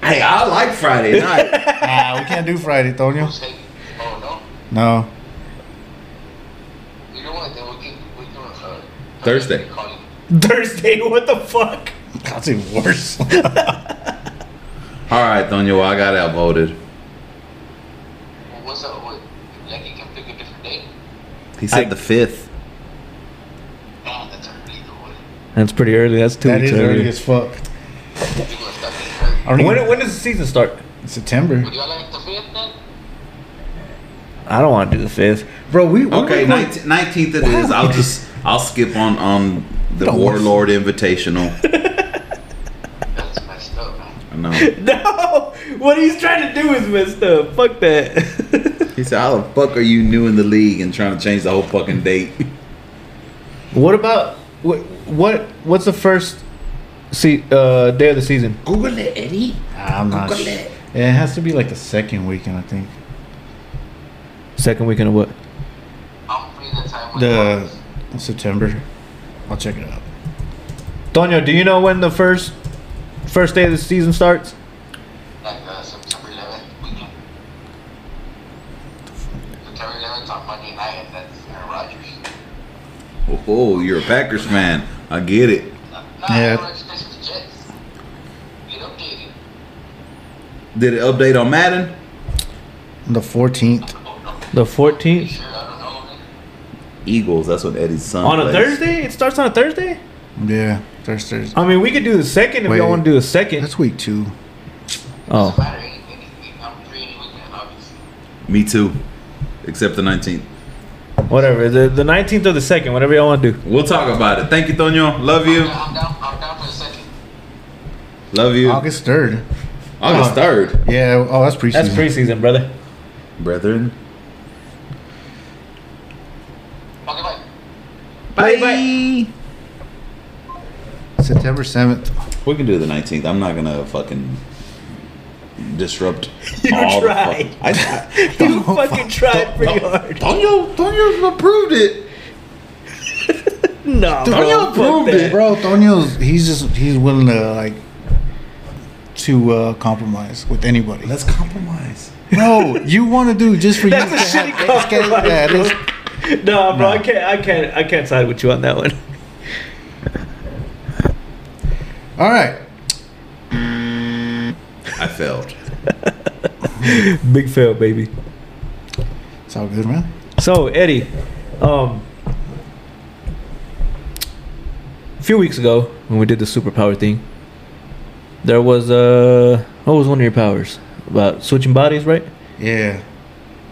[SPEAKER 3] Hey, I like Friday night.
[SPEAKER 2] Nah, we can't do Friday, Tonyo.
[SPEAKER 4] Say, oh no.
[SPEAKER 2] No.
[SPEAKER 4] You know what? Then we can we can uh,
[SPEAKER 3] Thursday.
[SPEAKER 4] we can call you.
[SPEAKER 1] Thursday. What the fuck?
[SPEAKER 2] That's even worse.
[SPEAKER 3] All right, Sonia, I got outvoted.
[SPEAKER 4] Well, what's up with? Like you can pick a different date.
[SPEAKER 3] He said the fifth.
[SPEAKER 4] Nah, that's early though.
[SPEAKER 1] That's pretty early. That's two
[SPEAKER 2] that is early as fuck.
[SPEAKER 4] You gonna stop getting hurt.
[SPEAKER 2] I don't even-
[SPEAKER 1] when does the season start?
[SPEAKER 2] September.
[SPEAKER 4] Would y'all like the fifth then?
[SPEAKER 1] I don't want to do the fifth, bro. We, we
[SPEAKER 3] Okay,
[SPEAKER 1] were-
[SPEAKER 3] nineteenth it is. I'll just I'll skip on on the
[SPEAKER 2] Don't worry.
[SPEAKER 3] Warlord Invitational.
[SPEAKER 4] That's messed up, man.
[SPEAKER 3] I know.
[SPEAKER 1] No, what he's trying to do is messed up. Fuck that.
[SPEAKER 3] He said, "How the fuck are you new in the league and trying to change the whole fucking date?"
[SPEAKER 1] what about what, what? What's the first see uh, day of the season?
[SPEAKER 3] Google it, Eddie.
[SPEAKER 2] ah, I'm not
[SPEAKER 3] Google
[SPEAKER 2] sure.
[SPEAKER 3] it.
[SPEAKER 2] Yeah, it has to be like the second weekend, I think.
[SPEAKER 1] Second weekend of what?
[SPEAKER 4] I'm free the time. when you
[SPEAKER 2] The
[SPEAKER 4] want.
[SPEAKER 2] September. I'll check it out.
[SPEAKER 1] Tonyo, do you know when the first first day of the season starts?
[SPEAKER 4] like uh, September 11th weekend. September 11th on Monday night, and that's Aaron Rodgers.
[SPEAKER 3] Oh, oh, you're a Packers fan. I get it.
[SPEAKER 4] Nah,
[SPEAKER 2] Yeah.
[SPEAKER 4] Aaron Rodgers plays for the Jets. Get updated.
[SPEAKER 3] Did it update on Madden?
[SPEAKER 2] The 14th.
[SPEAKER 4] Oh no,
[SPEAKER 1] The fourteenth
[SPEAKER 4] sure, I don't know. Man.
[SPEAKER 3] Eagles. That's what Eddie's son.
[SPEAKER 1] on a
[SPEAKER 3] plays.
[SPEAKER 1] Thursday. It starts on a Thursday.
[SPEAKER 2] Yeah, first Thursday.
[SPEAKER 1] I mean, we could do the second if
[SPEAKER 2] Wait.
[SPEAKER 1] y'all want to do the second.
[SPEAKER 2] That's week two.
[SPEAKER 4] Doesn't
[SPEAKER 1] Oh,
[SPEAKER 4] matter any, any, week. I'm free any weekend, obviously.
[SPEAKER 3] Me too. Except the nineteenth.
[SPEAKER 1] whatever. The the nineteenth or the second, whatever y'all want to do.
[SPEAKER 3] We'll talk about it. Thank you, Tonyo. Love you.
[SPEAKER 4] Yeah, I'm down. I'm down for the second.
[SPEAKER 3] Love you.
[SPEAKER 2] August
[SPEAKER 3] August
[SPEAKER 2] 3rd.
[SPEAKER 3] third,
[SPEAKER 2] Yeah, oh, that's preseason.
[SPEAKER 1] That's preseason, brother.
[SPEAKER 3] brethren.
[SPEAKER 4] Okay, bye.
[SPEAKER 1] Bye,
[SPEAKER 2] September 7th.
[SPEAKER 3] We can do the nineteenth. I'm not gonna fucking disrupt.
[SPEAKER 1] You
[SPEAKER 3] all the
[SPEAKER 1] tried.
[SPEAKER 3] fuck- I, I,
[SPEAKER 1] You fucking tried pretty hard.
[SPEAKER 3] Tonyo, Tonyo approved it.
[SPEAKER 1] No, bro,
[SPEAKER 3] Tonyo
[SPEAKER 1] fuck
[SPEAKER 3] approved
[SPEAKER 1] that.
[SPEAKER 3] it.
[SPEAKER 2] Bro, Tonio's, he's just, he's willing to, like, to uh, compromise with anybody.
[SPEAKER 3] Let's compromise.
[SPEAKER 2] Bro, you want to do just for
[SPEAKER 1] That's
[SPEAKER 2] you.
[SPEAKER 1] a shitty
[SPEAKER 2] to have- it's-
[SPEAKER 1] compromise,
[SPEAKER 2] yeah, it
[SPEAKER 1] bro.
[SPEAKER 2] is.
[SPEAKER 1] No, bro, I can't, I can't, I can't side with you on that one.
[SPEAKER 2] All right.
[SPEAKER 3] failed.
[SPEAKER 1] Big fail, baby.
[SPEAKER 2] It's all good, man.
[SPEAKER 1] So Eddie, um, a few weeks ago when we did the superpower thing, there was uh, what was one of your powers about switching bodies, right?
[SPEAKER 2] Yeah.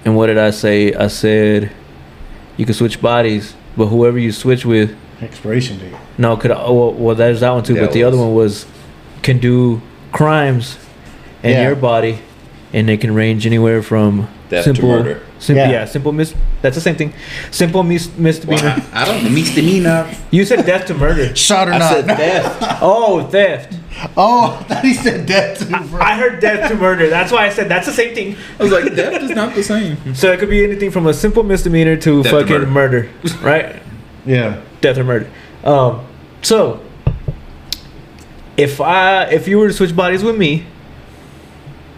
[SPEAKER 1] And what did I say? I said you can switch bodies, but whoever you switch with,
[SPEAKER 2] Expiration date.
[SPEAKER 1] no, could oh, well, well there's that one too.
[SPEAKER 3] That
[SPEAKER 1] but the other
[SPEAKER 3] was-
[SPEAKER 1] one was can do crimes in
[SPEAKER 2] Yeah.
[SPEAKER 1] your body, and they can range anywhere from
[SPEAKER 3] Theft to
[SPEAKER 1] simple
[SPEAKER 3] murder.
[SPEAKER 1] Simple,
[SPEAKER 2] Yeah.
[SPEAKER 1] yeah. simple mis. That's the same thing. Simple mis-
[SPEAKER 3] Well,
[SPEAKER 1] misdemeanor.
[SPEAKER 3] I, I don't misdemeanor.
[SPEAKER 1] You said death to murder.
[SPEAKER 2] Shot or
[SPEAKER 3] I
[SPEAKER 2] not?
[SPEAKER 3] said theft.
[SPEAKER 1] Oh, theft.
[SPEAKER 2] Oh, I thought he said that too, bro.
[SPEAKER 1] I heard death to murder. That's why I said that's the same thing.
[SPEAKER 3] I was like, theft is not the same.
[SPEAKER 1] So it could be anything from a simple misdemeanor to
[SPEAKER 3] Death to
[SPEAKER 1] fucking murder. right?
[SPEAKER 2] yeah.
[SPEAKER 1] Death or murder. Um, so if I if you were to switch bodies with me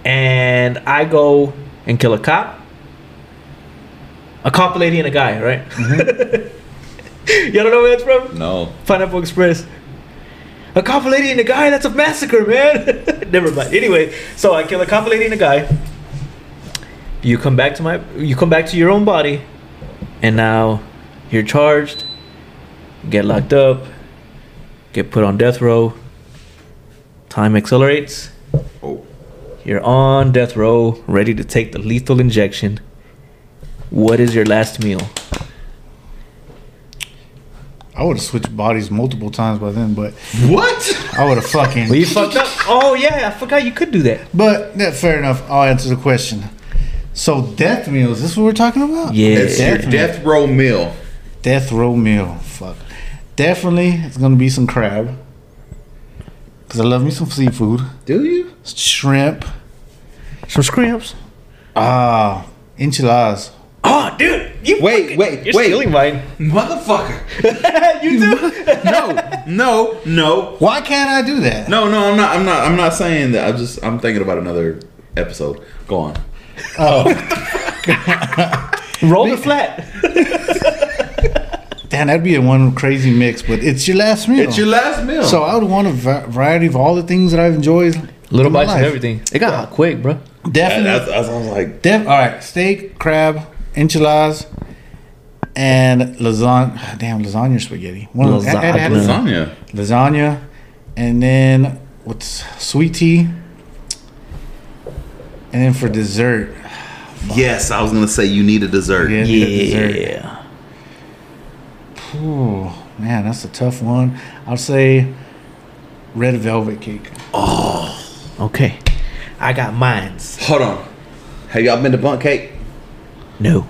[SPEAKER 1] and I go and kill a cop, a cop lady and a guy, right? Y'all don't know where that's from?
[SPEAKER 3] No.
[SPEAKER 1] Pineapple Express. A cop lady and a guy? That's a massacre, man. Never mind. Anyway, so I kill a cop lady and a guy. You come back to my you come back to your own body, and now you're charged, get locked up, get put on death row. Time accelerates.
[SPEAKER 3] Oh.
[SPEAKER 1] You're on death row, ready to take the lethal injection. What is your last meal?
[SPEAKER 2] I would have switched bodies multiple times by then, but
[SPEAKER 3] What?
[SPEAKER 2] I would have fucking.
[SPEAKER 1] Well, you fucked up. Oh yeah, I forgot you could do that.
[SPEAKER 2] But yeah, fair enough. I'll answer the question. So death meal is this what we're talking about?
[SPEAKER 1] Yeah.
[SPEAKER 3] It's your
[SPEAKER 2] Death
[SPEAKER 3] death row meal.
[SPEAKER 2] Death row meal. Fuck. Definitely, it's gonna be some crab. Cause I love me some seafood,
[SPEAKER 3] Do you?
[SPEAKER 2] shrimp,
[SPEAKER 1] Some scrimps.
[SPEAKER 2] ah, enchiladas.
[SPEAKER 1] Oh, dude, you
[SPEAKER 3] Wait, wait,
[SPEAKER 1] You're
[SPEAKER 3] wait.
[SPEAKER 1] stealing mine.
[SPEAKER 3] Motherfucker.
[SPEAKER 1] you do.
[SPEAKER 3] No, no, no.
[SPEAKER 2] Why can't I do that?
[SPEAKER 3] No, no, I'm not I'm not I'm not saying that. I'm just I'm thinking about another episode. Go on.
[SPEAKER 1] Roll the flat.
[SPEAKER 2] Damn, that'd be a one crazy mix. But it's your last meal.
[SPEAKER 3] It's your last meal.
[SPEAKER 2] So I would want a va- variety of all the things that I've enjoyed.
[SPEAKER 1] Little
[SPEAKER 2] in my
[SPEAKER 1] bites of
[SPEAKER 2] life.
[SPEAKER 1] everything. It got hot quick, bro.
[SPEAKER 3] I,
[SPEAKER 2] Definitely.
[SPEAKER 3] that's- that's- I was like,
[SPEAKER 2] Def- all right, steak, crab, enchiladas, and lasagna. Ah, Damn, lasagna or spaghetti. One of them- I- I had
[SPEAKER 1] Lasagna.
[SPEAKER 3] lasagna.
[SPEAKER 2] lasagna, and then what's sweet tea, and then for dessert,
[SPEAKER 3] Yes, I was gonna say you need a dessert.
[SPEAKER 2] Yeah. ooh, man, that's a tough one. I'll say red velvet cake.
[SPEAKER 1] Okay. I got mines.
[SPEAKER 3] Hold on. Have y'all been to Bunk Cake?
[SPEAKER 1] No.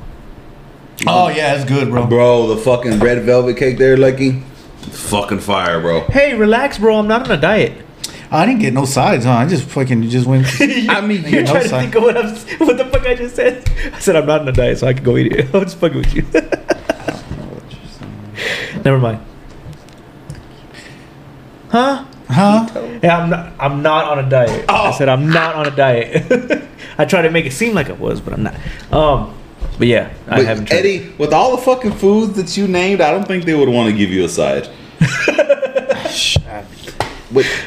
[SPEAKER 2] Oh yeah, that's good, bro.
[SPEAKER 3] Bro, the fucking red velvet cake there, Lucky. Fucking fire, bro.
[SPEAKER 1] Hey, relax, bro. I'm not on a diet.
[SPEAKER 2] I didn't get no sides, huh? I just fucking just went.
[SPEAKER 3] I mean,
[SPEAKER 1] You're
[SPEAKER 2] no
[SPEAKER 1] trying to
[SPEAKER 2] sign.
[SPEAKER 1] think of what I'm. What the fuck I just said? I said I'm not on a diet, so I can go eat it. I'm just fucking with you. Never mind. Huh?
[SPEAKER 2] huh?
[SPEAKER 1] Yeah, I'm not. I'm not on a diet.
[SPEAKER 3] Oh.
[SPEAKER 1] I said I'm not on a diet. I tried to make it seem like I was, but I'm not. Um, but yeah, I
[SPEAKER 3] But
[SPEAKER 1] haven't. Tried.
[SPEAKER 3] Eddie, with all the fucking foods that you named, I don't think they would want to give you a side. but,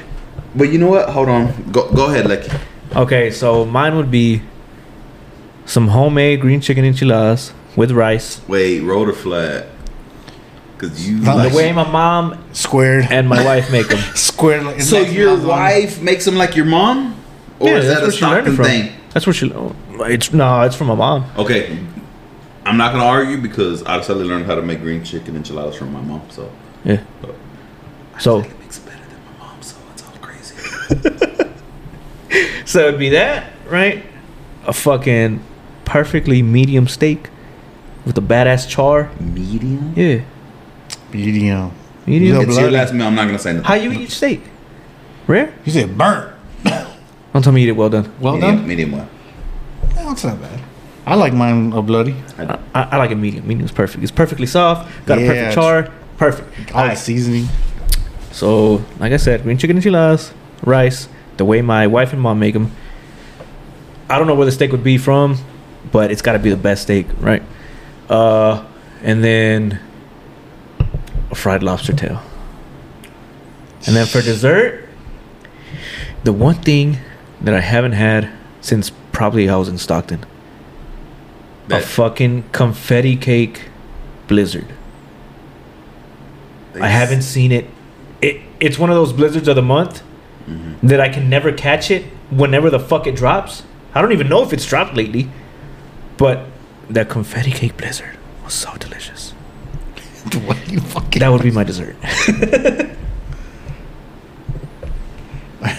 [SPEAKER 3] but you know what? Hold on. Go, go ahead, Lecky.
[SPEAKER 1] Okay, so mine would be some homemade green chicken enchiladas with rice.
[SPEAKER 3] Wait, roll the flat. Cause you.
[SPEAKER 2] Not
[SPEAKER 1] The
[SPEAKER 2] Nice.
[SPEAKER 1] way my mom
[SPEAKER 2] Squared.
[SPEAKER 1] and my wife make them.
[SPEAKER 2] Squared. like-
[SPEAKER 3] so
[SPEAKER 2] like
[SPEAKER 3] your
[SPEAKER 2] lasagna.
[SPEAKER 3] wife makes them like your mom, or is that a Stockton
[SPEAKER 1] from.
[SPEAKER 3] thing?
[SPEAKER 1] That's where she. oh, It's no, it's from my mom.
[SPEAKER 3] Okay, I'm not gonna argue because I suddenly learned how to make green chicken enchiladas from my mom. So
[SPEAKER 1] Yeah. So
[SPEAKER 3] it makes it better than my mom. So it's all crazy.
[SPEAKER 1] so it'd be that right? A fucking perfectly medium steak with a badass char.
[SPEAKER 3] Medium.
[SPEAKER 1] Yeah.
[SPEAKER 2] medium.
[SPEAKER 1] Medium.
[SPEAKER 2] Little
[SPEAKER 3] It's your
[SPEAKER 2] bloody.
[SPEAKER 3] last meal. I'm not gonna say nothing.
[SPEAKER 1] How you eat steak? Rare?
[SPEAKER 2] You said burnt.
[SPEAKER 1] Don't tell me you did well done.
[SPEAKER 2] Well
[SPEAKER 3] medium,
[SPEAKER 2] done.
[SPEAKER 3] medium well.
[SPEAKER 2] No, it's not bad. I like mine a bloody
[SPEAKER 1] I, I, I like it medium. Medium's perfect. It's perfectly soft. Got a
[SPEAKER 2] Yeah,
[SPEAKER 1] perfect char. Perfect.
[SPEAKER 2] all the seasoning.
[SPEAKER 1] So, like I said, green chicken enchiladas, rice, the way my wife and mom make them. I don't know where the steak would be from, but it's got to be the best steak, right? Uh, and then a fried lobster tail. And then for dessert, the one thing that I haven't had since probably I was in Stockton. a
[SPEAKER 3] That-
[SPEAKER 1] fucking confetti cake blizzard. I haven't seen it. it. It's one of those blizzards of the month that I can never catch it whenever the fuck it drops. I don't even know if it's dropped lately, but that confetti cake blizzard was so delicious.
[SPEAKER 2] what do you fucking?
[SPEAKER 1] That would be my dessert.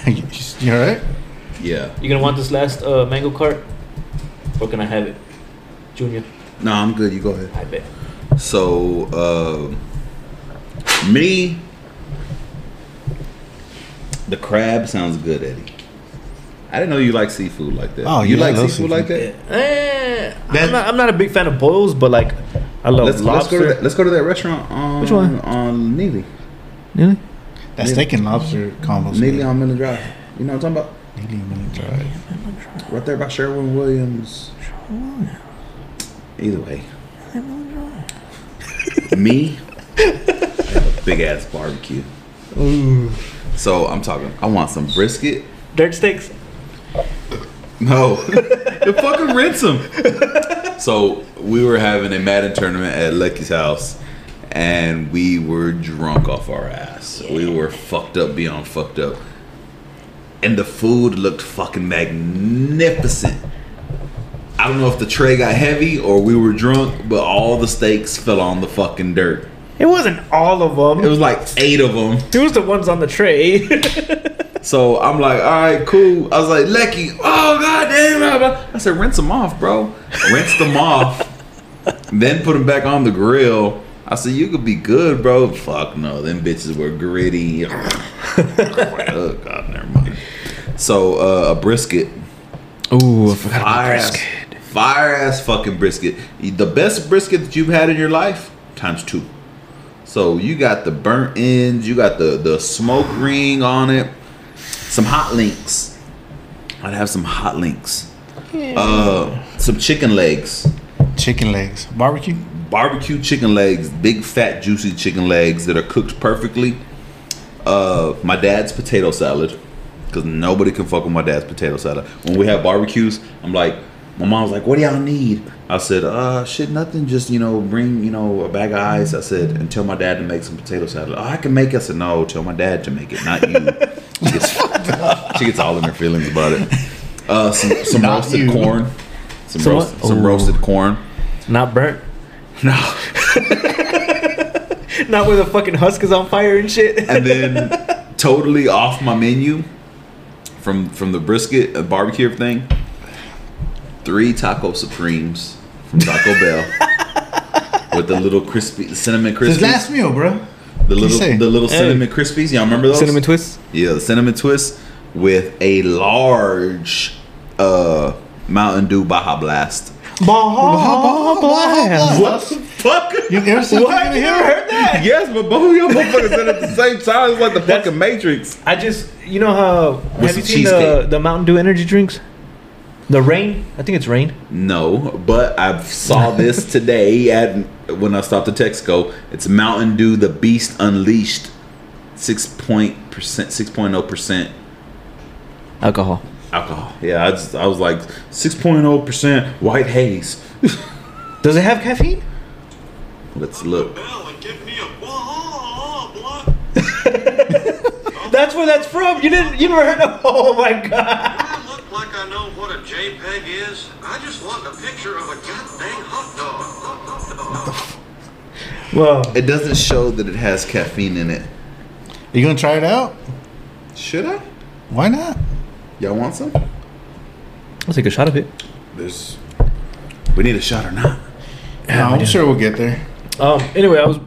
[SPEAKER 2] you, you all right?
[SPEAKER 3] Yeah.
[SPEAKER 1] You gonna want this last uh, mango cart, or can I have it, Junior?
[SPEAKER 3] No, I'm good. You go ahead.
[SPEAKER 1] I bet.
[SPEAKER 3] So, uh, me, the crab sounds good, Eddie. I didn't know you like seafood like that.
[SPEAKER 2] Oh,
[SPEAKER 3] you
[SPEAKER 2] yeah, I
[SPEAKER 3] like
[SPEAKER 2] love
[SPEAKER 3] seafood, like that?
[SPEAKER 1] Eh, eh,
[SPEAKER 2] That-
[SPEAKER 1] I'm, not, I'm not a big fan of boils, but like I love
[SPEAKER 3] Let's, let's
[SPEAKER 1] lobster.
[SPEAKER 3] go to that. Let's go to that restaurant on
[SPEAKER 1] Which one?
[SPEAKER 3] on Neely,
[SPEAKER 1] Really?
[SPEAKER 2] That steak and lobster combo.
[SPEAKER 3] Neely on Miller Drive. You know what I'm talking
[SPEAKER 2] Drive.
[SPEAKER 3] about? Right there by Sherwin Williams. Either way, me, big ass barbecue. So I'm talking. I want some brisket.
[SPEAKER 1] Dirt steaks.
[SPEAKER 3] No. the fucking rinse him. So we were having a Madden tournament at Lucky's house and we were drunk off our ass. We were fucked up beyond fucked up. And the food looked fucking magnificent. I don't know if the tray got heavy or we were drunk, but all the steaks fell on the fucking dirt.
[SPEAKER 1] It wasn't all of them.
[SPEAKER 3] It was like eight of them.
[SPEAKER 1] It was the ones on the tray.
[SPEAKER 3] So I'm like, all right, cool. I was like, Lecky, oh god damn! blah, blah." I said, rinse them off, bro. Rinse them off, then put them back on the grill. I said, you could be good, bro. Fuck no, them bitches were gritty. oh god, never mind. So uh, a brisket,
[SPEAKER 1] Ooh, I forgot
[SPEAKER 3] fire ass, fire ass fucking brisket. The best brisket that you've had in your life times two. So you got the burnt ends, you got the the smoke ring on it, some hot links. I'd have some hot links. Uh, some chicken legs,
[SPEAKER 2] Chicken legs. Barbecue.
[SPEAKER 3] barbecue chicken legs, big fat juicy chicken legs that are cooked perfectly. Uh, my dad's potato salad, because nobody can fuck with my dad's potato salad. When we have barbecues, I'm like, my mom's like, "What do y'all need?" I said, "Uh, shit, nothing. Just you know, bring you know a bag of ice." I said, "And tell my dad to make some potato salad." Oh, I can make. it." I said, "No, tell my dad to make it, not you." she, gets, she gets all in her feelings about it. Uh, some, some
[SPEAKER 2] Not
[SPEAKER 3] roasted
[SPEAKER 2] you.
[SPEAKER 3] corn, some,
[SPEAKER 1] Some
[SPEAKER 3] roast,
[SPEAKER 1] what?
[SPEAKER 3] some
[SPEAKER 1] Ooh.
[SPEAKER 3] roasted corn.
[SPEAKER 1] Not burnt.
[SPEAKER 3] No.
[SPEAKER 1] Not where the fucking husk is on fire and shit.
[SPEAKER 3] and then totally off my menu from from the brisket uh, barbecue thing. Three taco supremes from Taco Bell with the little crispy cinnamon
[SPEAKER 2] This
[SPEAKER 3] crispies.
[SPEAKER 2] last meal, bro.
[SPEAKER 3] the
[SPEAKER 2] you
[SPEAKER 3] little
[SPEAKER 2] say?
[SPEAKER 3] the little
[SPEAKER 1] Hey.
[SPEAKER 3] cinnamon crispies. Y'all remember those?
[SPEAKER 1] Cinnamon twists.
[SPEAKER 3] Yeah, the cinnamon twist with a large uh Mountain Dew Baja Blast.
[SPEAKER 2] Baja Blast.
[SPEAKER 3] What the fuck?
[SPEAKER 2] You ever seen
[SPEAKER 1] What? You never heard that?
[SPEAKER 3] Yes, but both of y'all motherfuckers said at the same time. It's like the
[SPEAKER 1] That's-
[SPEAKER 3] fucking Matrix.
[SPEAKER 1] I just, you know how have
[SPEAKER 3] some
[SPEAKER 1] you seen the,
[SPEAKER 3] cheesecake.
[SPEAKER 1] the Mountain Dew energy drinks? The rain. I think it's rain.
[SPEAKER 3] No, but I saw this today at when I stopped at Texco. It's Mountain Dew The Beast Unleashed, six point percent, six point zero percent
[SPEAKER 1] Alcohol.
[SPEAKER 3] alcohol. Yeah, I, just, I was like six point zero percent white haze.
[SPEAKER 1] Does it have caffeine?
[SPEAKER 3] Let's look.
[SPEAKER 1] That's where that's from. You didn't. You never heard of? Oh my god.
[SPEAKER 5] I look like I know what a JPEG is. I just want a picture of a goddamn hot dog. Hot dog.
[SPEAKER 1] Well,
[SPEAKER 3] It doesn't show that it has caffeine in it.
[SPEAKER 2] You gonna try it out?
[SPEAKER 3] Should I?
[SPEAKER 2] Why not?
[SPEAKER 3] Y'all want some?
[SPEAKER 1] I'll take a shot of it.
[SPEAKER 3] There's. We need a shot or not?
[SPEAKER 2] No, I'm sure we'll get there.
[SPEAKER 1] Um. Anyway, I was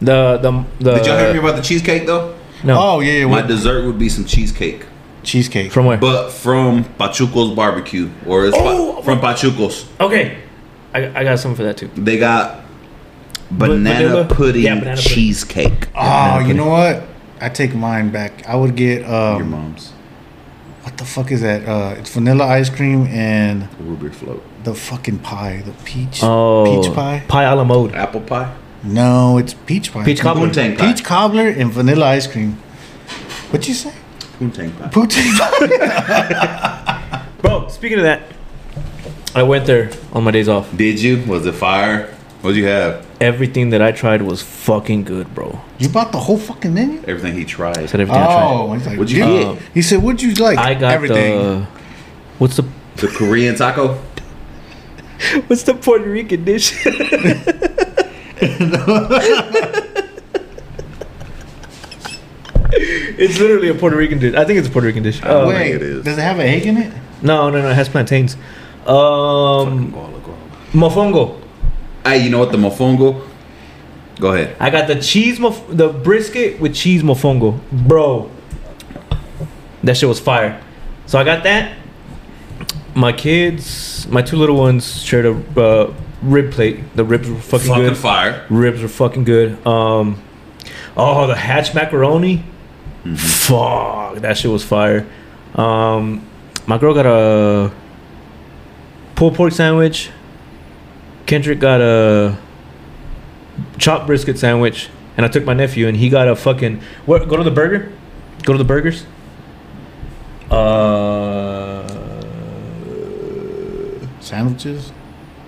[SPEAKER 1] the the the.
[SPEAKER 3] Did y'all hear me about the cheesecake though?
[SPEAKER 1] No.
[SPEAKER 2] Oh yeah, yeah.
[SPEAKER 3] My
[SPEAKER 2] What
[SPEAKER 3] dessert would be some cheesecake.
[SPEAKER 2] cheesecake?
[SPEAKER 1] From where?
[SPEAKER 3] But from Pachuco's barbecue, or it's
[SPEAKER 1] Oh!
[SPEAKER 3] pa- from Pachuco's,
[SPEAKER 1] okay. I, I got something for that too.
[SPEAKER 3] they got banana
[SPEAKER 1] vanilla?
[SPEAKER 3] pudding
[SPEAKER 1] Yeah, banana pudding.
[SPEAKER 3] cheesecake.
[SPEAKER 2] oh, you know what? I take mine back. I would get um,
[SPEAKER 3] Your mom's
[SPEAKER 2] What the fuck is that? Uh, it's vanilla ice cream and
[SPEAKER 3] ruby float,
[SPEAKER 2] the fucking pie, the peach
[SPEAKER 1] Oh.
[SPEAKER 2] peach pie.
[SPEAKER 1] Pie a la mode.
[SPEAKER 3] apple pie,
[SPEAKER 2] No, it's peach pie.
[SPEAKER 1] Peach cobbler.
[SPEAKER 3] Boontang pie,
[SPEAKER 2] Peach cobbler and vanilla ice cream. What you say?
[SPEAKER 3] Poontang pie.
[SPEAKER 2] Poutine.
[SPEAKER 1] Bro, speaking of that, I went there on my days off.
[SPEAKER 3] Did you? Was it fire? What'd you have?
[SPEAKER 1] Everything that I tried was fucking good, bro.
[SPEAKER 2] you bought the whole fucking menu?
[SPEAKER 3] Everything he tried.
[SPEAKER 1] I said everything
[SPEAKER 2] Oh, he's like,
[SPEAKER 3] What'd you
[SPEAKER 2] "Yeah."
[SPEAKER 3] get?
[SPEAKER 2] He said, "What'd you like?"
[SPEAKER 1] I tried. I got
[SPEAKER 2] everything.
[SPEAKER 1] the what's the
[SPEAKER 3] The Korean taco.
[SPEAKER 1] what's the Puerto Rican dish? it's literally a Puerto Rican dish. I think it's a Puerto Rican dish. Uh,
[SPEAKER 3] Wait.
[SPEAKER 2] Wait,
[SPEAKER 3] it is.
[SPEAKER 2] does it have an egg in it?
[SPEAKER 1] no, no, no. It has plantains. Um, mofongo.
[SPEAKER 3] Hey, you know what? The mofongo. Go ahead.
[SPEAKER 1] I got the cheese, mof- the brisket with cheese mofongo, bro. That shit was fire. So I got that. My kids, my two little ones shared a uh, rib plate. The ribs were fucking,
[SPEAKER 3] Fucking
[SPEAKER 1] good.
[SPEAKER 3] fire.
[SPEAKER 1] Ribs were fucking good. Um, oh, the hatch macaroni. Fuck, that shit was fire. Um, my girl got a pulled pork sandwich. Kendrick got a chopped brisket sandwich, and I took my nephew, and he got a fucking what? Go to the burger. Go to the burgers. Uh,
[SPEAKER 2] Sandwiches.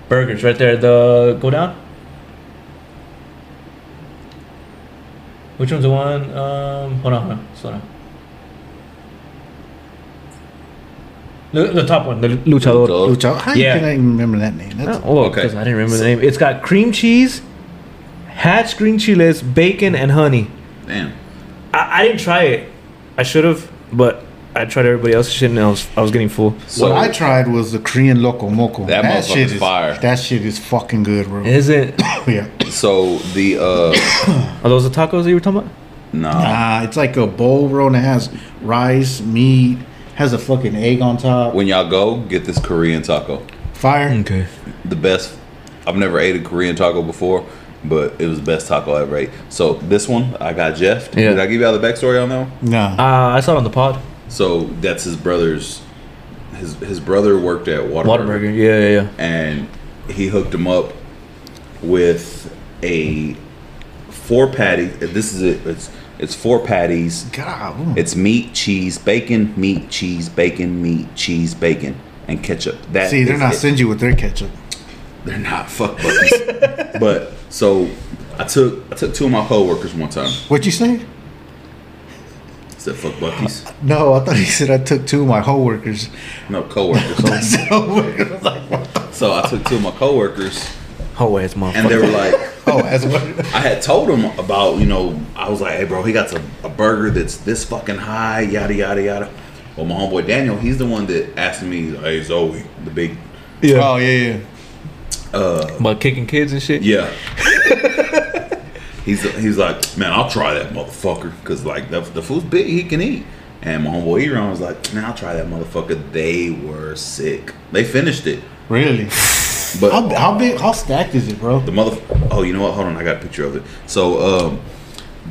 [SPEAKER 1] burgers right there. The go down. Which one's the one? Um, hold on, hold on, slow down. The, the top one, the luchador.
[SPEAKER 2] Which I, how
[SPEAKER 1] Yeah.
[SPEAKER 2] can I even remember that name? That's
[SPEAKER 1] Oh,
[SPEAKER 3] Okay.
[SPEAKER 1] because I didn't remember the name. It's got cream cheese, hatch green chiles, bacon, and honey.
[SPEAKER 3] Damn.
[SPEAKER 1] I, I didn't try it. I should have, but I tried everybody else's shit, and I was I was getting full.
[SPEAKER 3] So
[SPEAKER 2] what I tried was the Korean loco moco.
[SPEAKER 3] That motherfucker's
[SPEAKER 2] shit is
[SPEAKER 3] fire.
[SPEAKER 2] That shit is fucking good, bro. Oh,
[SPEAKER 1] Is it?
[SPEAKER 2] yeah.
[SPEAKER 3] so the uh
[SPEAKER 1] Are those the tacos that you were talking about?
[SPEAKER 3] nah.
[SPEAKER 2] Uh, it's like a bowl roll and it has rice, meat, has a fucking egg on top.
[SPEAKER 3] When y'all go, get this Korean taco.
[SPEAKER 2] Fire.
[SPEAKER 1] Okay.
[SPEAKER 3] the best. I've never ate a Korean taco before, but it was the best taco I ever ate. So this one, I got Jeff.
[SPEAKER 1] Yeah.
[SPEAKER 3] Did I give you all the backstory on that one?
[SPEAKER 2] Nah.
[SPEAKER 1] Uh, I saw it on the pod.
[SPEAKER 3] So that's his brother's. His his brother worked at Waterburger,
[SPEAKER 1] Whataburger. Yeah, yeah, yeah.
[SPEAKER 3] and he hooked him up with a four patty. This is it. It's it's four patties.
[SPEAKER 2] God. ooh.
[SPEAKER 3] It's meat, cheese, bacon, meat, cheese, bacon, meat, cheese, bacon, and ketchup. That
[SPEAKER 2] See, they're
[SPEAKER 3] is
[SPEAKER 2] not
[SPEAKER 3] it.
[SPEAKER 2] stingy with their ketchup.
[SPEAKER 3] They're not fuck buddies. but so I took I took two of my coworkers one time.
[SPEAKER 2] What'd you say?
[SPEAKER 3] Said fuck buckies.
[SPEAKER 2] No, I thought he said I took two of my coworkers.
[SPEAKER 3] No coworkers. so I took two of my coworkers,
[SPEAKER 1] Whole ass motherfucker.
[SPEAKER 3] and they were like,
[SPEAKER 2] oh, as well.
[SPEAKER 3] I had told them about you know I was like, hey bro, he got a, a burger that's this fucking high, yada yada yada. Well, my homeboy Daniel, he's the one that asked me, hey Zoe, the big
[SPEAKER 1] yeah.
[SPEAKER 2] Oh yeah, yeah.
[SPEAKER 1] About kicking kids and shit.
[SPEAKER 3] Yeah. he's he's like, man, I'll try that motherfucker because like the, the food's big, he can eat. And my homeboy Iran was like, man, I'll try that motherfucker. They were sick. They finished it,
[SPEAKER 2] Really?
[SPEAKER 3] but
[SPEAKER 2] How, how big? How stacked is it, bro?
[SPEAKER 3] the mother. Oh, you know what? Hold on, I got a picture of it. So um,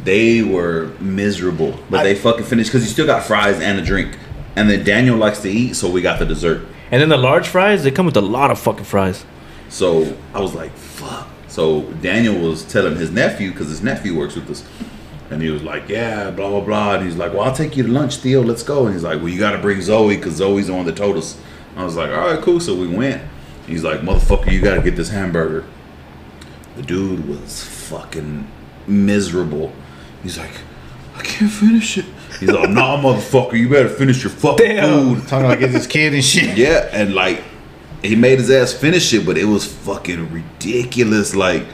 [SPEAKER 3] they were miserable, but they fucking finished because you still got fries and a drink. And then Daniel likes to eat, so we got the dessert.
[SPEAKER 1] And then the large fries, they come with a lot of fucking fries.
[SPEAKER 3] So I was like, fuck. So Daniel was telling his nephew, because his nephew works with us. And he was like, yeah, blah, blah, blah. And he's like, well, I'll take you to lunch, Theo. Let's go. And he's like, well, you got to bring Zoe because Zoe's the one that told us. I was like, all right, cool. So we went. He's like, motherfucker, you got to get this hamburger. The dude was fucking miserable. He's like, I can't finish it. He's like, nah, motherfucker, you better finish your fucking
[SPEAKER 1] Damn.
[SPEAKER 3] food.
[SPEAKER 2] Talking about get this kid and shit.
[SPEAKER 3] Yeah, and like he made his ass finish it, but it was fucking ridiculous. Like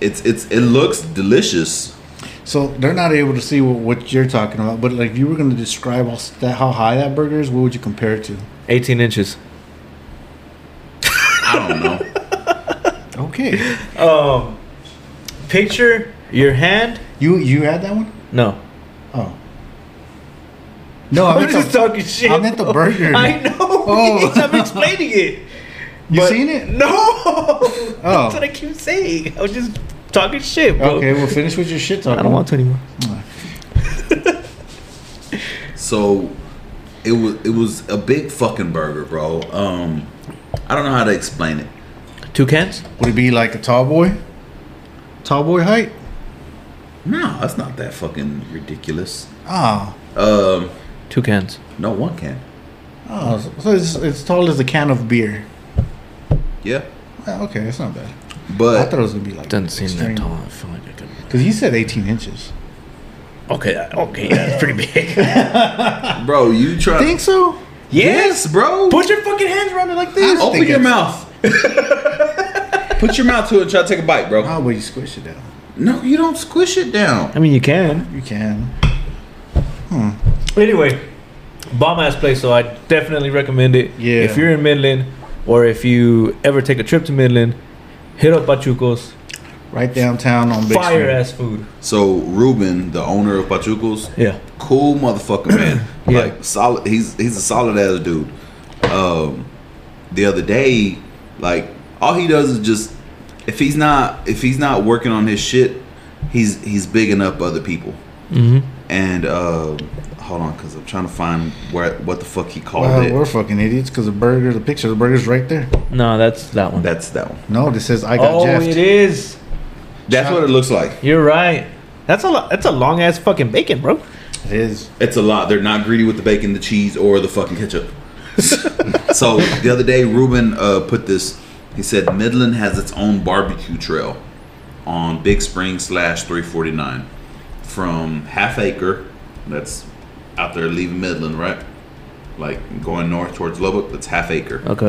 [SPEAKER 3] it's it's it looks delicious.
[SPEAKER 2] So they're not able to see what, what you're talking about. But like, if you were going to describe how, sta- how high that burger is, what would you compare it to?
[SPEAKER 1] 18 inches.
[SPEAKER 3] I don't know.
[SPEAKER 2] Okay.
[SPEAKER 1] Um, picture your hand.
[SPEAKER 2] You you had that one?
[SPEAKER 1] No.
[SPEAKER 2] Oh. No, I
[SPEAKER 1] I'm
[SPEAKER 2] meant
[SPEAKER 1] just
[SPEAKER 2] the,
[SPEAKER 1] talking shit.
[SPEAKER 2] I meant the burger.
[SPEAKER 1] I know.
[SPEAKER 2] Oh.
[SPEAKER 1] I'm explaining it.
[SPEAKER 2] you
[SPEAKER 1] but-
[SPEAKER 2] seen it? Oh.
[SPEAKER 1] No. That's what I keep saying. I was just talking shit, bro.
[SPEAKER 2] Okay, we'll finish with your shit talk.
[SPEAKER 1] I don't want to anymore.
[SPEAKER 3] So it was it was a big fucking burger, bro. Um I don't know how to explain it.
[SPEAKER 1] Two cans?
[SPEAKER 2] Would it be like a tall boy? Tall boy height?
[SPEAKER 3] No, that's not that fucking ridiculous.
[SPEAKER 2] Oh.
[SPEAKER 3] Um
[SPEAKER 1] Two cans.
[SPEAKER 3] No, one can.
[SPEAKER 2] Oh, so it's, it's tall as a can of beer.
[SPEAKER 3] Yeah,
[SPEAKER 2] Oh, okay, that's not bad. I
[SPEAKER 3] but
[SPEAKER 2] thought it was gonna be like
[SPEAKER 1] Doesn't seem that tall. I feel like I could.
[SPEAKER 2] Because you said 18 inches.
[SPEAKER 1] Okay, I- okay, yeah, that's pretty big.
[SPEAKER 3] bro, you try.
[SPEAKER 2] Think so?
[SPEAKER 3] yes, bro.
[SPEAKER 1] Put your fucking hands around it like this.
[SPEAKER 2] I-
[SPEAKER 3] Open
[SPEAKER 2] think
[SPEAKER 3] your
[SPEAKER 2] it's-
[SPEAKER 3] mouth. Put your mouth to it. and Try to take a bite, bro.
[SPEAKER 2] Oh, well, you squish it down.
[SPEAKER 3] No, you don't squish it down.
[SPEAKER 1] I mean, you can.
[SPEAKER 2] You can.
[SPEAKER 1] Anyway, bomb ass place. So I definitely recommend it.
[SPEAKER 2] Yeah.
[SPEAKER 1] If you're in Midland, or if you ever take a trip to Midland, hit up Pachucos.
[SPEAKER 2] Right downtown on Big
[SPEAKER 1] Fire
[SPEAKER 2] Street.
[SPEAKER 1] ass food.
[SPEAKER 3] So Ruben, the owner of Pachucos,
[SPEAKER 1] Yeah.
[SPEAKER 3] cool motherfucking man.
[SPEAKER 1] Yeah.
[SPEAKER 3] Like solid. He's he's a solid ass dude. Um, the other day, like all he does is just if he's not if he's not working on his shit, he's he's bigging up other people.
[SPEAKER 1] Mm-hmm.
[SPEAKER 3] And uh, hold on, cause I'm trying to find where what the fuck he called
[SPEAKER 2] Well,
[SPEAKER 3] it.
[SPEAKER 2] we're fucking idiots because the burger, the picture of the burger's right there.
[SPEAKER 1] No, that's that one.
[SPEAKER 3] That's that one.
[SPEAKER 2] No, this says I got
[SPEAKER 1] oh,
[SPEAKER 2] Jeff.
[SPEAKER 1] it is.
[SPEAKER 3] That's what it looks like.
[SPEAKER 1] You're right. That's a lo- that's a long ass fucking bacon, bro.
[SPEAKER 2] It is.
[SPEAKER 3] It's a lot. They're not greedy with the bacon, the cheese, or the fucking ketchup. so the other day, Ruben uh, put this. He said Midland has its own barbecue trail on Big Spring slash 349 from Half Acre. That's out there leaving Midland, right? Like going north towards Lubbock. That's Half Acre,
[SPEAKER 1] Okay.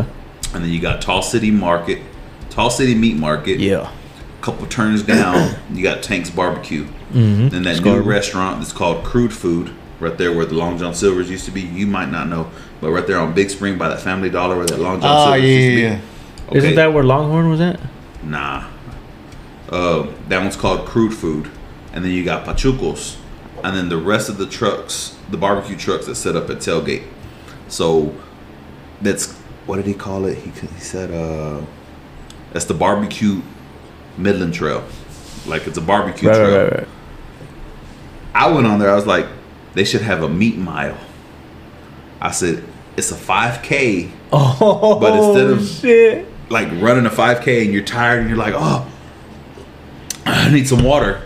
[SPEAKER 3] and then you got Tall City Market, Tall City Meat Market.
[SPEAKER 1] Yeah.
[SPEAKER 3] couple turns down, you got Tank's Barbecue.
[SPEAKER 2] Mm-hmm.
[SPEAKER 1] Mhm.
[SPEAKER 3] And that new restaurant that's called Crude Food, right there where the Long John Silver's used to be. You might not know, but right there on Big Spring by that Family Dollar where that Long John
[SPEAKER 2] Oh,
[SPEAKER 3] Silver's
[SPEAKER 2] yeah,
[SPEAKER 3] used to be.
[SPEAKER 2] yeah, yeah.
[SPEAKER 3] Okay,
[SPEAKER 1] Isn't that where Longhorn was at?
[SPEAKER 3] Nah. Uh, that one's called Crude Food. And then you got Pachucos. And then the rest of the trucks, the barbecue trucks that set up at Tailgate. So that's, what did he call it? He, he said, uh, that's the barbecue Midland Trail. Like it's a barbecue
[SPEAKER 1] Right,
[SPEAKER 3] trail.
[SPEAKER 1] right, right, right.
[SPEAKER 3] I went on there. I was like, they should have a meat mile. I said, it's a 5K.
[SPEAKER 1] Oh,
[SPEAKER 3] But instead of-
[SPEAKER 1] shit.
[SPEAKER 3] Like running a 5K and you're tired and you're like, oh, I need some water.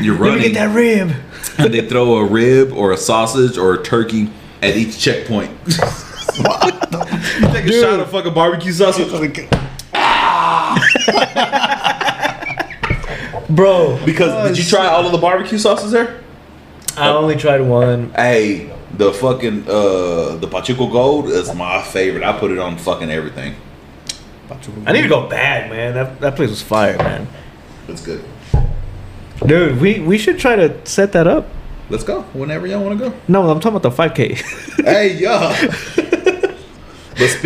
[SPEAKER 3] You're
[SPEAKER 1] Let me
[SPEAKER 3] running.
[SPEAKER 1] get that rib.
[SPEAKER 3] and they throw a rib or a sausage or a turkey at each checkpoint. you take a shot of fucking barbecue sauce.
[SPEAKER 1] Bro,
[SPEAKER 3] Because did you try all of the barbecue sauces there?
[SPEAKER 1] I only tried one.
[SPEAKER 3] Hey, the fucking uh the Pachuco Gold is my favorite. I put it on fucking everything.
[SPEAKER 1] I need to go bad, man. That, that place was fire, man.
[SPEAKER 3] It's good.
[SPEAKER 1] Dude, we, we should try to set that up.
[SPEAKER 3] Let's go whenever y'all want to go.
[SPEAKER 1] No, I'm talking about the 5K.
[SPEAKER 3] hey, yeah. but speaking